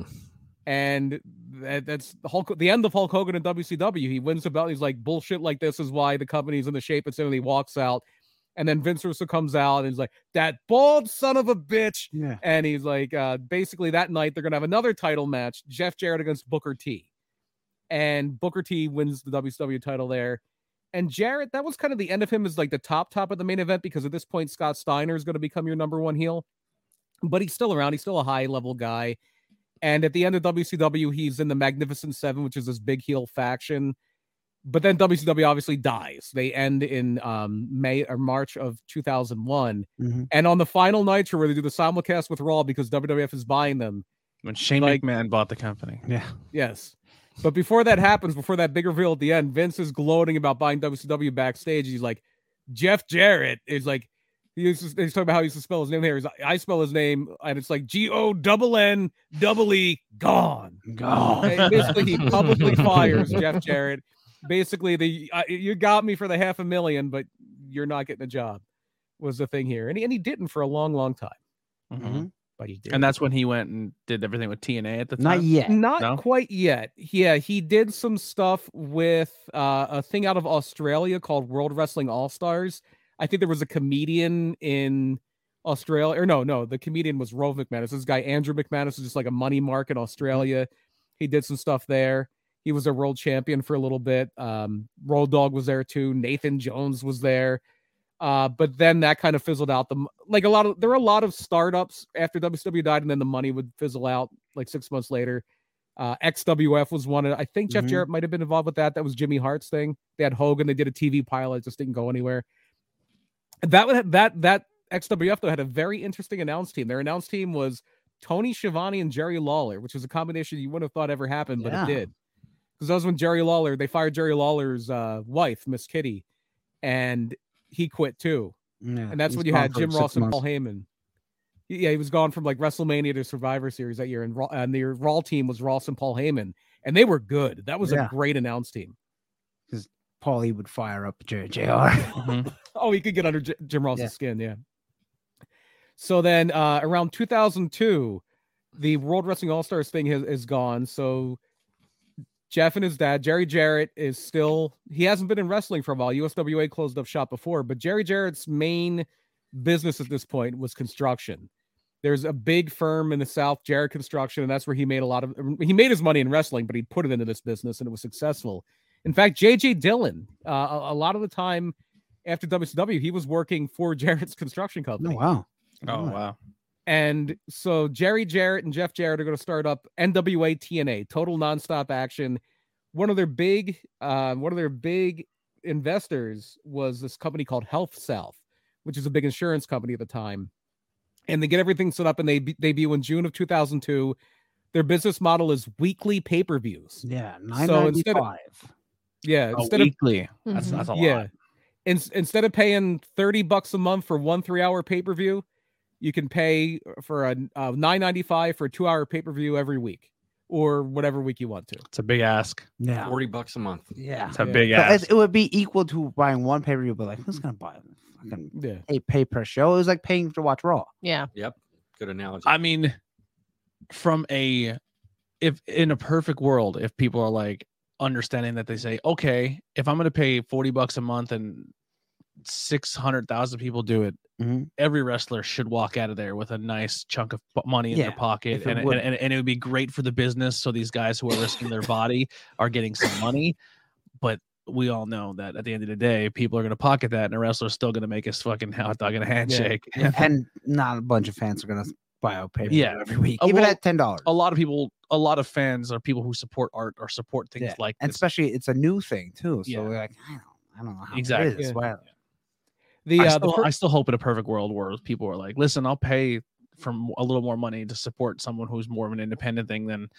B: And that, that's the Hulk, the end of Hulk Hogan in WCW. He wins the belt. He's like, bullshit like this is why the company's in the shape it's in. And he walks out. And then Vince Russo comes out and he's like, that bald son of a bitch.
C: Yeah.
B: And he's like, uh, basically that night they're going to have another title match, Jeff Jarrett against Booker T. And Booker T wins the WCW title there. And Jarrett, that was kind of the end of him as like the top top of the main event because at this point Scott Steiner is going to become your number one heel. But he's still around. He's still a high level guy. And at the end of WCW, he's in the Magnificent Seven, which is this big heel faction. But then WCW obviously dies. They end in um, May or March of 2001.
C: Mhm.
B: And on the final Nitro, where they do the simulcast with Raw because WWF is buying them.
A: when Shane
B: Like-
A: McMahon bought the company.
C: Yeah.
B: Yes. But before that happens, before that big reveal at the end, Vince is gloating about buying WCW backstage. He's like, Jeff Jarrett is like, he used to, he's talking about how he used to spell his name here. He's like, I spell his name, and it's like G O double N double E gone.
C: God.
B: And basically, he publicly fires Jeff Jarrett. Basically, the uh, you got me for the half a million, but you're not getting a job was the thing here, and he, and he didn't for a long, long time.
C: Mm-hmm.
A: Mhm.
B: But he did.
A: And that's when he went and did everything with TNA at the time.
C: Not
B: Mm-hmm.
C: yet.
B: Not
A: No?
B: quite yet. Yeah, he did some stuff with uh, a thing out of Australia called World Wrestling All Stars. I think there was a comedian in Australia, or no, no, the comedian was Rove McManus. This guy Andrew McManus is just like a money mark in Australia. He did some stuff there. He was a world champion for a little bit. Um, Road Dog was there too. Nathan Jones was there. Uh, but then that kind of fizzled out. The m- like a lot of there were a lot of startups after WCW died, and then the money would fizzle out like six months later. Uh, XWF was one. of- I think Jeff
C: Mhm.
B: Jarrett might have been involved with that. That was Jimmy Hart's thing. They had Hogan. They did a TV pilot. It just didn't go anywhere. That would that that XWF though had a very interesting announce team. Their announce team was Tony Schiavone and Jerry Lawler, which was a combination you wouldn't have thought ever happened, but
C: Yeah.
B: it did. Because that was when Jerry Lawler they fired Jerry Lawler's uh, wife, Miss Kitty, and he quit too.
C: Yeah.
B: And that's
C: he's
B: when you
C: gone
B: had
C: for
B: Jim
C: six
B: Ross and Paul
C: months.
B: Heyman. Yeah, he was gone from like WrestleMania to Survivor Series that year, and Raw, and their Raw team was Ross and Paul Heyman, and they were good. That was
C: Yeah.
B: a great announce team.
C: Paulie would fire up J- JR.
A: Mhm.
B: Oh, he could get under J- Jim Ross's
C: Yeah.
B: skin, yeah. So then, uh, around 2002, the World Wrestling All Stars thing has, is gone. So Jeff and his dad, Jerry Jarrett, is still he hasn't been in wrestling for a while. USWA closed up shop before, but Jerry Jarrett's main business at this point was construction. There's a big firm in the South, Jarrett Construction, and that's where he made a lot of he made his money in wrestling, but he put it into this business and it was successful. In fact, JJ Dillon, uh, a, a lot of the time after WCW, he was working for Jarrett's construction
C: Oh
B: company.
C: wow.
A: Oh
C: Wow.
A: wow.
B: And so Jerry Jarrett and Jeff Jarrett are going to start up NWA TNA, total nonstop action. One of their big, uh, one of their big investors was this company called Health South, which is a big insurance company at the time. And they get everything set up, and they be- debut in June of 2002. Their business model is weekly pay per views.
C: Yeah, nine
B: So
C: ninety
B: instead of-
C: five.
B: Yeah,
A: Oh,
B: instead of
A: weekly. That's
D: Mhm.
A: that's a lot.
B: yeah. In, instead of paying 30 bucks a month for one three hour pay per view, you can pay for a uh, 9.95 for a two hour pay per view every week or whatever week you want to.
A: It's a big ask.
C: Yeah.
E: Forty bucks a month.
C: Yeah.
A: It's a
B: Yeah.
A: big
C: So
A: ask.
C: it, it would be equal to buying one pay per view, but like who's gonna buy fucking
B: Yeah.
C: a pay per show? It was like paying to watch Raw.
D: Yeah.
E: Yep. Good analogy.
A: I mean, from a if in a perfect world, if people are like understanding that they say, okay, if I'm gonna pay 40 bucks a month and 600,000 people do it,
C: Mhm.
A: every wrestler should walk out of there with a nice chunk of po- money in
C: Yeah,
A: their pocket.
C: if it
A: And, and,
C: would.
A: and, and it would be great for the business. So these guys who are risking their body are getting some money. But we all know that at the end of the day, people are going to pocket that and a wrestler's still going to make his fucking hot dog and a handshake.
C: and not a bunch of fans are gonna buy a pay per view
A: Yeah.
C: every week,
A: Uh,
C: even
A: well,
C: at ten dollars.
A: a lot of people, a lot of fans are people who support art or support things
C: Yeah,
A: like
C: and
A: this.
C: especially it's a new thing too. So
A: Yeah.
C: we're like, I don't, I don't know how
A: Exactly.
C: it is.
B: Yeah.
C: Why-
B: The,
A: I,
B: uh,
A: still,
B: the fir-
A: I still hope in a perfect world where people are like, listen, I'll pay from a little more money to support someone who's more of an independent thing than,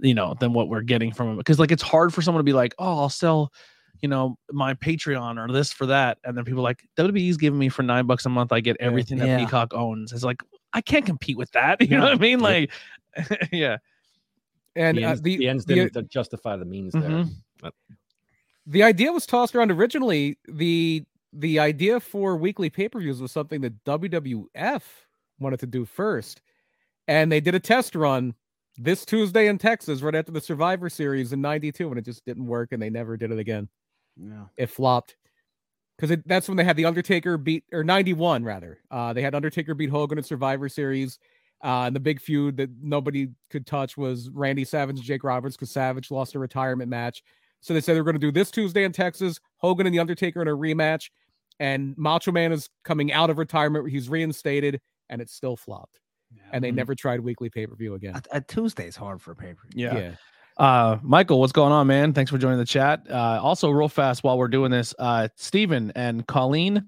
A: you know, than what we're getting from them. Because like it's hard for someone to be like, oh, I'll sell, you know, my Patreon or this for that, and then people are like WWE's giving me for nine bucks a month, I get
B: Yeah.
A: everything that
C: Yeah.
A: Peacock owns. It's like I can't compete with that. You know what I mean? Like, yeah,
B: and
E: the
B: uh,
E: ends,
B: the,
E: the ends
B: the- Mm-hmm.
E: didn't ju- justify the means there.
A: Mhm.
B: the idea was tossed around originally. The the idea for weekly pay per views was something that WWF wanted to do first, and they did a test run this Tuesday in Texas right after the Survivor Series in '92, and it just didn't work, and they never did it again.
C: Yeah.
B: it flopped because that's when they had the Undertaker beat or '91 rather. Uh, they had Undertaker beat Hogan at Survivor Series, uh, and the big feud that nobody could touch was Randy Savage and Jake Roberts because Savage lost a retirement match. So they said they were going to do this Tuesday in Texas, Hogan and the Undertaker in a rematch, and Macho Man is coming out of retirement; he's reinstated, and it still flopped. And they
A: Mhm.
B: never tried weekly pay per view again.
C: A, a Tuesday's hard for a pay per view.
A: yeah. Uh, Michael, what's going on, man? Thanks for joining the chat. Uh, also, real fast while we're doing this, uh, Stephen and Colleen,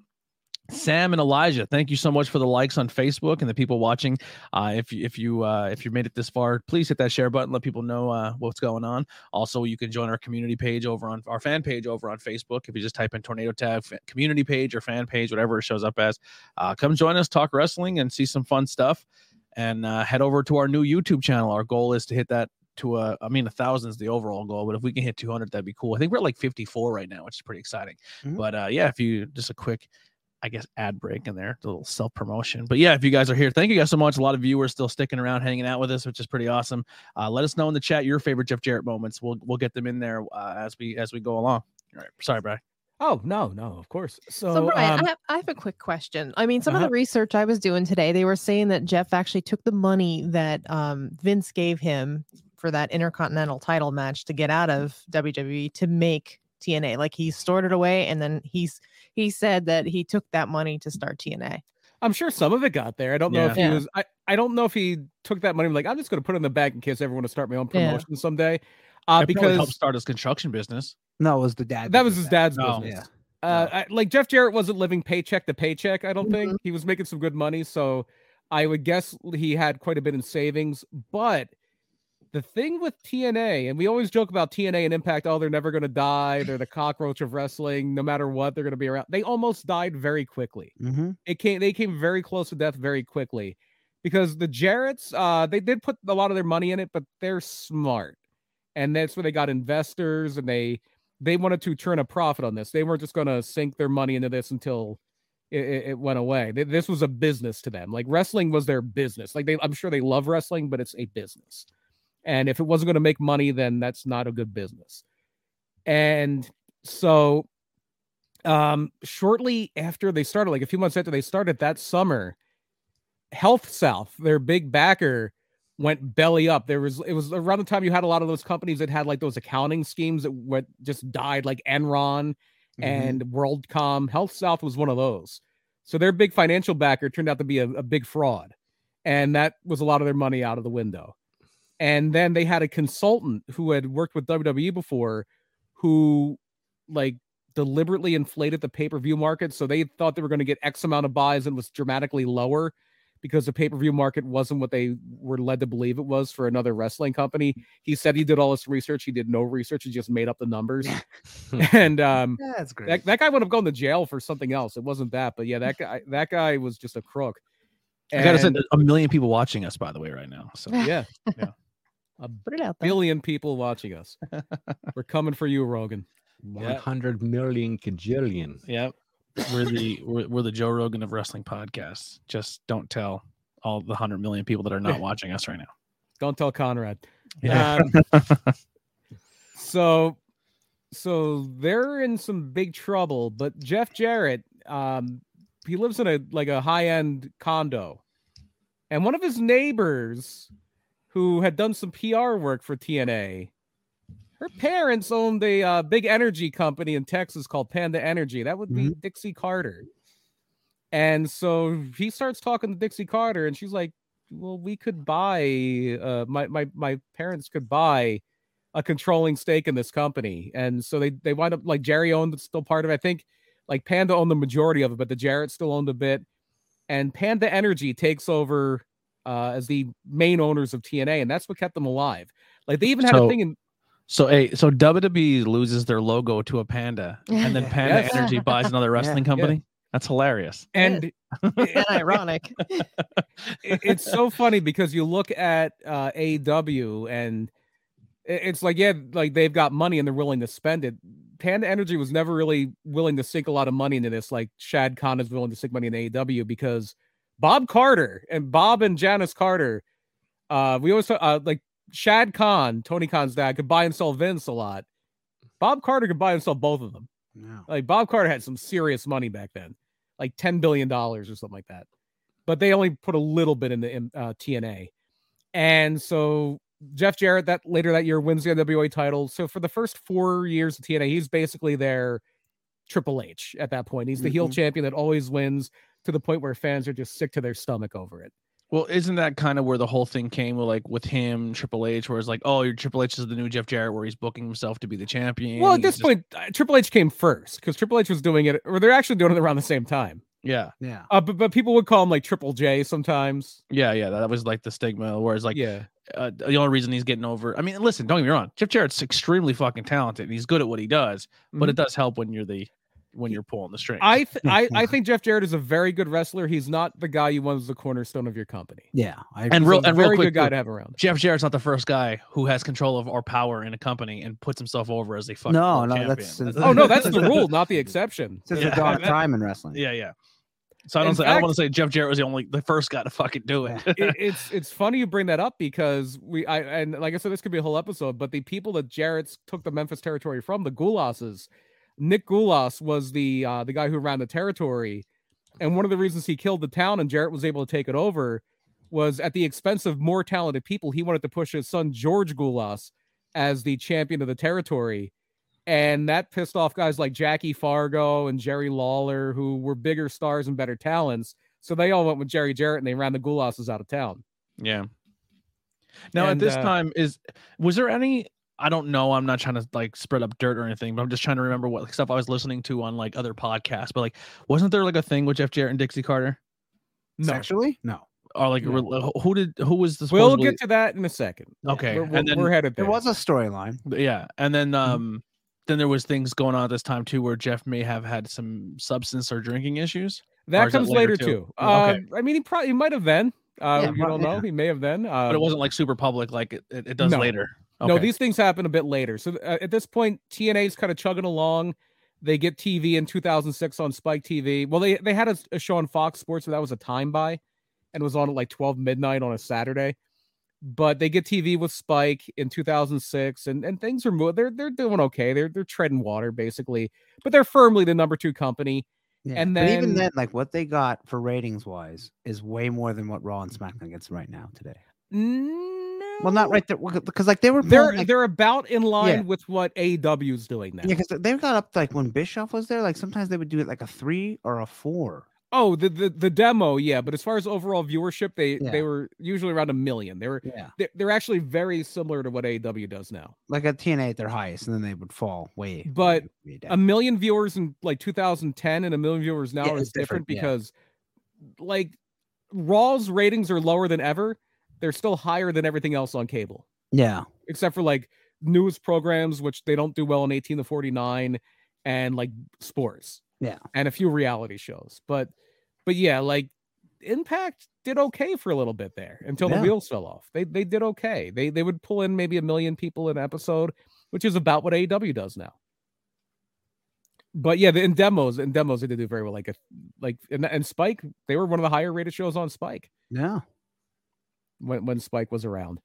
A: Sam and Elijah, thank you so much for the likes on Facebook and the people watching. Uh, if you if you uh, if you made it this far, please hit that share button. Let people know uh, what's going on. Also, you can join our community page over on our fan page over on Facebook. If you just type in Tornado Tag fa- community page or fan page, whatever it shows up as, uh, come join us, talk wrestling, and see some fun stuff. And uh, head over to our new YouTube channel. Our goal is to hit that to a, I mean, a thousand's the overall goal, but if we can hit 200, that'd be cool. I think we're at like 54 right now, which is pretty exciting.
B: Mm-hmm.
C: Mhm.
A: But uh, yeah, if you just a quick, I guess, ad break in there, a little self promotion. But yeah, if you guys are here, thank you guys so much. A lot of viewers still sticking around, hanging out with us, which is pretty awesome. Uh, let us know in the chat your favorite Jeff Jarrett moments. We'll we'll get them in there uh, as we as we go along. All right, sorry, Brian.
B: Oh no, no, of course. So,
D: So, Brian,
B: um,
D: I, have, I have a quick question. I mean, some
B: uh-huh.
D: of the research I was doing today, they were saying that Jeff actually took the money that um, Vince gave him for that Intercontinental title match to get out of WWE to make TNA. Like he stored it away, and then he's he said that he took that money to start TNA.
B: I'm sure some of it got there. I don't know
A: Yeah.
B: if he
D: Yeah.
B: was. I, I don't know if he took that money. and Like I'm just going to put it in the bag in case everyone to start my own
D: Yeah.
B: promotion someday. Uh,
A: That probably
B: because
A: helped start his construction business.
C: No, it was the dad.
B: that
C: did
B: was his dad's
A: No.
B: business.
C: Yeah.
B: Uh, I, like Jeff Jarrett wasn't living paycheck to paycheck. I don't think he was making some good money, so I would guess he had quite a bit in savings. But the thing with TNA, and we always joke about TNA and Impact. Oh, they're never going to die. They're the cockroach of wrestling. No matter what, they're going to be around. They almost died very quickly.
C: Mm-hmm.
B: it came they came very close to death very quickly because the Jarrett's uh they did put a lot of their money in it, but they're smart. And that's where they got investors and they they wanted to turn a profit on this. They weren't just going to sink their money into this until it, it, it went away. Th- This was a business to them. Like wrestling was their business. Like they I'm sure they love wrestling, but it's a business. And if it wasn't going to make money, then that's not a good business. And so um shortly after they started, like a few months after they started that summer, Health South, their big backer, went belly up. There was it was around the time you had a lot of those companies that had like those accounting schemes that went just died, like Enron
C: Mm-hmm.
B: and WorldCom. Health South was one of those. So their big financial backer turned out to be a, a big fraud. And that was a lot of their money out of the window. And then they had a consultant who had worked with WWE before who like deliberately inflated the pay-per-view market. So they thought they were going to get X amount of buys and was dramatically lower because the pay-per-view market wasn't what they were led to believe it was for another wrestling company. He said he did all this research. He did no research. He just made up the numbers. and um
C: Yeah, that's great.
B: that, that guy would have gone to jail for something else. It wasn't that, but yeah, that guy that guy was just a crook.
A: I gotta say,
B: And-
A: there's a million people watching us, by the way, right now. So
B: yeah,
D: Put it out there.
B: billion people watching us. We're coming for you, Rogan.
A: Yeah.
E: 100 million cajillion.
A: yeah, we're the we're, we're the Joe Rogan of wrestling podcasts. Just don't tell all the hundred million people that are not watching us right now.
B: Don't tell Conrad.
A: Yeah.
B: Um, so, so they're in some big trouble. But Jeff Jarrett, um, he lives in a like a high end condo, and one of his neighbors, who had done some PR work for TNA, her parents owned a uh, big energy company in Texas called Panda Energy. That would be Dixie Carter. And so he starts talking to Dixie Carter, and she's like, well we could buy uh my my my parents could buy a controlling stake in this company and so they they wind up like jerry owned it's still part of it. i think like panda owned the majority of it but the jarrett still owned a bit and panda energy takes over uh as the main owners of tna and that's what kept them alive like they even had a
A: So-
B: thing in
A: So hey, so WWE loses their logo to a panda, and then Panda
B: Yes.
A: Energy buys another wrestling company. That's hilarious.
B: and
D: And ironic.
B: it- it's so funny because you look at uh AEW and i- it's like yeah like they've got money and they're willing to spend it. Panda Energy was never really willing to sink a lot of money into this like Shad Khan is willing to sink money in AEW because Bob Carter and Bob and Janice Carter uh we always talk, uh, like Shad Khan, Tony Khan's dad could buy and sell Vince a lot. Bob Carter could buy and sell both of them.
C: No.
B: Like Bob Carter had some serious money back then, like ten billion dollars or something like that. But they only put a little bit in the in, uh, TNA, and so Jeff Jarrett that later that year wins the NWA title. So for the first four years of TNA, he's basically their Triple H at that point. He's the heel
A: Mm-hmm.
C: Mhm.
B: champion that always wins to the point where fans are just sick to their stomach over it.
A: Well, isn't that kind of where the whole thing came with like with him, Triple H, where it's like, oh, your Triple H is the new Jeff Jarrett, where he's booking himself to be the champion.
B: Well, at
A: he's
B: this
A: just-
B: point, uh, Triple H came first because Triple H was doing it, or they're actually doing it around the same time.
A: yeah,
C: Yeah.
B: Uh, but, but people would call him like Triple J sometimes.
A: yeah, yeah. That was like the stigma, whereas like
B: yeah.
A: uh, the only reason he's getting over. I mean, listen, don't get me wrong, Jeff Jarrett's extremely fucking talented. and He's good at what he does, but it does help when you're the when you're pulling the strings.
B: Mhm. I, th- I I think Jeff Jarrett is a very good wrestler. He's not the guy you want as the cornerstone of your company.
C: Yeah. I
A: and
B: He's
A: real
B: a
A: and real
B: very
A: quick,
B: good guy
A: too,
B: to have around.
A: Jeff Jarrett's not the first guy who has control of or power in a company and puts himself over as a fucking
C: No,
A: world
C: no,
A: champion.
C: that's-
B: Oh no, that's the rule, not the exception.
C: Since
A: Yeah.
C: the dawn of time in wrestling.
A: Yeah, yeah. So I
B: In
A: don't. Say, I don't
B: fact-
A: want to say Jeff Jarrett was the only, the first guy to fucking do it.
B: It, it's it's funny you bring that up because we I and like I said, this could be a whole episode. But the people that Jarrett's took the Memphis territory from the Goulasses, Nick Goulas was the uh, the guy who ran the territory, and one of the reasons he killed the town and Jarrett was able to take it over was at the expense of more talented people. He wanted to push his son George Goulas as the champion of the territory. And that pissed off guys like Jackie Fargo and Jerry Lawler, who were bigger stars and better talents. So they all went with Jerry Jarrett and they ran the Goulasses out of town.
A: Yeah. Now
B: And,
A: at this
B: uh,
A: time is was there any I don't know, I'm not trying to like spread up dirt or anything, but I'm just trying to remember what stuff I was listening to on like other podcasts. But like wasn't there like a thing with Jeff Jarrett and Dixie Carter?
C: Sexually? No.
A: Or like
B: No.
A: rel- who did who was the
B: We'll
A: supposedly-
B: get to that in a second.
A: Okay.
B: We're,
A: and
B: we're,
A: then-
B: we're Mm-hmm. headed there.
C: There was a storyline.
A: Yeah, and then um, then there was things going on at this time too, where Jeff may have had some substance or drinking issues. or
B: that
A: is that
B: comes
A: later
B: later,
A: too?
B: too.
A: Mm, okay.
B: Um, I mean, he probably he might have then. Uh,
D: Yeah,
B: you don't know. He may have then. Uh,
A: but it wasn't like super public like it, it, it does
B: No.
A: later.
B: No,
A: Okay.
B: these things happen a bit later. So uh, at this point, TNA's kind of chugging along. They get TV in 2006 on Spike TV. Well, they they had a, a show on Fox Sports, but that was a time buy, and it was on at like 12 midnight on a Saturday. But they get TV with Spike in 2006, and, and things are moving. They're they're doing okay. They're they're treading water basically, but they're firmly the number two company.
C: Yeah.
B: And
C: but even
B: then-
C: then, like what they got for ratings wise is way more than what Raw and
B: Mm-hmm.
C: SmackDown gets right now today.
B: No,
C: Well, not right there because like they were
B: They're
C: pulling, like,
B: they're about in line with what AEW's doing now.
C: yeah, because they got up like when Bischoff was there. Like sometimes they would do it like a three or a four.
B: Oh, the, the the demo, yeah. But as far as overall viewership, they
C: Yeah.
B: they were usually around a million. They were
C: Yeah,
B: they're, they're actually very similar to what AEW does now.
C: like at TNA at their highest, and then they would fall way.
B: But
C: way, way down.
B: A million viewers in like 2010 and a million viewers now
C: Yeah,
B: is
C: it's
B: different,
C: different, yeah.
B: because like Raw's ratings are lower than ever. They're still higher than everything else on cable,
C: yeah,
B: except for like news programs, which they don't do well in 18 to 49, and like sports.
C: Yeah.
B: and a few reality shows. But but yeah, like Impact did okay for a little bit there until the
C: Yeah.
B: wheels fell off. They they did okay. They they would pull in maybe a million people an episode, which is about what AEW does now. But yeah, the, in demos, in demos, they did do very well. Like, a, like, and, and Spike, they were one of the higher rated shows on Spike
C: yeah.
B: when, when Spike was around.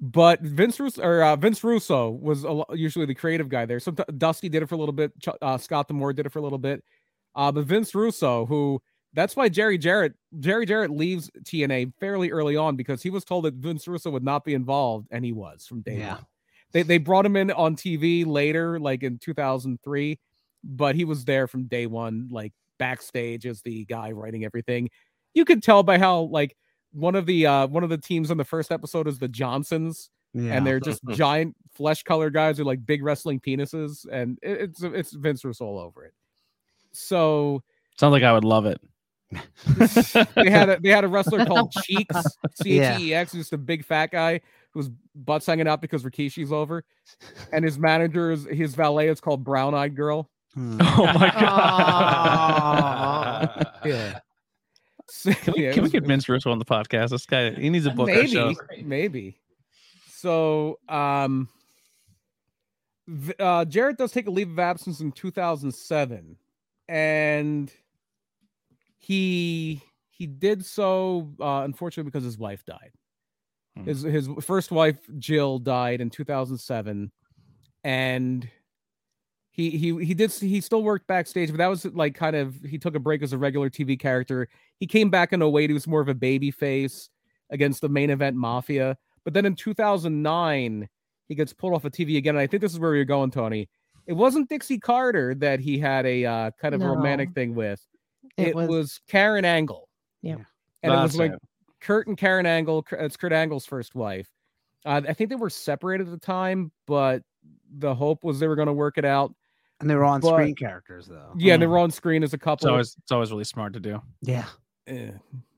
B: But Vince Russo or uh, Vince Russo was a, lo- usually the creative guy there. Some Dusty did it for a little bit. Ch- uh, Scott Demore did it for a little bit. Uh, but Vince Russo, who that's why Jerry Jarrett Jerry Jarrett leaves TNA fairly early on because he was told that Vince Russo would not be involved, and he was from day
C: Yeah.
B: one. They they brought him in on TV later, like in 2003, but he was there from day one, like backstage as the guy writing everything. You could tell by how like one of the uh one of the teams on the first episode is the Johnsons,
C: Yeah.
B: and they're just giant flesh colored guys with like big wrestling penises, and it, it's it's Vince Russo all over it. So
A: Sounds like I would love it.
B: they had a they had a wrestler called Cheeks, C
C: Yeah.
B: H E E X, just a big fat guy whose butt's hanging out because Rikishi's over, and his manager is his valet is called Brown Eyed Girl.
C: Hmm.
A: oh my god.
C: Aw.
B: Yeah.
A: Can
B: Oh,
A: we, can we get Vince Russo on the podcast? This guy, he needs a book. or
B: maybe
A: show.
B: maybe so um v- uh jared does take a leave of absence in 2007 and he he did so uh unfortunately because his wife died
A: Hmm.
B: his his first wife jill died in 2007 and he he he did s- he still worked backstage but that was like kind of he took a break as a regular tv character he came back in a way he was more of a baby face against the main event mafia. But then in 2009, he gets pulled off of TV again. And I think this is where you're going, Tony. It wasn't Dixie Carter that he had a uh, kind of a romantic
D: No.
B: thing with. It,
D: It
B: was,
D: was-
B: Karen Angle.
D: Yeah.
B: And it was
A: That's
B: like
A: it.
B: Kurt and Karen Angle. K- It's Kurt Angle's first wife. Uh, I think they were separated at the time, but the hope was they were going to work it out.
C: and they were on
B: But-
C: screen characters though.
B: Yeah, and they were
E: Mm.
B: on screen as a
A: It's
B: couple.
A: always it's always really smart to do.
C: Yeah.
B: Eh,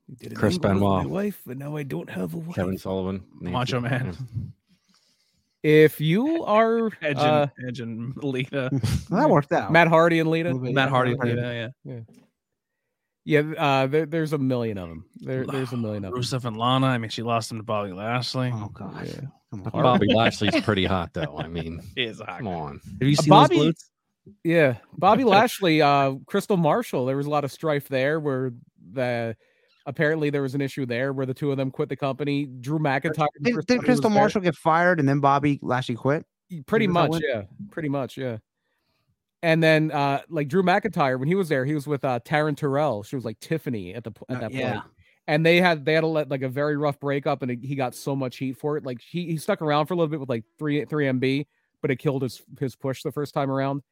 B: you did an
E: Chris
B: angle with my
E: Benoit.
B: wife, but now I don't have a wife.
E: Kevin Sullivan, Nancy-
A: Macho Man,
B: If you are
A: Edge and,
B: uh,
A: Edge and Lita,
C: Well, that worked out.
B: Matt Hardy and Lita,
C: Little bit,
A: Matt
C: yeah,
A: Hardy,
C: Matt
A: Lita, yeah,
B: Yeah, th- uh, there, there's a million of them. There, there's a million of them.
A: Rusev and Lana. I mean, she lost him to Bobby Lashley.
C: Oh gosh.
B: Yeah.
C: Come on.
E: But Bobby Lashley's pretty hot though. I mean,
A: He is a hot
E: come on.
A: Have you
B: seen those Uh, Bobby-
A: glutes?
B: Yeah, Bobby Lashley, uh, Crystal Marshall. There was a lot of strife there, where the apparently there was an issue there where the two of them quit the company. Drew McIntyre. and
C: Did, did
B: Hardy
C: Crystal
B: was there.
C: Marshall get fired and then Bobby Lashley quit?
B: Y- pretty
C: that
B: much
C: one?
B: yeah pretty much yeah and then uh like drew mcintyre when he was there he was with uh taryn terrell she was like tiffany at the p- at
C: Uh,
B: that
C: yeah.
B: point and they had they had a, le- like a very rough breakup and he got so much heat for it like he, he stuck around for a little bit with like 3 3mb but it killed his his push the first time around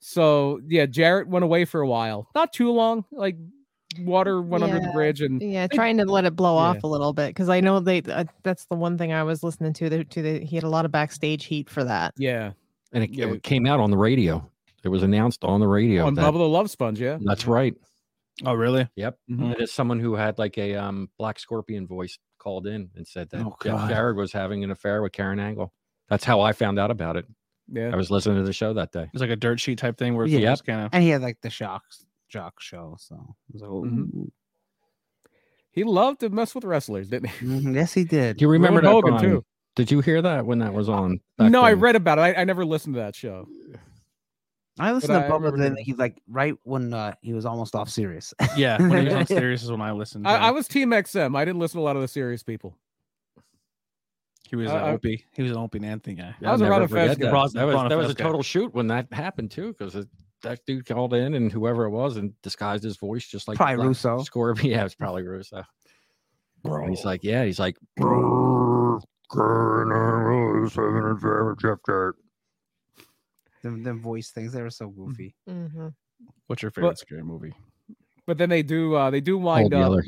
B: so yeah jarrett went away for a while not too long like water went under the
D: Yeah.
B: bridge and
D: Yeah,
B: They-
D: trying to let it blow
B: Yeah.
D: off a little bit because I know they. Uh, that's the one thing I was listening to. That to the, he had a lot of backstage heat for that.
B: yeah
E: And it,
B: Yeah.
E: it came out on the radio. It was announced on the radio.
B: on
E: that-
B: bubble the love sponge yeah
E: that's right.
A: Oh, really?
E: Yep.
B: Mhm.
E: It is someone who had like a um, black scorpion voice called in and said that
C: Oh,
E: Jeff
C: God.
E: Jarrett was having an affair with Karen Angle. That's how I found out about it.
B: yeah
E: I was listening to the show that day.
A: It's like a dirt sheet type thing where
E: Yeah.
A: yeah. just kind of.
C: And he had like the shocks jock show. So it was like,
B: Mhm.
C: ooh.
B: He loved to mess with wrestlers, didn't he?
C: Mhm, Yes, he did.
E: Do you remember
B: Rowan
E: that?
B: Hogan,
E: Brian?
B: too.
E: Did you hear that when that was on? back
B: No, I
E: then?
B: read about it. I, I never listened to that show.
C: I listened
B: but
C: to
B: I
C: Bubba
B: remember
C: then
B: him.
C: he like right when uh, he was almost off serious.
A: Yeah, when he was on Sirius is when I listened.
B: I,
A: yeah.
B: I was Team XM. I didn't listen to a lot of the serious people.
A: he was
B: I-
A: an
B: I-
A: Opie. He was an Opie Nanthing guy.
E: Yeah,
B: I was
E: I'll
B: around
E: never
B: a
E: forget
B: fast guy.
E: that.
A: Bros-
E: That was,
A: Bron
E: that was a
A: fast guy.
E: total shoot when that happened too, because that dude called in and whoever it was and disguised his voice just like the
C: Probably
E: Black
C: Russo.
E: Scorp- Yeah, it's probably Russo. And he's like, yeah, he's like,
C: Them, them voice things, they were so
B: Mm.
C: goofy.
B: Mm-hmm.
D: hmm
A: What's your favorite
B: favorite
A: scary movie?
B: But then they do uh they do
E: Old
B: wind up
E: Yeller.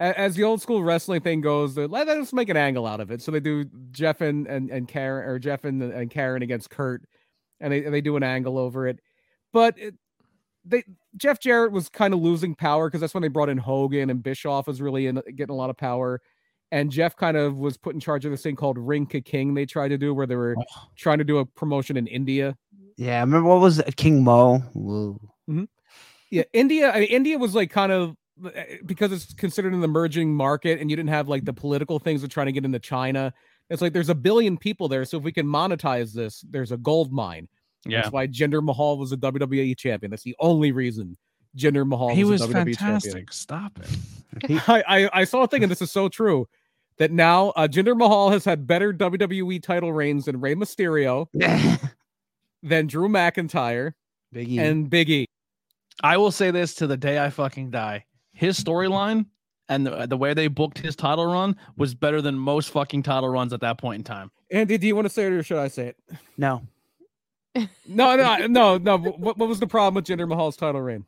B: a- as the old school wrestling thing goes, they're like, let's make an angle out of it. So they do Jeff and, and, and Karen or Jeff and, and Karen against Kurt, and they, and they do an angle over it. But it, they Jeff Jarrett was kind of losing power because that's when they brought in Hogan and Bischoff was really in, getting a lot of power. And Jeff kind of was put in charge of this thing called Rinka King they tried to do where they were trying to do a promotion in India.
C: Yeah, I remember what was it? King Mo? Woo.
B: Yeah, India. I mean, India was like kind of eh, because it's considered an emerging market, and you didn't have like the political things of trying to get into China. It's like there's a billion people there, so if we can monetize this, there's a gold mine.
A: Yeah,
B: That's why Jinder Mahal was a WWE champion. That's the only reason Jinder Mahal
A: he
B: was,
A: was
B: a WWE champion.
A: fantastic. Stop it.
C: He-
B: I, I I saw a thing, and this is so true. That now uh, Jinder Mahal has had better WWE title reigns than Rey Mysterio, than Drew McIntyre,
C: Big E.
B: and Big E.
A: I will say this to the day I fucking die. His storyline and the, the way they booked his title run was better than most fucking title runs at that point in time.
B: Andy, do you want to say it or should I say it?
C: no.
B: No, no, no, no. What, what was the problem with Jinder Mahal's title reign?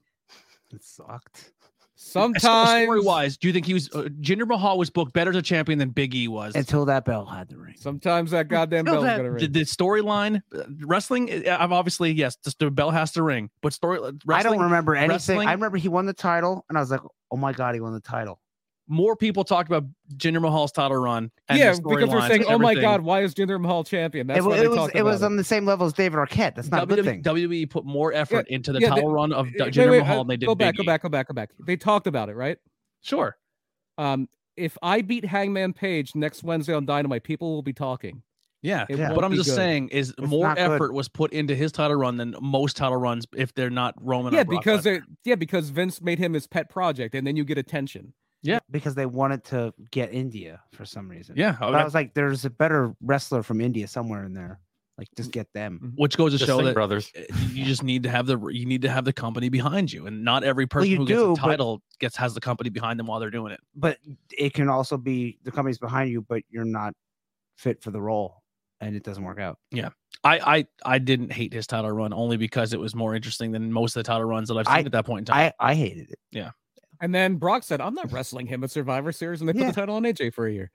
C: It sucked.
B: Sometimes,
A: story wise, do you think he was uh, Jinder Mahal was booked better as a champion than Big E was?
C: Until that bell had the ring.
B: sometimes that goddamn
A: Still
B: bell is
A: that-
B: gonna
A: the,
B: ring.
A: the storyline, uh, wrestling. uh, I'm obviously yes, just the bell has to ring, but story. uh, Wrestling,
C: I don't remember anything.
A: wrestling-
C: I remember he won the title, and I was like, "Oh my god, he won the title!"
A: More people talk about Jinder Mahal's title run. And
B: Yeah,
A: the
B: because
A: storylines
B: they're saying,
A: and
B: "Oh my
A: everything.
B: God, why is Jinder Mahal champion?" That's
C: It, wa-
B: why
C: it
B: they
C: was
B: talk
C: it
B: about
C: was on the same level as David Arquette. That's not a good
A: WWE,
C: thing.
A: WWE E put more effort into the
B: yeah,
A: title
B: they-
A: run of
B: Wait,
A: Jinder
B: wait,
A: Mahal
B: uh,
A: than they did
B: Go
A: Big
B: back,
A: E.
B: go back, go back, go back. They talked about it, right?
A: Sure.
B: Um, if I beat Hangman Page next Wednesday on Dynamite, people will be talking.
A: Yeah.
B: It
C: Yeah.
B: won't
A: What I'm
B: be
A: just
B: good.
A: saying is more
C: not good.
A: effort was put into his title run than most title runs if they're not Roman. or
B: Yeah,
A: Brock
B: because
A: Lesnar.
B: they, yeah, because Vince made him his pet project, and then you get attention.
C: because they wanted to get India for some reason.
A: yeah,
C: But
A: Oh, that-
C: I was like, "There's a better wrestler from India somewhere in there. Like, just get them."
A: which goes to
E: The
A: show
E: Singh
A: that
E: brothers.
A: uh, you just need to have the you need to have the company behind you, and not every person
C: you
A: who
C: do,
A: gets a
C: but-
A: title gets has the company behind them while they're doing it.
C: But it can also be the company's behind you, but you're not fit for the role, and it doesn't work out.
A: I I I didn't hate his title run only because it was more interesting than most of the title runs that I've seen
C: I-
A: at that point in time.
C: I I hated it.
B: And then Brock said, "I'm not wrestling him at Survivor Series," and they put
C: Yeah.
B: the title on AJ for a year.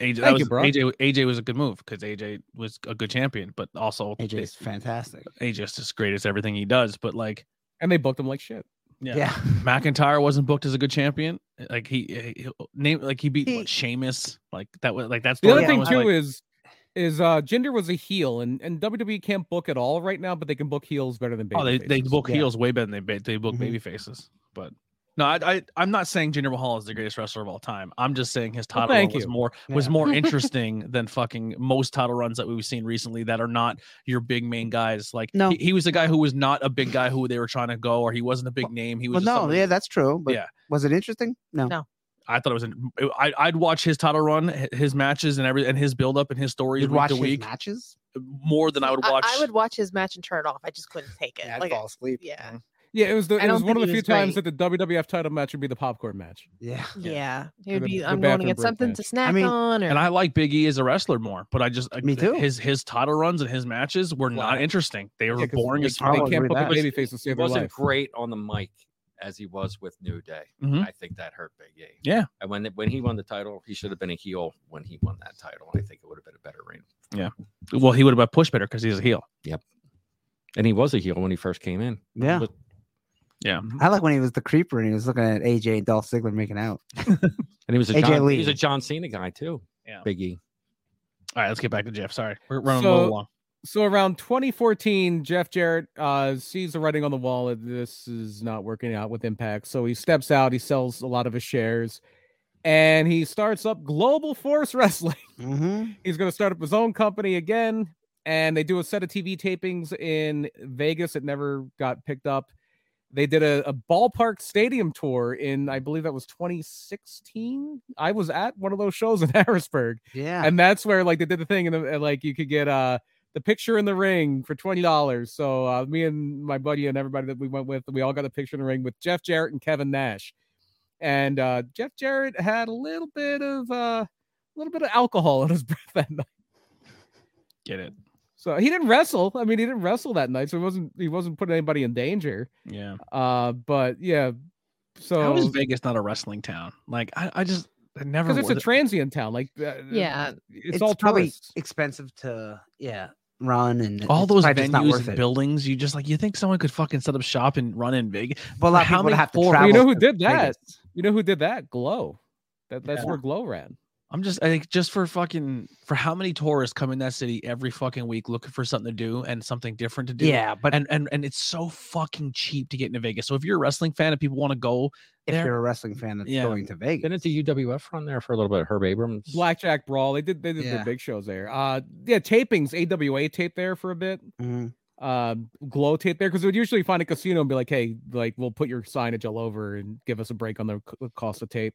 A: AJ, that
B: Thank you,
A: was-
B: bro.
A: AJ AJ was a good move because AJ was a good champion, but also
C: AJ
A: they-
C: is fantastic.
A: AJ's just great at everything he does. But like
B: And they booked him like shit.
A: Yeah.
C: Yeah.
A: McIntyre wasn't booked as a good champion. Like he, eh, he- he name like he beat
C: He-
A: what, Sheamus. Like that was like that's
B: The other
C: Yeah,
B: thing
C: I
B: too
A: like,
B: is is uh Jinder was a heel and and WWE can't book at all right now, but they can book heels better than baby.
A: oh they, they book
C: yeah.
A: heels way better than they ba- they book
C: Mhm.
B: Mm-hmm.
A: baby faces. But no, I, I I'm not saying Jinder Mahal is the greatest wrestler of all time. I'm just saying his
B: Well,
A: title run
B: thank
A: was
B: you.
A: more was
C: Yeah.
A: more interesting than fucking most title runs that we've seen recently that are not your big main guys. Like
C: No.
A: he, he was a guy who was not a big guy who they were trying to go, or he wasn't a big name. He
C: Well,
A: was just
C: no,
A: somebody-
C: yeah, that's true. But
A: Yeah.
C: was it interesting? No.
D: No.
A: I thought it was. An, I, I'd watch his title run, hi- his matches, and every and his build up and his stories
C: You'd
A: week
C: watch
A: to
C: his
A: week
C: matches.
A: more than I would watch.
D: I, would watch his match and turn it off. I just couldn't take it.
C: Yeah, I'd
D: like,
C: fall asleep.
D: yeah,
B: Yeah, it was the
D: I
B: it
D: don't
B: was one
D: think
B: of the
D: he
B: few
D: was
B: times
D: great.
B: that the WWF title match would be the popcorn match.
C: Yeah.
D: yeah. It
B: Or
D: would
B: the-
D: be.
B: the
D: I'm going to
B: bathroom
D: get
B: break
D: something
B: match.
D: to snack
C: mean-
D: on. Or
A: and I like Big E as a wrestler more, but I just I-
C: Me too.
A: His his title runs and his matches were
B: Wow.
A: not interesting. They were
B: Yeah, 'cause
A: boring
B: they,
A: as
C: I
B: they
C: would
A: fuck.
B: can't
C: agree
B: book
C: with
B: a
C: that.
B: baby face to
E: He
B: save their
E: wasn't
B: life.
E: great on the mic as he was with New Day.
A: Mhm.
E: I think that hurt Big E.
A: Yeah.
E: And when when he won the title, he should have been a heel when he won that title. I think it would have been a better reign.
A: Well, he would have been pushed better because he's a heel.
E: And he was a heel when he first came in.
C: Yeah.
E: But-
A: Yeah.
C: I like when he was the creeper and he was looking at AJ and Dolph Ziggler making out.
E: And he was a
C: AJ
E: John,
C: Lee.
E: he was a John Cena guy too.
A: Yeah.
E: Big E.
A: All right, let's get back to Jeff. Sorry, we're running a
B: So-
A: little long.
B: So around 2014, Jeff Jarrett uh, sees the writing on the wall that this is not working out with Impact. So he steps out. He sells a lot of his shares, and he starts up Global Force Wrestling.
C: Mm-hmm.
B: He's going to start up his own company again, and they do a set of TV tapings in Vegas. It never got picked up. They did a, a ballpark stadium tour in, I believe that was 2016. I was at one of those shows in Harrisburg,
C: Yeah.
B: and that's where like they did the thing, and, the- and, like you could get uh the picture in the ring for twenty dollars. So uh, me and my buddy and everybody that we went with, we all got a picture in the ring with Jeff Jarrett and Kevin Nash, and uh, Jeff Jarrett had a little bit of uh, a little bit of alcohol in his breath that night.
A: Get it?
B: So he didn't wrestle. I mean, he didn't wrestle that night, so he wasn't he wasn't putting anybody in danger.
A: Yeah.
B: Uh, but yeah, so
A: How is Vegas not a wrestling town? Like I, I just I never.
B: because it's a
A: was-
B: transient town, like uh,
D: Yeah.
B: it's, all
C: probably
B: tourists.
C: expensive to yeah run and
A: all
C: it's
A: those
C: probably just not
A: venues
C: worth
A: and
C: it.
A: buildings. You just like you think someone could fucking set up shop and run in Vegas.
C: But a lot of
A: how
C: people would
A: many
C: have to
A: four- You
C: travel.
B: know who
C: to
B: did that?
C: Vegas.
B: You know who did that? Glow. That that's
A: Yeah.
B: where Glow ran.
A: I'm just I think just for fucking for how many tourists come in that city every fucking week looking for something to do and something different to do.
C: Yeah, but
A: And and and it's so fucking cheap to get into Vegas. So if you're a wrestling fan and people want to go,
C: if
A: there-
C: you're a wrestling fan that's
A: Yeah.
C: going to Vegas,
E: Didn't the UWF run there for a little bit? Herb Abrams.
B: Blackjack Brawl. They did they did their
C: Yeah.
B: big shows there. Uh yeah, tapings, AWA tape there for a bit.
C: Mhm.
B: Um, glow tape there because we would usually find a casino and be like, hey, like we'll put your signage all over and give us a break on the c- cost of tape.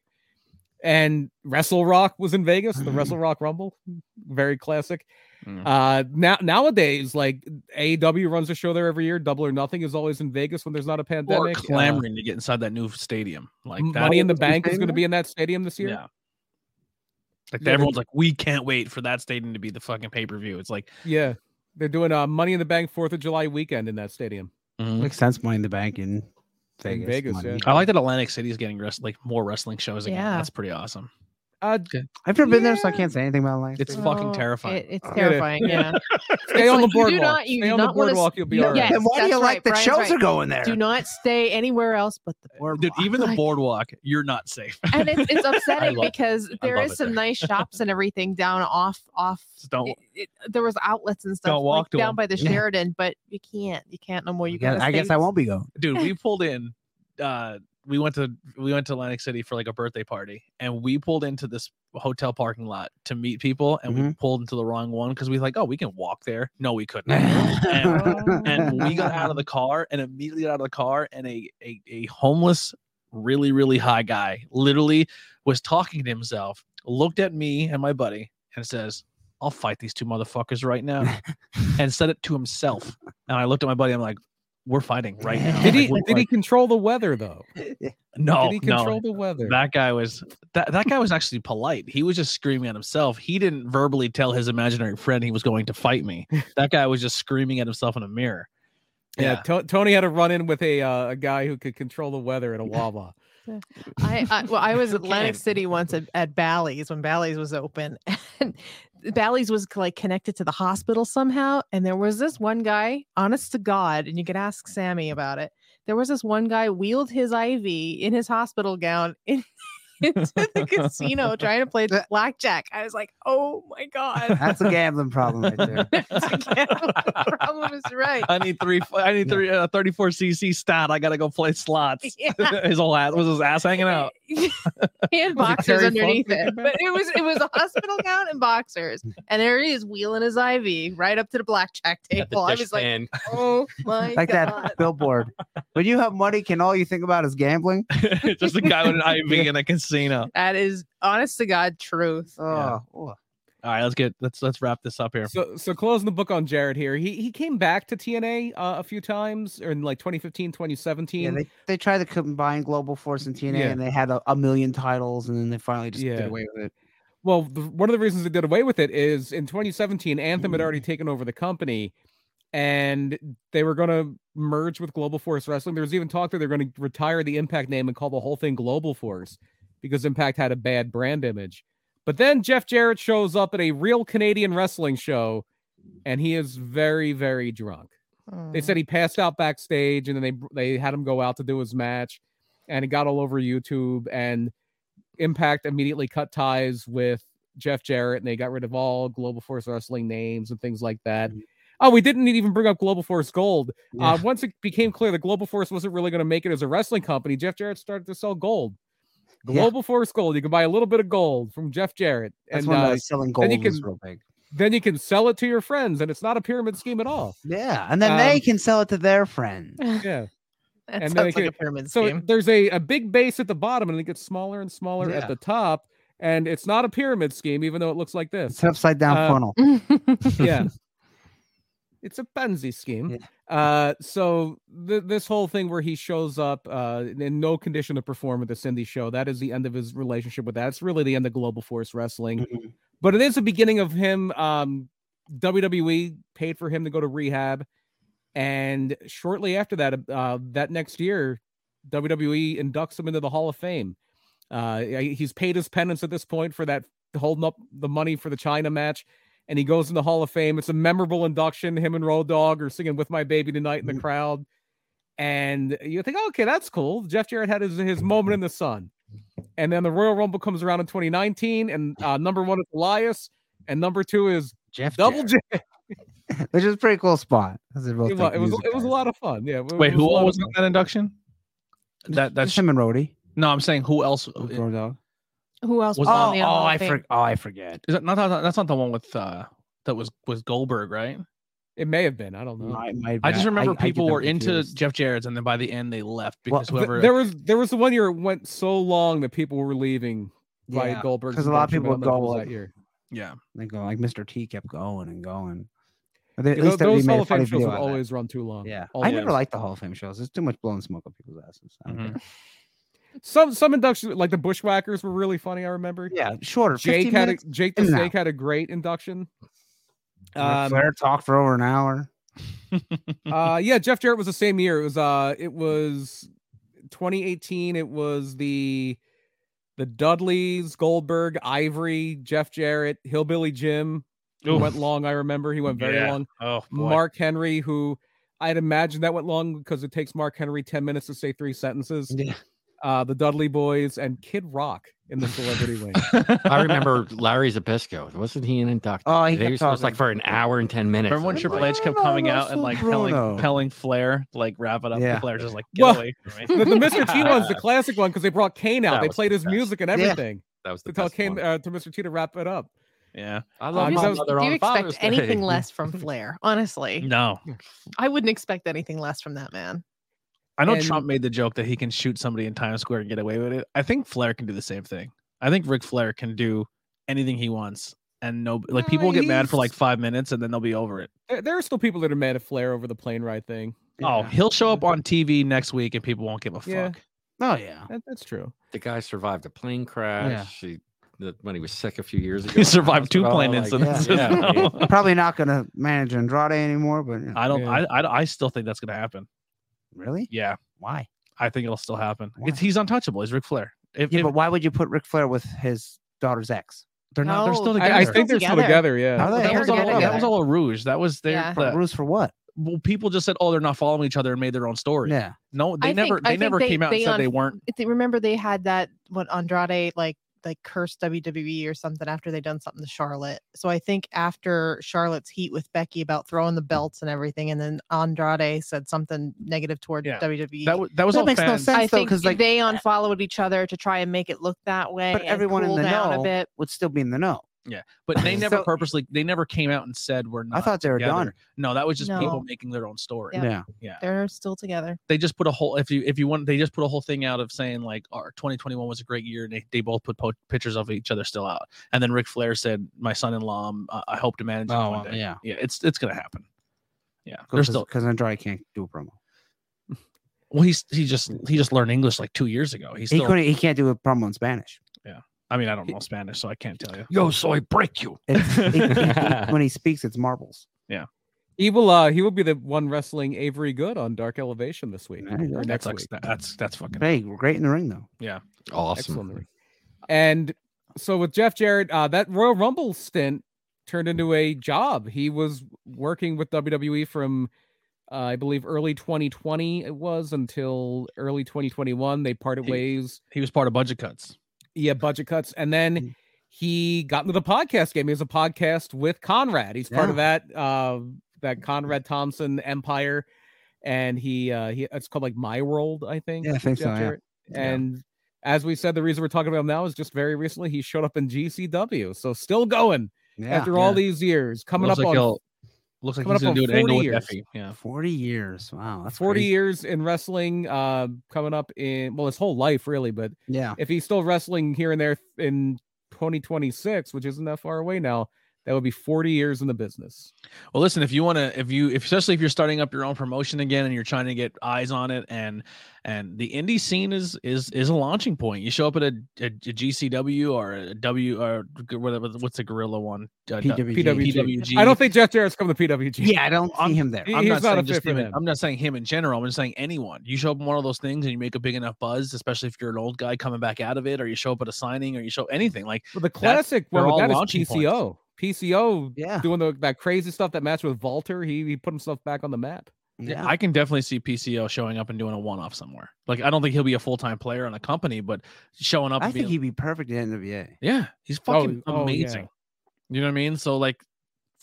B: And Wrestle Rock was in Vegas, the Wrestle Rock Rumble, very classic.
A: Mm-hmm. Mm.
B: Uh, now nowadays, like AEW runs a show there every year. Double or Nothing is always in Vegas when there's not a
A: people are
B: pandemic. Uh,
A: clamoring to get inside that new stadium. Like that,
B: Money in the
C: Is it
B: Bank is going to
C: stadium?
B: be in that stadium this year.
A: yeah. Like
B: Yeah, they-
A: everyone's like, we can't wait for that stadium to be the fucking pay per view. It's like
B: Yeah. They're doing uh, Money in the Bank Fourth of July weekend in that stadium.
A: Hmm.
C: makes sense. Money in the bank in Vegas.
B: Vegas,
C: money.
B: yeah.
A: I like that Atlantic City is getting rest, like more wrestling shows again.
D: Yeah.
A: That's pretty awesome.
B: Uh,
C: I've never been there, so I
B: Yeah.
C: can't say anything about life.
A: It's fucking
D: No,
A: terrifying.
D: Oh, it- it's
C: Yeah.
D: terrifying. Yeah.
B: stay
D: It's
B: on the
D: like, you do
B: boardwalk.
D: not- you
B: stay
D: do
B: on the
D: not wanna s-
B: boardwalk. You'll be
D: Yeah,
B: all right.
D: yes.
C: then why do you
D: that's
C: like
D: right,
C: the
D: Brian's
C: shows
D: right.
C: are going there?
D: Do not stay anywhere else but the boardwalk.
A: Dude, even the
D: Like-
A: boardwalk, you're not safe.
D: and it's, it's upsetting
E: love-
D: because
E: I
D: there
E: love
D: is
E: it
D: some
E: there.
D: nice shops and everything down off off
A: Just don't.
D: it, it, there was outlets and stuff
A: Don't walk
D: like,
A: to
D: down
A: 'em.
D: by the
C: Yeah.
D: Sheridan, but you can't. You can't no more. You
C: Yeah,
D: gotta
C: I guess
D: stay-
C: I won't be going.
A: dude we pulled in uh we went to we went to atlantic city for like a birthday party and we pulled into this hotel parking lot to meet people and we
C: Mhm.
A: pulled into the wrong one because we like oh we can walk there no we couldn't and, and
C: and
A: we got out of the car and immediately got out of the car and a, a a homeless really really high guy literally was talking to himself looked at me and my buddy and says i'll fight these two motherfuckers right now and said it to himself and i looked at my buddy i'm like we're fighting right now
B: Did he
A: Like, we're
B: did he
A: fighting."
B: control the weather though?
A: No,
B: did he
A: Oh, no.
B: control the weather?
A: That guy was that, that guy was actually polite. He was just screaming at himself. He didn't verbally tell his imaginary friend he was going to fight me. That guy was just screaming at himself in a mirror.
B: yeah, To- Tony had a run in with a uh, a guy who could control the weather at a Wawa.
D: I, I well, I was
A: Who
D: Atlantic
A: can?
D: City once at, at Bally's when Bally's was open, and Bally's was like connected to the hospital somehow. And there was this one guy, honest to God, and you could ask Sammy about it. There was this one guy wheeled his IV in his hospital gown in, into the casino trying to play blackjack. I was like, oh my God.
C: That's a gambling problem right there.
D: The problem is right.
A: I need three. I need three. Uh, Thirty-four cc stat. I gotta go play slots.
D: Yeah.
A: his whole ass was his ass hanging out.
D: and
B: Was it
D: boxers
B: Terry
D: underneath
B: Funk
D: it.
B: thinking
D: But it was it was a hospital gown and boxers. And there he is wheeling his IV right up to the blackjack table. I was like, oh my
C: Like
D: god.
C: that billboard. When you have money, can all you think about is gambling?
A: just a guy with an IV in a casino.
D: That is honest to God truth.
C: Oh,
A: Yeah.
C: oh.
A: All right, let's get let's let's wrap this up here.
B: So so closing the book on Jared here. He he came back to TNA uh, a few times or in like 2015, 2017.
C: yeah. They, they tried to combine Global Force and TNA,
B: Yeah.
C: and they had a, a million titles, and then they finally just
B: Yeah.
C: did away with it.
B: Well, the, one of the reasons they did away with it is in 2017, Anthem had already taken over the company, and they were going to merge with Global Force Wrestling. There was even talk that they're going to retire the Impact name and call the whole thing Global Force because Impact had a bad brand image. But then Jeff Jarrett shows up at a real Canadian wrestling show, and he is very, very drunk. They
D: Hmm.
B: said he passed out backstage, and then they br- they had him go out to do his match, and it got all over YouTube. And Impact immediately cut ties with Jeff Jarrett, and they got rid of all Global Force Wrestling names and things like that.
C: Mhm.
B: oh, we didn't even bring up Global Force Gold.
C: Yeah.
B: Uh, once it became clear that Global Force wasn't really going to make it as a wrestling company, Jeff Jarrett started to sell gold.
C: Yeah.
B: Global Force Gold. You can buy a little bit of gold from Jeff Jarrett,
C: That's
B: and
C: when
B: uh,
C: the selling
B: then
C: gold
B: you
C: was
B: can-
C: real big.
B: then you can sell it to your friends, and it's not a pyramid scheme at all.
C: Yeah, and then they
B: Um,
C: can sell it to their friends.
B: Yeah.
D: That
B: And then
D: sounds
B: they
D: like a
B: could-
D: pyramid
B: So
D: scheme.
B: there's a, a big base at the bottom, and it gets smaller and smaller
C: Yeah.
B: at the top. And it's not a pyramid scheme, even though it looks like this.
C: It's an upside down
B: uh,
C: funnel.
B: yeah. It's a Benzi scheme. Uh, so th- this whole thing where he shows up uh, in no condition to perform at the Cindy show, that is the end of his relationship with that. It's really the end of Global Force Wrestling,
C: Mhm.
B: but it is the beginning of him. Um, WWE paid for him to go to rehab, and shortly after that, uh, that next year, WWE inducts him into the Hall of Fame. Uh, he- he's paid his penance at this point for that holding up the money for the China match, and he goes in the Hall of Fame. It's a memorable induction. Him and Road Dog are singing "With My Baby Tonight" in the
C: Mhm.
B: crowd, and you think, okay, that's cool. Jeff Jarrett had his his moment in the sun, and then the Royal Rumble comes around in 2019, and uh, number one is Elias, and number two is
C: Jeff
B: Double J.
C: which is a pretty cool spot. 'cause they're both
B: It was
C: like
B: it was,
C: music
B: it was a
C: guys.
B: lot of fun. Yeah. it
A: Wait,
B: was a
A: who
B: lot of
A: was
B: fun.
A: on that induction? That
C: Just
A: that's
C: him and Rhodey.
A: no. I'm saying who else uh,
C: with
A: is
C: Road Dogg.
D: Who else
C: Oh,
D: was on the
C: oh,
D: Hall
C: I
D: of Fame?
C: for, oh, I forget.
A: that not that's not the one with uh that was was Goldberg, right?
B: It may have been. I don't know.
C: Might- might
A: I
C: be.
A: just remember
C: I get
A: people
C: them
A: were into
C: confused.
A: Jeff Jarrett's, and then by the end they left
C: Well,
A: because
B: Th-
A: whoever
B: there was there was the one year it went so long that people were leaving by
C: Yeah,
B: Goldberg
C: 'cause a lot of people would go
B: that
C: like-
B: year.
A: yeah.
C: They go like Mr. T kept going and going. But they, at
B: You know,
C: least they- they
B: those
C: made
B: Hall
C: a
B: of Fame
C: funny
B: shows
C: video
B: would
C: out of that.
B: always run too long.
C: Yeah, I
B: always.
C: never liked the Hall of Fame shows. There's too much blowing smoke up people's asses. I don't
A: Mhm.
B: Mm-hmm.
C: care.
B: Some some inductions like the Bushwhackers were really funny. I remember.
C: Yeah, shorter.
B: Jake
C: 15
B: had a,
C: minutes.
B: Jake the
C: in and
B: Snake had a great induction.
C: Ric
B: Um,
C: Flair talked for over an hour.
B: uh, yeah, Jeff Jarrett was the same year. It was uh, it was 2018. It was the the Dudleys, Goldberg, Ivory, Jeff Jarrett, Hillbilly Jim. Who went long. I remember he went very
A: Yeah.
B: long.
A: Oh, boy.
B: Mark Henry, who I'd imagine that went long because it takes Mark Henry 10 minutes to say three sentences.
C: Yeah.
B: Uh, the Dudley Boys and Kid Rock in the celebrity wing.
E: I remember Larry Zabisco. Wasn't he an inductor?
C: Oh, he
E: They
C: kept
E: was- it was like
C: talking.
E: for an hour and ten minutes.
A: Remember when
E: and I'm
A: Triple
E: like,
A: H kept
C: "No,
A: coming
C: no,
A: out and
C: so
A: like telling,
C: Bruno."
A: telling Flair, like wrap it up.
C: Yeah.
A: Yeah. Flair's just like, get
B: Well,
A: away from me.
B: the, the Mr. T one's the classic one because they brought Kane out.
E: That
B: They
E: was
B: played
E: the
B: his
E: best.
B: music and
C: Yeah.
B: everything
E: that was the
B: to tell
E: best
B: Kane
E: one.
B: uh, to Mr. T to wrap it up.
A: Yeah.
E: I love
B: Um,
E: my
B: that was-
E: mother
D: Do you
E: on
D: expect
E: Father's Day.
D: anything less from Flair? Honestly,
A: No.
D: I wouldn't expect anything less from that man.
A: I know
B: And-
A: Trump made the joke that he can shoot somebody in Times Square and get away with it. I think Flair can do the same thing. I think Ric Flair can do anything he wants. And no, like
B: Uh,
A: people will get mad for
B: he's-
A: like five minutes and then they'll be over it.
B: There, there are still people that are mad at Flair over the plane ride thing.
A: Oh,
C: Yeah.
A: he'll show up on TV next week and people won't give a fuck.
B: Yeah.
C: oh yeah.
B: That, that's true.
E: The guy survived a plane crash. He, the, when he was sick a few years ago,
A: He survived two
E: hospital,
A: plane
E: like,
A: incidents.
E: yeah, yeah,
A: Yeah.
C: Probably not gonna manage Andrade anymore, but yeah.
A: I don't.
B: Yeah.
A: I, I. I still think that's gonna happen.
C: really,
A: Yeah,
C: why?
A: I think it'll still happen.
C: Why?
A: It's he's untouchable. He's Ric Flair. If,
C: Yeah,
A: if
C: but why would you put Ric Flair with his daughter's ex?
A: they're not, they're
D: No,
A: still
D: I-
A: together.
B: I, I think they're still together. Yeah.
C: Are
A: But Uh,
C: they?
A: that,
D: They're
A: was all,
D: together.
A: that was all a ruse. That was their.
D: Yeah.
C: For
A: that-
C: Bruce for what?
A: well, people just said, "Oh, they're not following each other," and made their own story.
C: Yeah,
A: No, they
D: I
A: never.
D: think- I
A: they
D: think
A: never
D: they-
A: came out
D: they
A: and said they
D: un-
A: weren't.
D: If they remember, they had that what Andrade like like cursed WWE or something after they done something to Charlotte. So I think after Charlotte's heat with Becky about throwing the belts and everything, and then Andrade said something negative toward E.
A: Yeah.
D: WWE.
A: That was that was
C: That
A: all
C: makes no
A: fans.
C: sense.
D: I
C: though,
D: think
C: 'cause, like-
D: they unfollowed each other to try and make it look that way.
C: but
D: and
C: everyone
D: cool
C: in the
D: down
C: know
D: a bit.
C: would still be in the know.
A: But they never
C: So-
A: purposely. They never came out and said we're not.
C: I thought they were
A: together.
C: done.
A: No, that was just
D: No.
A: people making their own story.
D: Yeah.
C: Yeah,
D: They're still together.
A: They just put a whole. If you if you want, they just put a whole thing out of saying like, "Our 2021 was a great year," and they, they both put po- pictures of each other still out. And then Ric Flair said, "My son-in-law, um, I- I hope to manage." him one
C: Oh, well,
A: day."
C: yeah.
A: yeah. It's it's gonna happen. Yeah, they're
C: because
A: still.
C: Andrade can't do a promo.
A: Well, he's he just he just learned English like two years ago. He's
C: He
A: still.
C: couldn't. He can't do a promo in Spanish.
A: I mean, I don't know Spanish, so I can't tell you.
E: Yo, soy break you.
C: It's- he- he- he- when he speaks, it's marbles.
B: He will uh he will be the one wrestling Avery Good on Dark Elevation this week.
C: There you go.
B: Or
A: That's
B: next
A: like,
B: week.
A: that's that's fucking.
C: Hey, we're great in the ring though.
E: Awesome.
B: Excellent. And so with Jeff Jarrett, uh, that Royal Rumble stint turned into a job. He was working with WWE from, uh, I believe, early 2020 it was until early 2021. They parted
A: He-
B: ways.
A: He was part of budget cuts.
B: Yeah, budget cuts, and
C: Mm.
B: then he got into the podcast game. He has a podcast with Conrad. He's part of that uh, that Conrad Thompson Empire, and he uh he it's called like My World, I think.
C: Yeah, I think so,
B: Jeff
C: yeah.
B: Jarrett.
E: Yeah.
B: And as we said, the reason we're talking about him now is just very recently he showed up in GCW, so still going
C: Yeah.
B: after
E: yeah.
B: all these years, coming
E: looks
B: up
E: like
B: on
E: he'll- looks like
B: coming
E: he's
B: up
E: gonna
B: on
E: do an
B: 40
E: angle with
B: years.
E: Effie. Yeah,
C: 40 years. Wow. That's
B: 40
C: crazy.
B: years in wrestling, uh, coming up in well his whole life really, but
C: Yeah.
B: if he's still wrestling here and there in 2026, which isn't that far away now, that would be 40 years in the business.
A: Well, listen, if you want to, if you, if, especially if you're starting up your own promotion again and you're trying to get eyes on it, and and the indie scene is is is a launching point. You show up at a, a, a GCW or a W or g- whatever. What's the gorilla one? Uh, d-
C: PWG.
B: PWG.
A: PWG.
B: I don't think Jeff Jarrett's coming to PWG.
C: Yeah, I don't see him there.
B: He-
A: I'm
B: he's
A: not,
B: not a
A: saying
B: fit
A: just
B: for
A: him. in-
B: them.
A: I'm not saying him in general. I'm just saying anyone. You show up in one of those things and you make a big enough buzz, especially if you're an old guy coming back out of it, or you show up at a signing, or you show anything like
B: But the classic one
A: they're
B: with
A: all
B: that is
A: launching points.
B: PCO. PCO
C: Yeah.
B: doing the, that crazy stuff that match with Walter. He, he put himself back on the map.
C: Yeah.
A: I can definitely see PCO showing up and doing a one-off somewhere. Like I don't think he'll be a full-time player on a company, but showing up.
C: I
A: and being
C: think he'd be perfect in NBA.
A: Yeah, he's fucking
B: oh, yeah.
A: amazing. You know what I mean? So like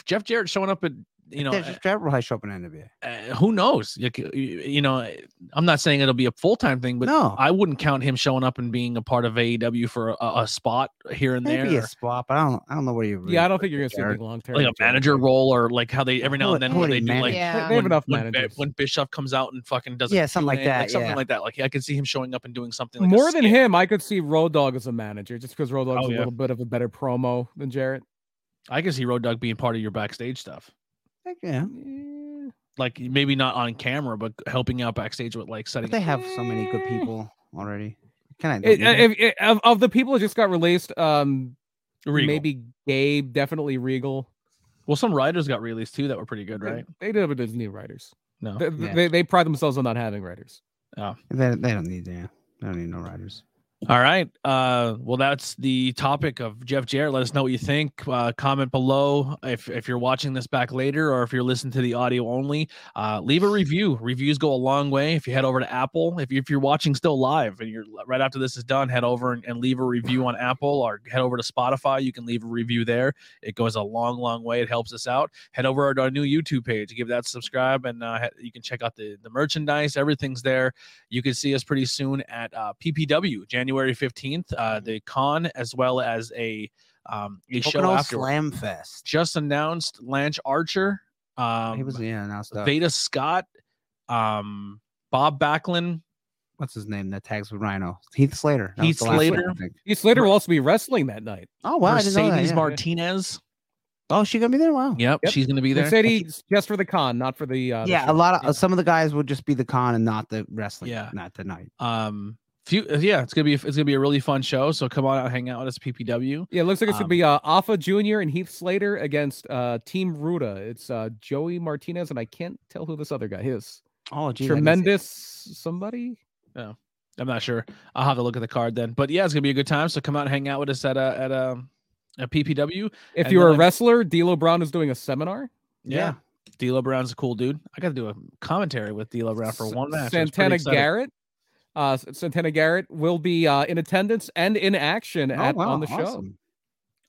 A: Jeff Jarrett showing up at you know
C: Jeff Jarrett will show up in NBA.
A: uh, who knows? You, c- you you know, I'm not saying it'll be a full time thing, but
C: no,
A: I wouldn't count him showing up and being a part of AEW for a, a spot here and there,
C: maybe a spot, but I don't. I don't know where you.
B: yeah, I
C: really
B: don't
C: put
B: think you're going to see
C: Jarrett.
B: anything long term.
A: like a
B: with Jarrett.
A: manager role, or like how they every now
C: Who-
A: and then
C: who
A: when
C: would
A: they
C: he
A: do like
C: manage?
D: Yeah.
B: They have
A: when-
B: enough
A: when, Bi-
B: managers.
A: when Bischoff comes out and fucking does a
C: Yeah, something like
A: Q&A,
C: that,
A: something
C: yeah.
A: like that. Like I could see him showing up and doing something like a
B: More than
A: skit.
B: him, I could see Road Dog as a manager just because Road Dog's
A: Oh,
B: a
A: yeah.
B: little bit of a better promo than Jarrett.
A: I could see Road Dogg being part of your backstage stuff.
C: Like, yeah,
B: Eh,
A: Like maybe not on camera, but helping out backstage with like setting
C: but they have so many good
B: Eh.
C: people already. Can I?
B: It, if- it- of, of the people that just got released, um,
A: Regal.
B: maybe Gabe, definitely Regal.
A: Well, some writers got released too that were pretty good,
B: They-
A: right? Oh,
B: They did have a new writers.
A: No.
B: They,
C: Yeah.
B: they, they pride themselves on not having writers.
C: They, they don't need. Yeah, they don't need no riders.
A: All right. Uh, well, that's the topic of Jeff Jarrett. Let us know what you think. Uh, comment below if, if you're watching this back later or if you're listening to the audio only. Uh, leave a review. Reviews go a long way. If you head over to Apple, if, you, if you're watching still live and you're right after this is done, head over and, and leave a review on Apple or head over to Spotify. You can leave a review there. It goes a long, long way. It helps us out. Head over to our new YouTube page. Give that subscribe and uh, he- you can check out the, the merchandise. Everything's there. You can see us pretty soon at uh, PPW, January 15th, uh, the con, as well as a um, a show
C: Pocono
A: after.
C: Slam Fest.
A: Just announced Lance Archer,
C: he
A: um,
C: was yeah. Now stuff.
A: Veda Scott, um, Bob Backlund.
C: What's his name? That tags with Rhino. Heath Slater. That was
A: Heath
C: the last one, I
A: Slater.
C: think.
B: Heath Slater will also be wrestling that night.
C: Oh wow, I didn't know that,
A: Mercedes
C: yeah.
A: Martinez.
C: Oh, she gonna be there. Wow.
A: Yep,
B: Yep.
A: she's going to be there.
B: Mercedes just for the con, not for the uh, the
C: Yeah,
B: show.
C: a lot of
A: yeah.
C: some of the guys would just be the con and not the wrestling.
A: Yeah.
C: not tonight.
A: Um, few, yeah, it's gonna be it's gonna be a really fun show. So come on out, hang out with us, PPW.
B: Yeah, it looks like it's
A: um,
B: gonna be uh, Alpha Junior and Heath Slater against uh, Team Ruda. It's uh, Joey Martinez and I can't tell who this other guy is.
C: Oh, geez, I didn't see-
B: Tremendous somebody.
A: I'm not sure. I'll have to look at the card then. But yeah, it's gonna be a good time. So come out and hang out with us at a at a, a PPW.
B: If
A: And
B: you're
A: then
B: a
A: I-
B: wrestler, D'Lo Brown is doing a seminar.
A: Yeah. D'Lo Brown's a cool dude. I got to do a commentary with D'Lo Brown for
B: S-
A: one match. I was pretty
B: Santana
A: excited.
B: Garrett. Uh, S- Santana Garrett will be uh, in attendance and in action
C: Oh,
B: at,
C: wow,
B: on the show.
C: awesome.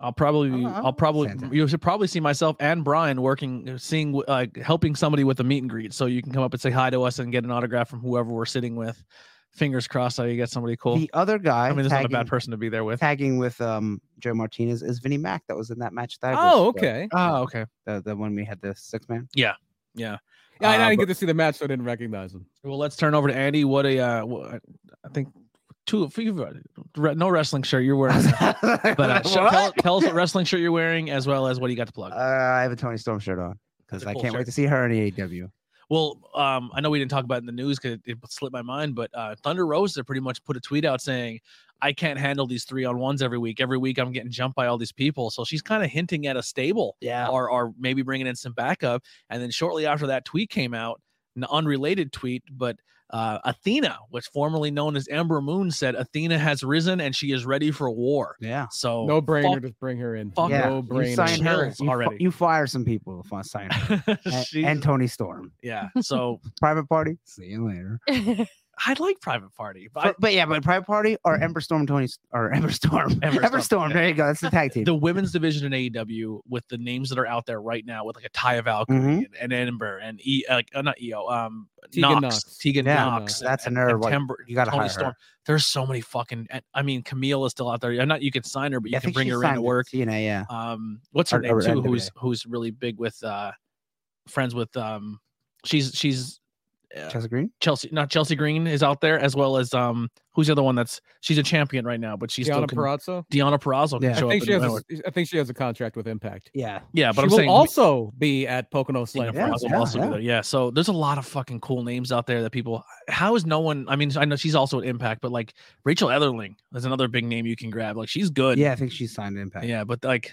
A: I'll probably,
C: Oh,
A: I'll probably,
C: Santana.
A: you should probably see myself and Brian working, seeing, like, helping somebody with a meet and greet. So you can come up and say hi to us and get an autograph from whoever we're sitting with. Fingers crossed, so you get somebody cool.
C: The other guy,
A: I mean, there's not a
C: tagging,
A: bad person to be there with.
C: tagging with um Joe Martinez is Vinnie Mac. That was in that match. That I
B: Oh,
C: was, uh,
B: okay.
A: Oh, okay.
C: The, the one we had the six man.
B: Yeah, I, I
A: Uh,
B: didn't
A: but-
B: get to see the match, so I didn't recognize him.
A: Well, let's turn over to Andy. What a, uh, wh- I think two, if you've, uh, re- no wrestling shirt you're wearing.
C: but
A: But uh, show- tell, tell us what wrestling shirt you're wearing, as well as what you got to plug.
C: Uh, I have a Tony Storm shirt on because
A: a
C: I
A: cool
C: can't
A: shirt.
C: wait to see her in E AEW.
A: Well, um, I know we didn't talk about it in the news because it, it slipped my mind, but uh, Thunder Rosa pretty much put a tweet out saying, "I can't handle these three on ones every week. Every week I'm getting jumped by all these people." So she's kind of hinting at a stable,
C: Yeah.
A: or or maybe bringing in some backup. And then shortly after that tweet came out, an unrelated tweet, but uh, Athena, which formerly known as Ember Moon, said Athena has risen and she is ready for war.
C: Yeah.
A: So
B: No brainer,
A: Oh, fuck-
B: just bring her in.
A: fuck
C: yeah.
B: No
C: you
B: brainer.
C: sign her.
A: Chills
C: You, fi-
A: already.
C: you fire some people if I sign her. A-
A: she's-
C: and Tony Storm.
A: yeah. So
C: Private party. See you later.
A: I like Private Party, but I- Mm-hmm.
C: But, but yeah, but Private Party or Ember Storm Tony or Ember Storm.
A: Ember
C: Ember,
A: Storm,
C: Storm.
A: yeah.
C: There you go. That's the tag team.
A: the women's division in AEW with the names that are out there right now with like a Ty Valkyrie
C: Mhm.
A: and, and Ember and E like uh, not EO um
B: Tegan
A: Knox,
B: Knox.
A: Tegan
C: Yeah,
A: Knox.
C: that's
A: and-
C: a
A: and
C: nerd, like,
A: Timber-
C: you gotta
A: Tony
C: hire her.
A: Storm. There's so many fucking. and- I mean, Camille is still out there. I'm not you can sign her, but you
C: Yeah, I
A: can
C: think
A: bring
C: she
A: her in
C: signed
A: to
C: at
A: work.
C: TNA, yeah.
A: Um, what's her
C: Or-
A: name
C: or
A: too?
C: NWA.
A: Who's who's really big with uh friends with um she's she's uh,
C: Chelsea Green.
A: Chelsea not Chelsea Green is out there as well as um who's the other one that's she's a champion right now, but she's
B: Deanna
A: still can,
B: Perazzo.
A: Deanna Perazzo can
C: Yeah. I
A: show
B: I
A: up.
B: think,
A: in
B: she has
A: the
B: a
A: network.
B: s- I think she has a contract with Impact.
C: Yeah.
A: yeah, but
B: she
A: I'm
B: will
A: saying
B: also be at Pocono Slam.
A: Slam
C: Yeah,
A: Frost will
C: yeah,
A: also be
C: yeah.
A: there. Yeah. So there's a lot of fucking cool names out there that people. How is no one? I mean, I know she's also at Impact, but like Rachel Etherling is another big name you can grab. Like she's good.
C: Yeah, I think she signed at Impact.
A: Yeah. But like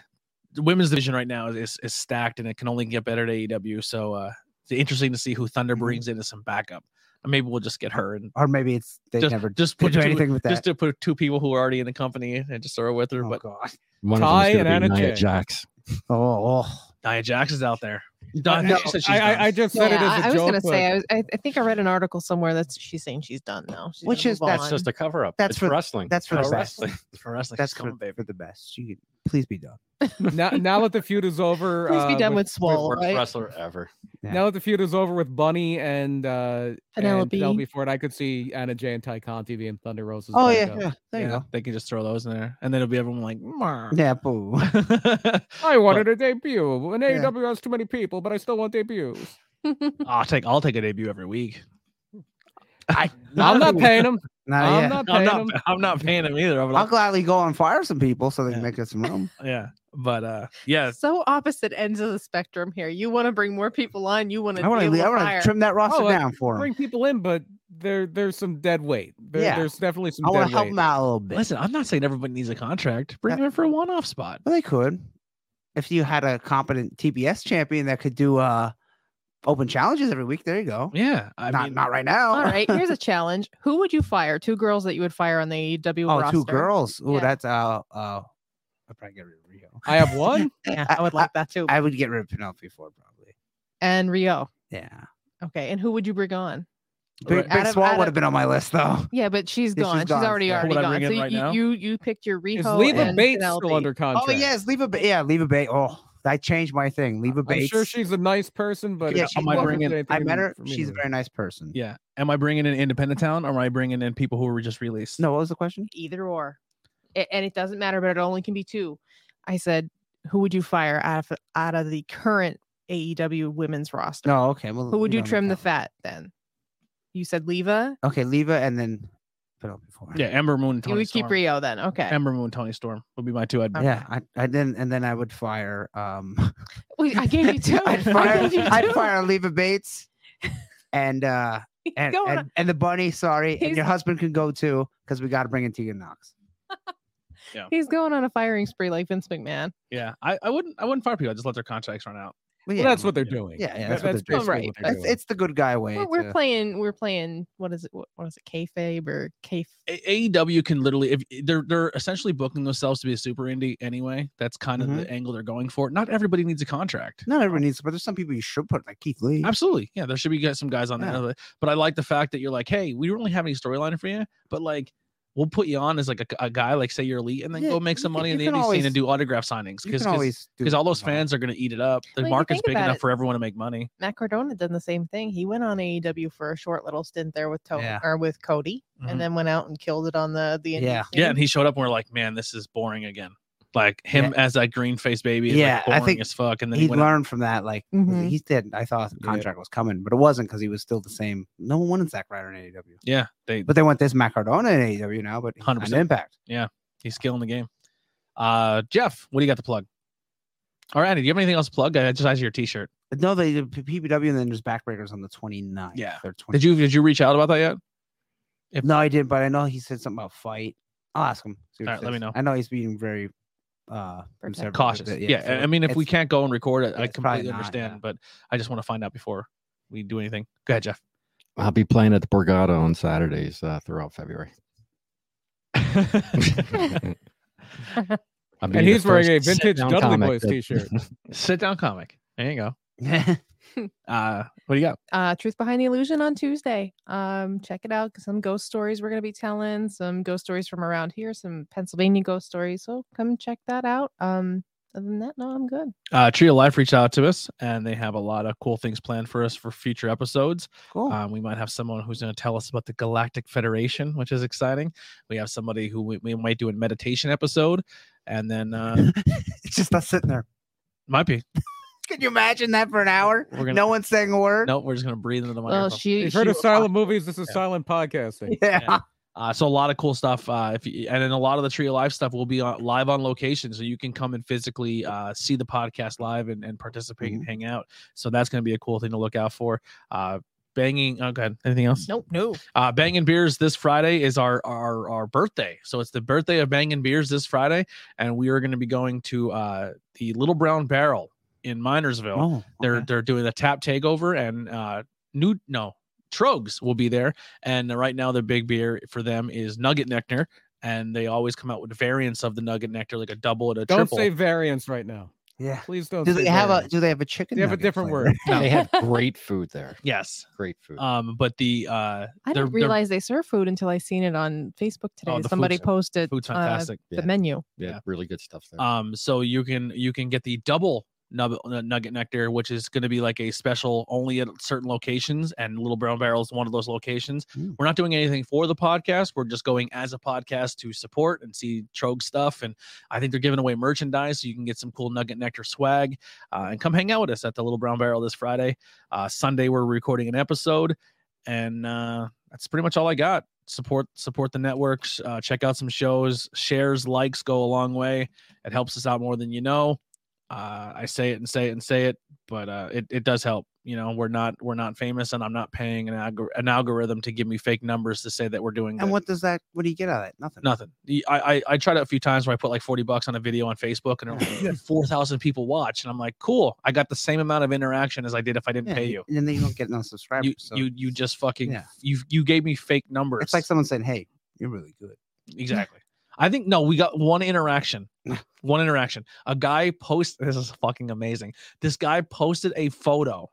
A: the women's division right now is is stacked and it can only get better at AEW. So uh, it's interesting to see who Thunder
C: Mhm.
A: brings in as some backup. And Maybe we'll just get her and
C: Or maybe it's they never
A: just
C: did
A: put
C: do
A: two,
C: anything with that.
A: just to put two people who are already in the company and just throw her with her.
C: oh,
A: but
C: God.
E: One
B: Ty
E: of them
B: and
E: is gonna be
B: Anna
E: Nia
B: Jay.
E: Jax.
C: Oh, oh.
A: Nia Jax is out there. Don,
B: No,
A: she said she's
B: I, I,
A: done.
B: I just said
D: Yeah,
B: it as a
D: I, I was
B: joke.
D: gonna
B: but-
D: say I was. I, I think I read an article somewhere that's she's saying she's done now. She's
C: Which
D: gonna
C: is-
D: move
C: that's
E: It's
D: on.
E: just a cover up.
C: That's
E: it's
C: for-
E: wrestling.
C: that's for
E: Pro
C: the best.
E: wrestling.
A: for wrestling.
C: That's
A: come
C: for,
A: on, baby.
C: for the best. You could, please be done.
B: now, now that the feud is over,
D: Please be
B: uh,
D: done
B: with-
D: with Swole,
E: Worst
D: right?
E: wrestler ever.
C: Yeah.
B: Now that the feud is over with Bunny and uh and
D: Penelope.
B: Penelope Ford, I could see Anna Jay and Ty Conti being Thunder Rose's.
C: Oh, yeah.
B: backup.
C: yeah. There you
A: Yeah,
C: go.
A: They can just throw those in there, and then it'll be everyone like, "Mwah."
C: Yeah, boo.
B: I wanted a debut. And
C: Yeah.
B: AEW has too many people, but I still want debuts.
A: I'll take I'll take a debut every week.
C: I,
B: I'm not paying them.
C: Not
B: I'm
C: yet.
B: not paying
A: I'm
B: them.
A: not I'm not paying them either. I'm
C: I'll
A: like,
C: gladly go and fire some people so they can
A: Yeah.
C: make us some room.
A: yeah, but uh, yeah,
D: So opposite ends of the spectrum here. You want to bring more people on. You want to.
C: I want to. I want to trim that roster
B: Oh, uh,
C: down for them.
B: Bring people in, but there there's some dead weight. There,
C: Yeah.
B: There's definitely some
C: I
B: dead
C: want to help
B: weight.
C: them out a little bit.
A: listen, I'm not saying everybody needs a contract. Bring
C: Yeah.
A: them in for a one-off spot.
C: Well, they could. If you had a competent TBS champion that could do uh open challenges every week, there you go.
A: Yeah, I
C: not
A: mean,
C: not right now.
D: All right. Here's a challenge. Who would you fire? Two girls that you would fire on the AEW
C: Oh,
D: roster.
C: two girls. Oh,
D: Yeah.
C: that's uh uh I'd probably get rid of Rio.
B: I have one.
D: Yeah, I, would
C: I-
D: like that too.
C: I would get rid of Penelope Ford probably.
D: and Rio.
C: Yeah.
D: Okay. And who would you bring on?
C: Big,
A: Right.
C: Big
D: Out of-
C: Swall
D: out
C: would
D: of-
C: have been on my list though.
D: Yeah, but she's
C: Yeah, she's
D: gone. She's,
C: gone,
D: already
C: so- Who
D: already
A: would I
D: gone.
A: bring
D: So
A: in right
D: you,
A: now?
D: you you picked your
B: Is
D: Riho
B: Leva
D: and
B: Bates
D: Penelope.
B: still under
C: Oh
B: contract?
C: yes, leave a ba- yeah, leave a bait. Oh, I changed my thing. Leave a
B: I'm
C: bait.
B: sure she's a nice person, but
C: Yeah,
B: it
C: she
A: might
B: wasn't
A: bring in-
B: anything
C: I met her.
B: for me
C: She's a
B: to-
C: very nice person.
A: yeah. Am I bringing in Independent Town or am I bringing in people who were just released?
C: No, what was the question?
D: Either or, A- and it doesn't matter. But it only can be two. I said, who would you fire out of out of the current AEW women's roster?
C: No, okay. Well,
D: Who would
C: we don't
D: you
C: have
D: trim the
C: that
D: fat then? You said Leva.
C: one. Okay, leave it and then Penelope Ford.
A: Yeah, Ember Moon, and
D: You
A: Tony
D: would keep
A: Storm.
D: Rio then. Okay.
A: Ember Moon, Tony Storm would be my two. I'd
D: Okay.
C: Yeah, I, I then and then I would fire. Um,
D: Wait, I gave you two.
C: I'd
D: I
C: fire.
D: gave you
C: I'd
D: two.
C: fire Leva Bates, and uh,
D: He's
C: and,
D: going
C: and, and the bunny. Sorry, and
D: He's-
C: your husband can go too because we got to bring in Tegan Knox.
D: on- he's going on a firing spree like Vince McMahon.
A: yeah. I, I wouldn't I wouldn't fire people. I just let their contracts run out.
C: Well,
B: Well, that's what they're doing.
C: Yeah, yeah,
B: That-
C: that's what they're
B: basically
D: doing.
B: what they're
C: it's,
B: doing.
C: it's the good guy way.
D: We're, we're
C: to-
D: playing. We're playing. What is it? What, what is it? Kayfabe or K?
A: A- AEW can literally if eh, they're they're essentially booking themselves to be a super indie anyway. That's kind
C: Mm-hmm.
A: of the angle they're going for. Not everybody needs a contract.
C: Not everyone needs, but there's some people you should put like Keith Lee.
A: Absolutely. Yeah, there should be guys- some guys on
C: Yeah.
A: there. But I like the fact that you're like, hey, we don't really have any storyline for you, but like we'll put you on as like a, a guy, like say you're elite, and then
C: Yeah,
A: go make
C: you
A: some
C: can-
A: money in
C: you
A: the
C: can
A: indie scene
C: always-
A: and do autograph signings
C: You
A: because
C: can always do
A: because all those
C: something.
A: fans are going to eat it up. The
D: Well, if you
A: market's
D: think
A: big
D: about
A: enough
D: it-
A: for everyone to make money.
D: Matt Cardona done the same thing. He went on AEW for a short little stint there with Tony
C: Yeah. Mm-hmm.
D: or with Cody,
A: Mhm.
D: and then went out and killed it on the the. indie
C: Yeah.
A: Yeah,
D: scene.
A: and he showed up and we're like, man, this is boring again. Like him as that green face baby. Is
C: Yeah,
A: like
C: I
A: boring
C: think
A: as fuck. And then he
C: He
A: went out-
C: learned from that. Like
D: Mhm.
C: he said, I thought the
A: Yeah.
C: contract was coming, but it wasn't because he was still the same. No one wanted Zack Ryder in AEW.
A: yeah, they
C: But they want this Macardona in AEW now, but he's not
A: 100%.
C: an impact.
A: he's killing the game. Uh, Jeff, what do you got to plug? All right, do you have anything else to plug? I just asked you your T-shirt.
C: No, they did P- PPW and then there's backbreakers on the 29th.
A: Yeah.
C: Or
A: Did
C: 20.
A: you did you reach out about that yet?
C: No, I didn't, but I know he said something about fight. I'll ask him. see what
A: All
C: he
A: right, let me
C: says.
A: know.
C: I know he's being very uh conservative with
A: Cautious.
C: it,
A: Yeah,
C: so
A: I- I mean, if we
C: it's-
A: can't go and record it,
C: yeah,
A: I
C: it's probably
A: completely
C: not,
A: understand.
C: yeah.
A: But I just want to find out before we do anything. Go ahead, Jeff.
E: I'll be playing at the Borgata on Saturdays uh, throughout February.
A: I'll be
B: And
A: the
B: he's wearing
A: first
B: a vintage
E: sit-down
B: Dudley
E: comic
B: Boys
E: that-
B: t-shirt.
A: Sit down comic. There you go. Uh, what do you got?
D: uh, Truth Behind the Illusion on Tuesday. Um, check it out. 'cause Some ghost stories we're going to be telling, some ghost stories from around here, some Pennsylvania ghost stories. So come check that out. Um, other than that, no, I'm good.
A: Uh, Tree of Life reached out to us, and they have a lot of cool things planned for us for future episodes.
C: cool.
A: Um, we might have someone who's going to tell us about the Galactic Federation, which is exciting. We have somebody who we, we might do a meditation episode, and then uh,
C: it's just us sitting there.
A: might be
C: Can you imagine that for an hour?
A: We're gonna-
C: no one's saying a word.
A: no, we're just going to breathe into the microphone.
D: Well, she,
B: You've
D: she
B: heard of
D: will-
B: silent movies. This is
A: Yeah.
B: silent podcasting.
C: Yeah.
A: Yeah. uh, so a lot of cool stuff. Uh, if you, and then a lot of the Tree of Life stuff will be on, live on location, so you can come and physically uh, see the podcast live and, and participate and hang out. So that's going to be a cool thing to look out for. Uh, banging. Oh, go ahead. Anything else?
D: Nope, no.
A: Uh, Bangin' Beers this Friday is our, our our birthday, so it's the birthday of Bangin' Beers this Friday, and we are going to be going to uh, the Little Brown Barrel in Minersville.
C: Oh,
A: They're
C: okay.
A: they're doing the tap takeover, and uh, new no Trogs will be there, and right now the big beer for them is Nugget Nectar, and they always come out with variants of the Nugget Nectar, like a double and a
B: Don't
A: triple.
B: say variants right now.
C: yeah.
B: Please don't.
C: Do
B: say
C: they have a
B: variants.
C: Do they have a chicken?
B: They have a
C: nugget
B: different
C: flavor?
B: word.
E: They have great food there.
A: yes,
E: Great food.
A: um, but the uh,
D: I
A: They're-
D: didn't
A: they're-
D: realize they serve food until I seen it on Facebook
B: Oh,
D: today.
A: the food's-
D: Somebody posted
A: food's
D: uh,
A: fantastic.
D: the
E: Yeah.
D: menu.
E: yeah,
A: yeah.
E: really good stuff there.
A: Um, so you can you can get the double nugget, nugget nectar, which is going to be like a special only at certain locations, and Little Brown Barrel is one of those locations.
C: Mm.
A: We're not doing anything for the podcast. We're just going as a podcast to support and see Trogue stuff, and I think they're giving away merchandise, so you can get some cool Nugget Nectar swag, uh, and come hang out with us at the Little Brown Barrel this Friday. Uh, Sunday we're recording an episode, and uh, that's pretty much all I got. Support support the networks. Uh, check out some shows. Shares likes go a long way it helps us out more than you know uh, i say it and say it and say it but uh, it, it does help you know we're not we're not famous and i'm not paying an, algor- an algorithm to give me fake numbers to say that we're doing
C: And
A: good.
C: what does that? What do you get out of it? Nothing.
A: nothing The- I, I i tried it a few times where i put like 40 bucks on a video on facebook and they're like, "Yeah, 4000 people watch and i'm like cool i got the same amount of interaction as i did if i didn't
C: Yeah,
A: pay you
C: And then you don't get no subscribers.
A: you,
C: so
A: you you just fucking
C: Yeah.
A: you you gave me fake numbers
C: it's like someone saying, "Hey, you're really good."
A: Exactly. I think no, we got one interaction. One interaction. A guy post this is fucking amazing. This guy posted a photo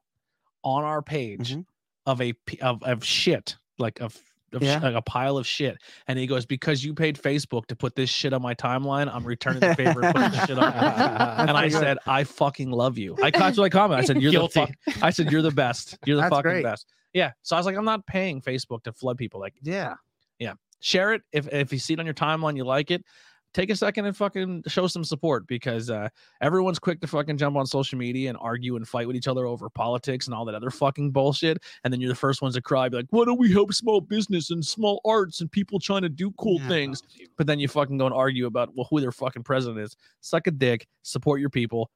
A: on our page
C: Mhm.
A: of a p- of of shit, like of, of sh-
C: Yeah.
A: like a pile of shit. And he goes, "Because you paid Facebook to put this shit on my timeline, I'm returning the favor and putting the shit on." my timeline."
C: That's
A: and I
C: pretty good.
A: said, "I fucking love you." I caught I comment. I said, "You're the fuck." I said, "You're the best. You're the
C: That's
A: fucking
C: great.
A: best." Yeah. So I was like, "I'm not paying Facebook to flood people. Like,
C: "Yeah,
A: share it if if you see it on your timeline you like it take a second and fucking show some support because uh everyone's quick to fucking jump on social media and argue and fight with each other over politics and all that other fucking bullshit and then you're the first ones to cry be like why don't we help small business and small arts and people trying to do cool
C: Yeah.
A: things but then you fucking go and argue about well who their fucking president is suck a dick support your people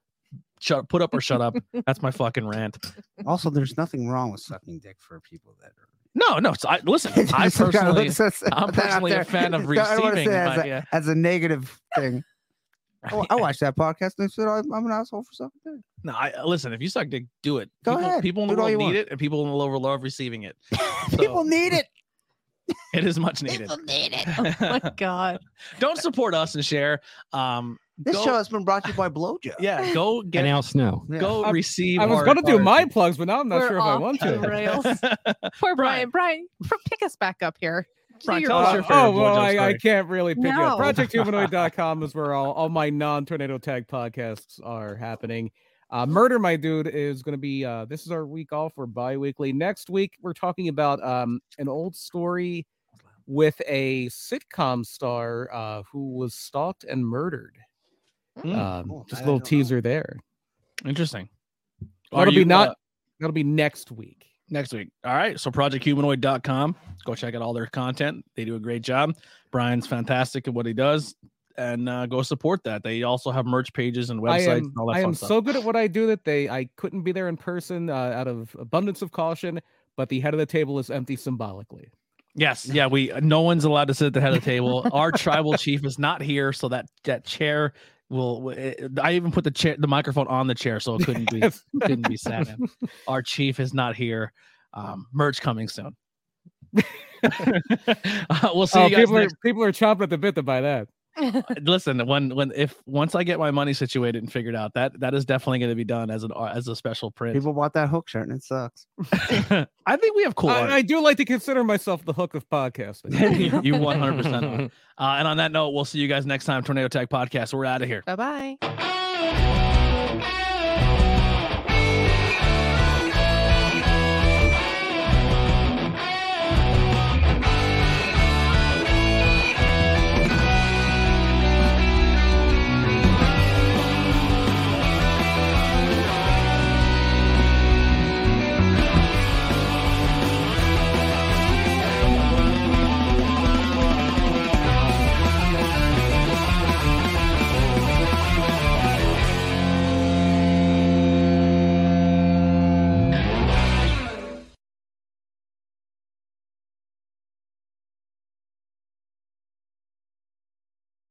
A: shut put up or shut up that's my fucking rant
C: Also, there's nothing wrong with sucking dick for people that are.
A: no no it's, i listen i
C: Just gotta
A: personally
C: let's- let's put
A: i'm
C: that out
A: personally
C: there.
A: a fan of
C: No, I don't wanna say
A: receiving
C: that Oh,
A: my-
C: as, a,
A: yeah.
C: as a negative thing. I, wa- I watched that podcast and they said I'm I'm an asshole for sucking dick.
A: No, I uh, listen. If you suck dick, do it.
C: Go
A: people,
C: ahead,
A: People in the
C: do it all
A: world
C: you
A: need
C: want.
A: it, and people in the lower love receiving it.
C: People need it.
A: It is much needed.
D: need it. Oh my god.
A: Don't support us and share. Um,
C: This
A: go,
C: show has been brought to you by Blowjob.
A: yeah, go get
E: and Al Snow.
C: Yeah.
A: go
B: I-
A: receive.
B: I was
A: our-
B: going to do
A: our-
B: my plugs, but now I'm not
D: We're
B: sure if I
D: off
B: want
D: the
B: to.
D: rails. Poor Brian. Brian, pr- pick us back up here. Do
A: Brian,
D: your
A: tell us
D: plug.
A: your favorite
B: oh well,
A: blowjob
B: I, I
A: story?
B: can't really pick it up.
D: No.
B: Projecthumanoid.com is where all, all my non-tornado tag podcasts are happening. Uh, Murder My Dude is going to be. Uh, this is our week off. We're bi-weekly. Next week we're talking about um, an old story with a sitcom star uh, who was stalked and murdered.
A: Mm,
B: Um,
C: cool.
B: Just
C: I
B: a little
C: don't know.
B: teaser there.
A: interesting. Are
B: That'll
A: you,
B: be not.
A: uh,
B: that'll be next week.
A: next week? All right. So projecthumanoid.com. Go check out all their content. They do a great job. Brian's fantastic at what he does, and uh, go support that. They also have merch pages and websites
B: I am,
A: and all that
B: I
A: fun
B: am
A: stuff.
B: so good at what I do that they I couldn't be there in person uh, out of abundance of caution. But the head of the table is empty symbolically.
A: Yes, yeah, we no one's allowed to sit at the head of the table. Our tribal chief is not here, so that that chair will. w- it- I even put the chair, the microphone on the chair, so it couldn't be
B: Yes.
A: couldn't be sat in. Our chief is not here. Um, merch coming soon. uh, we'll see
B: oh,
A: you guys
B: people are
A: next.
B: Oh, people are chomping at the bit to buy that.
A: Listen, when when if once I get my money situated and figured out, that that is definitely going to be done as an uh, as a special print.
C: People bought that hook shirt and it sucks.
A: I think we have cool. art.
B: I, I do like to consider myself the hook of podcasting.
A: you you 100% are. Uh, and on that note, we'll see you guys next time. Tornado Tag Podcast. We're out of here.
D: Bye bye.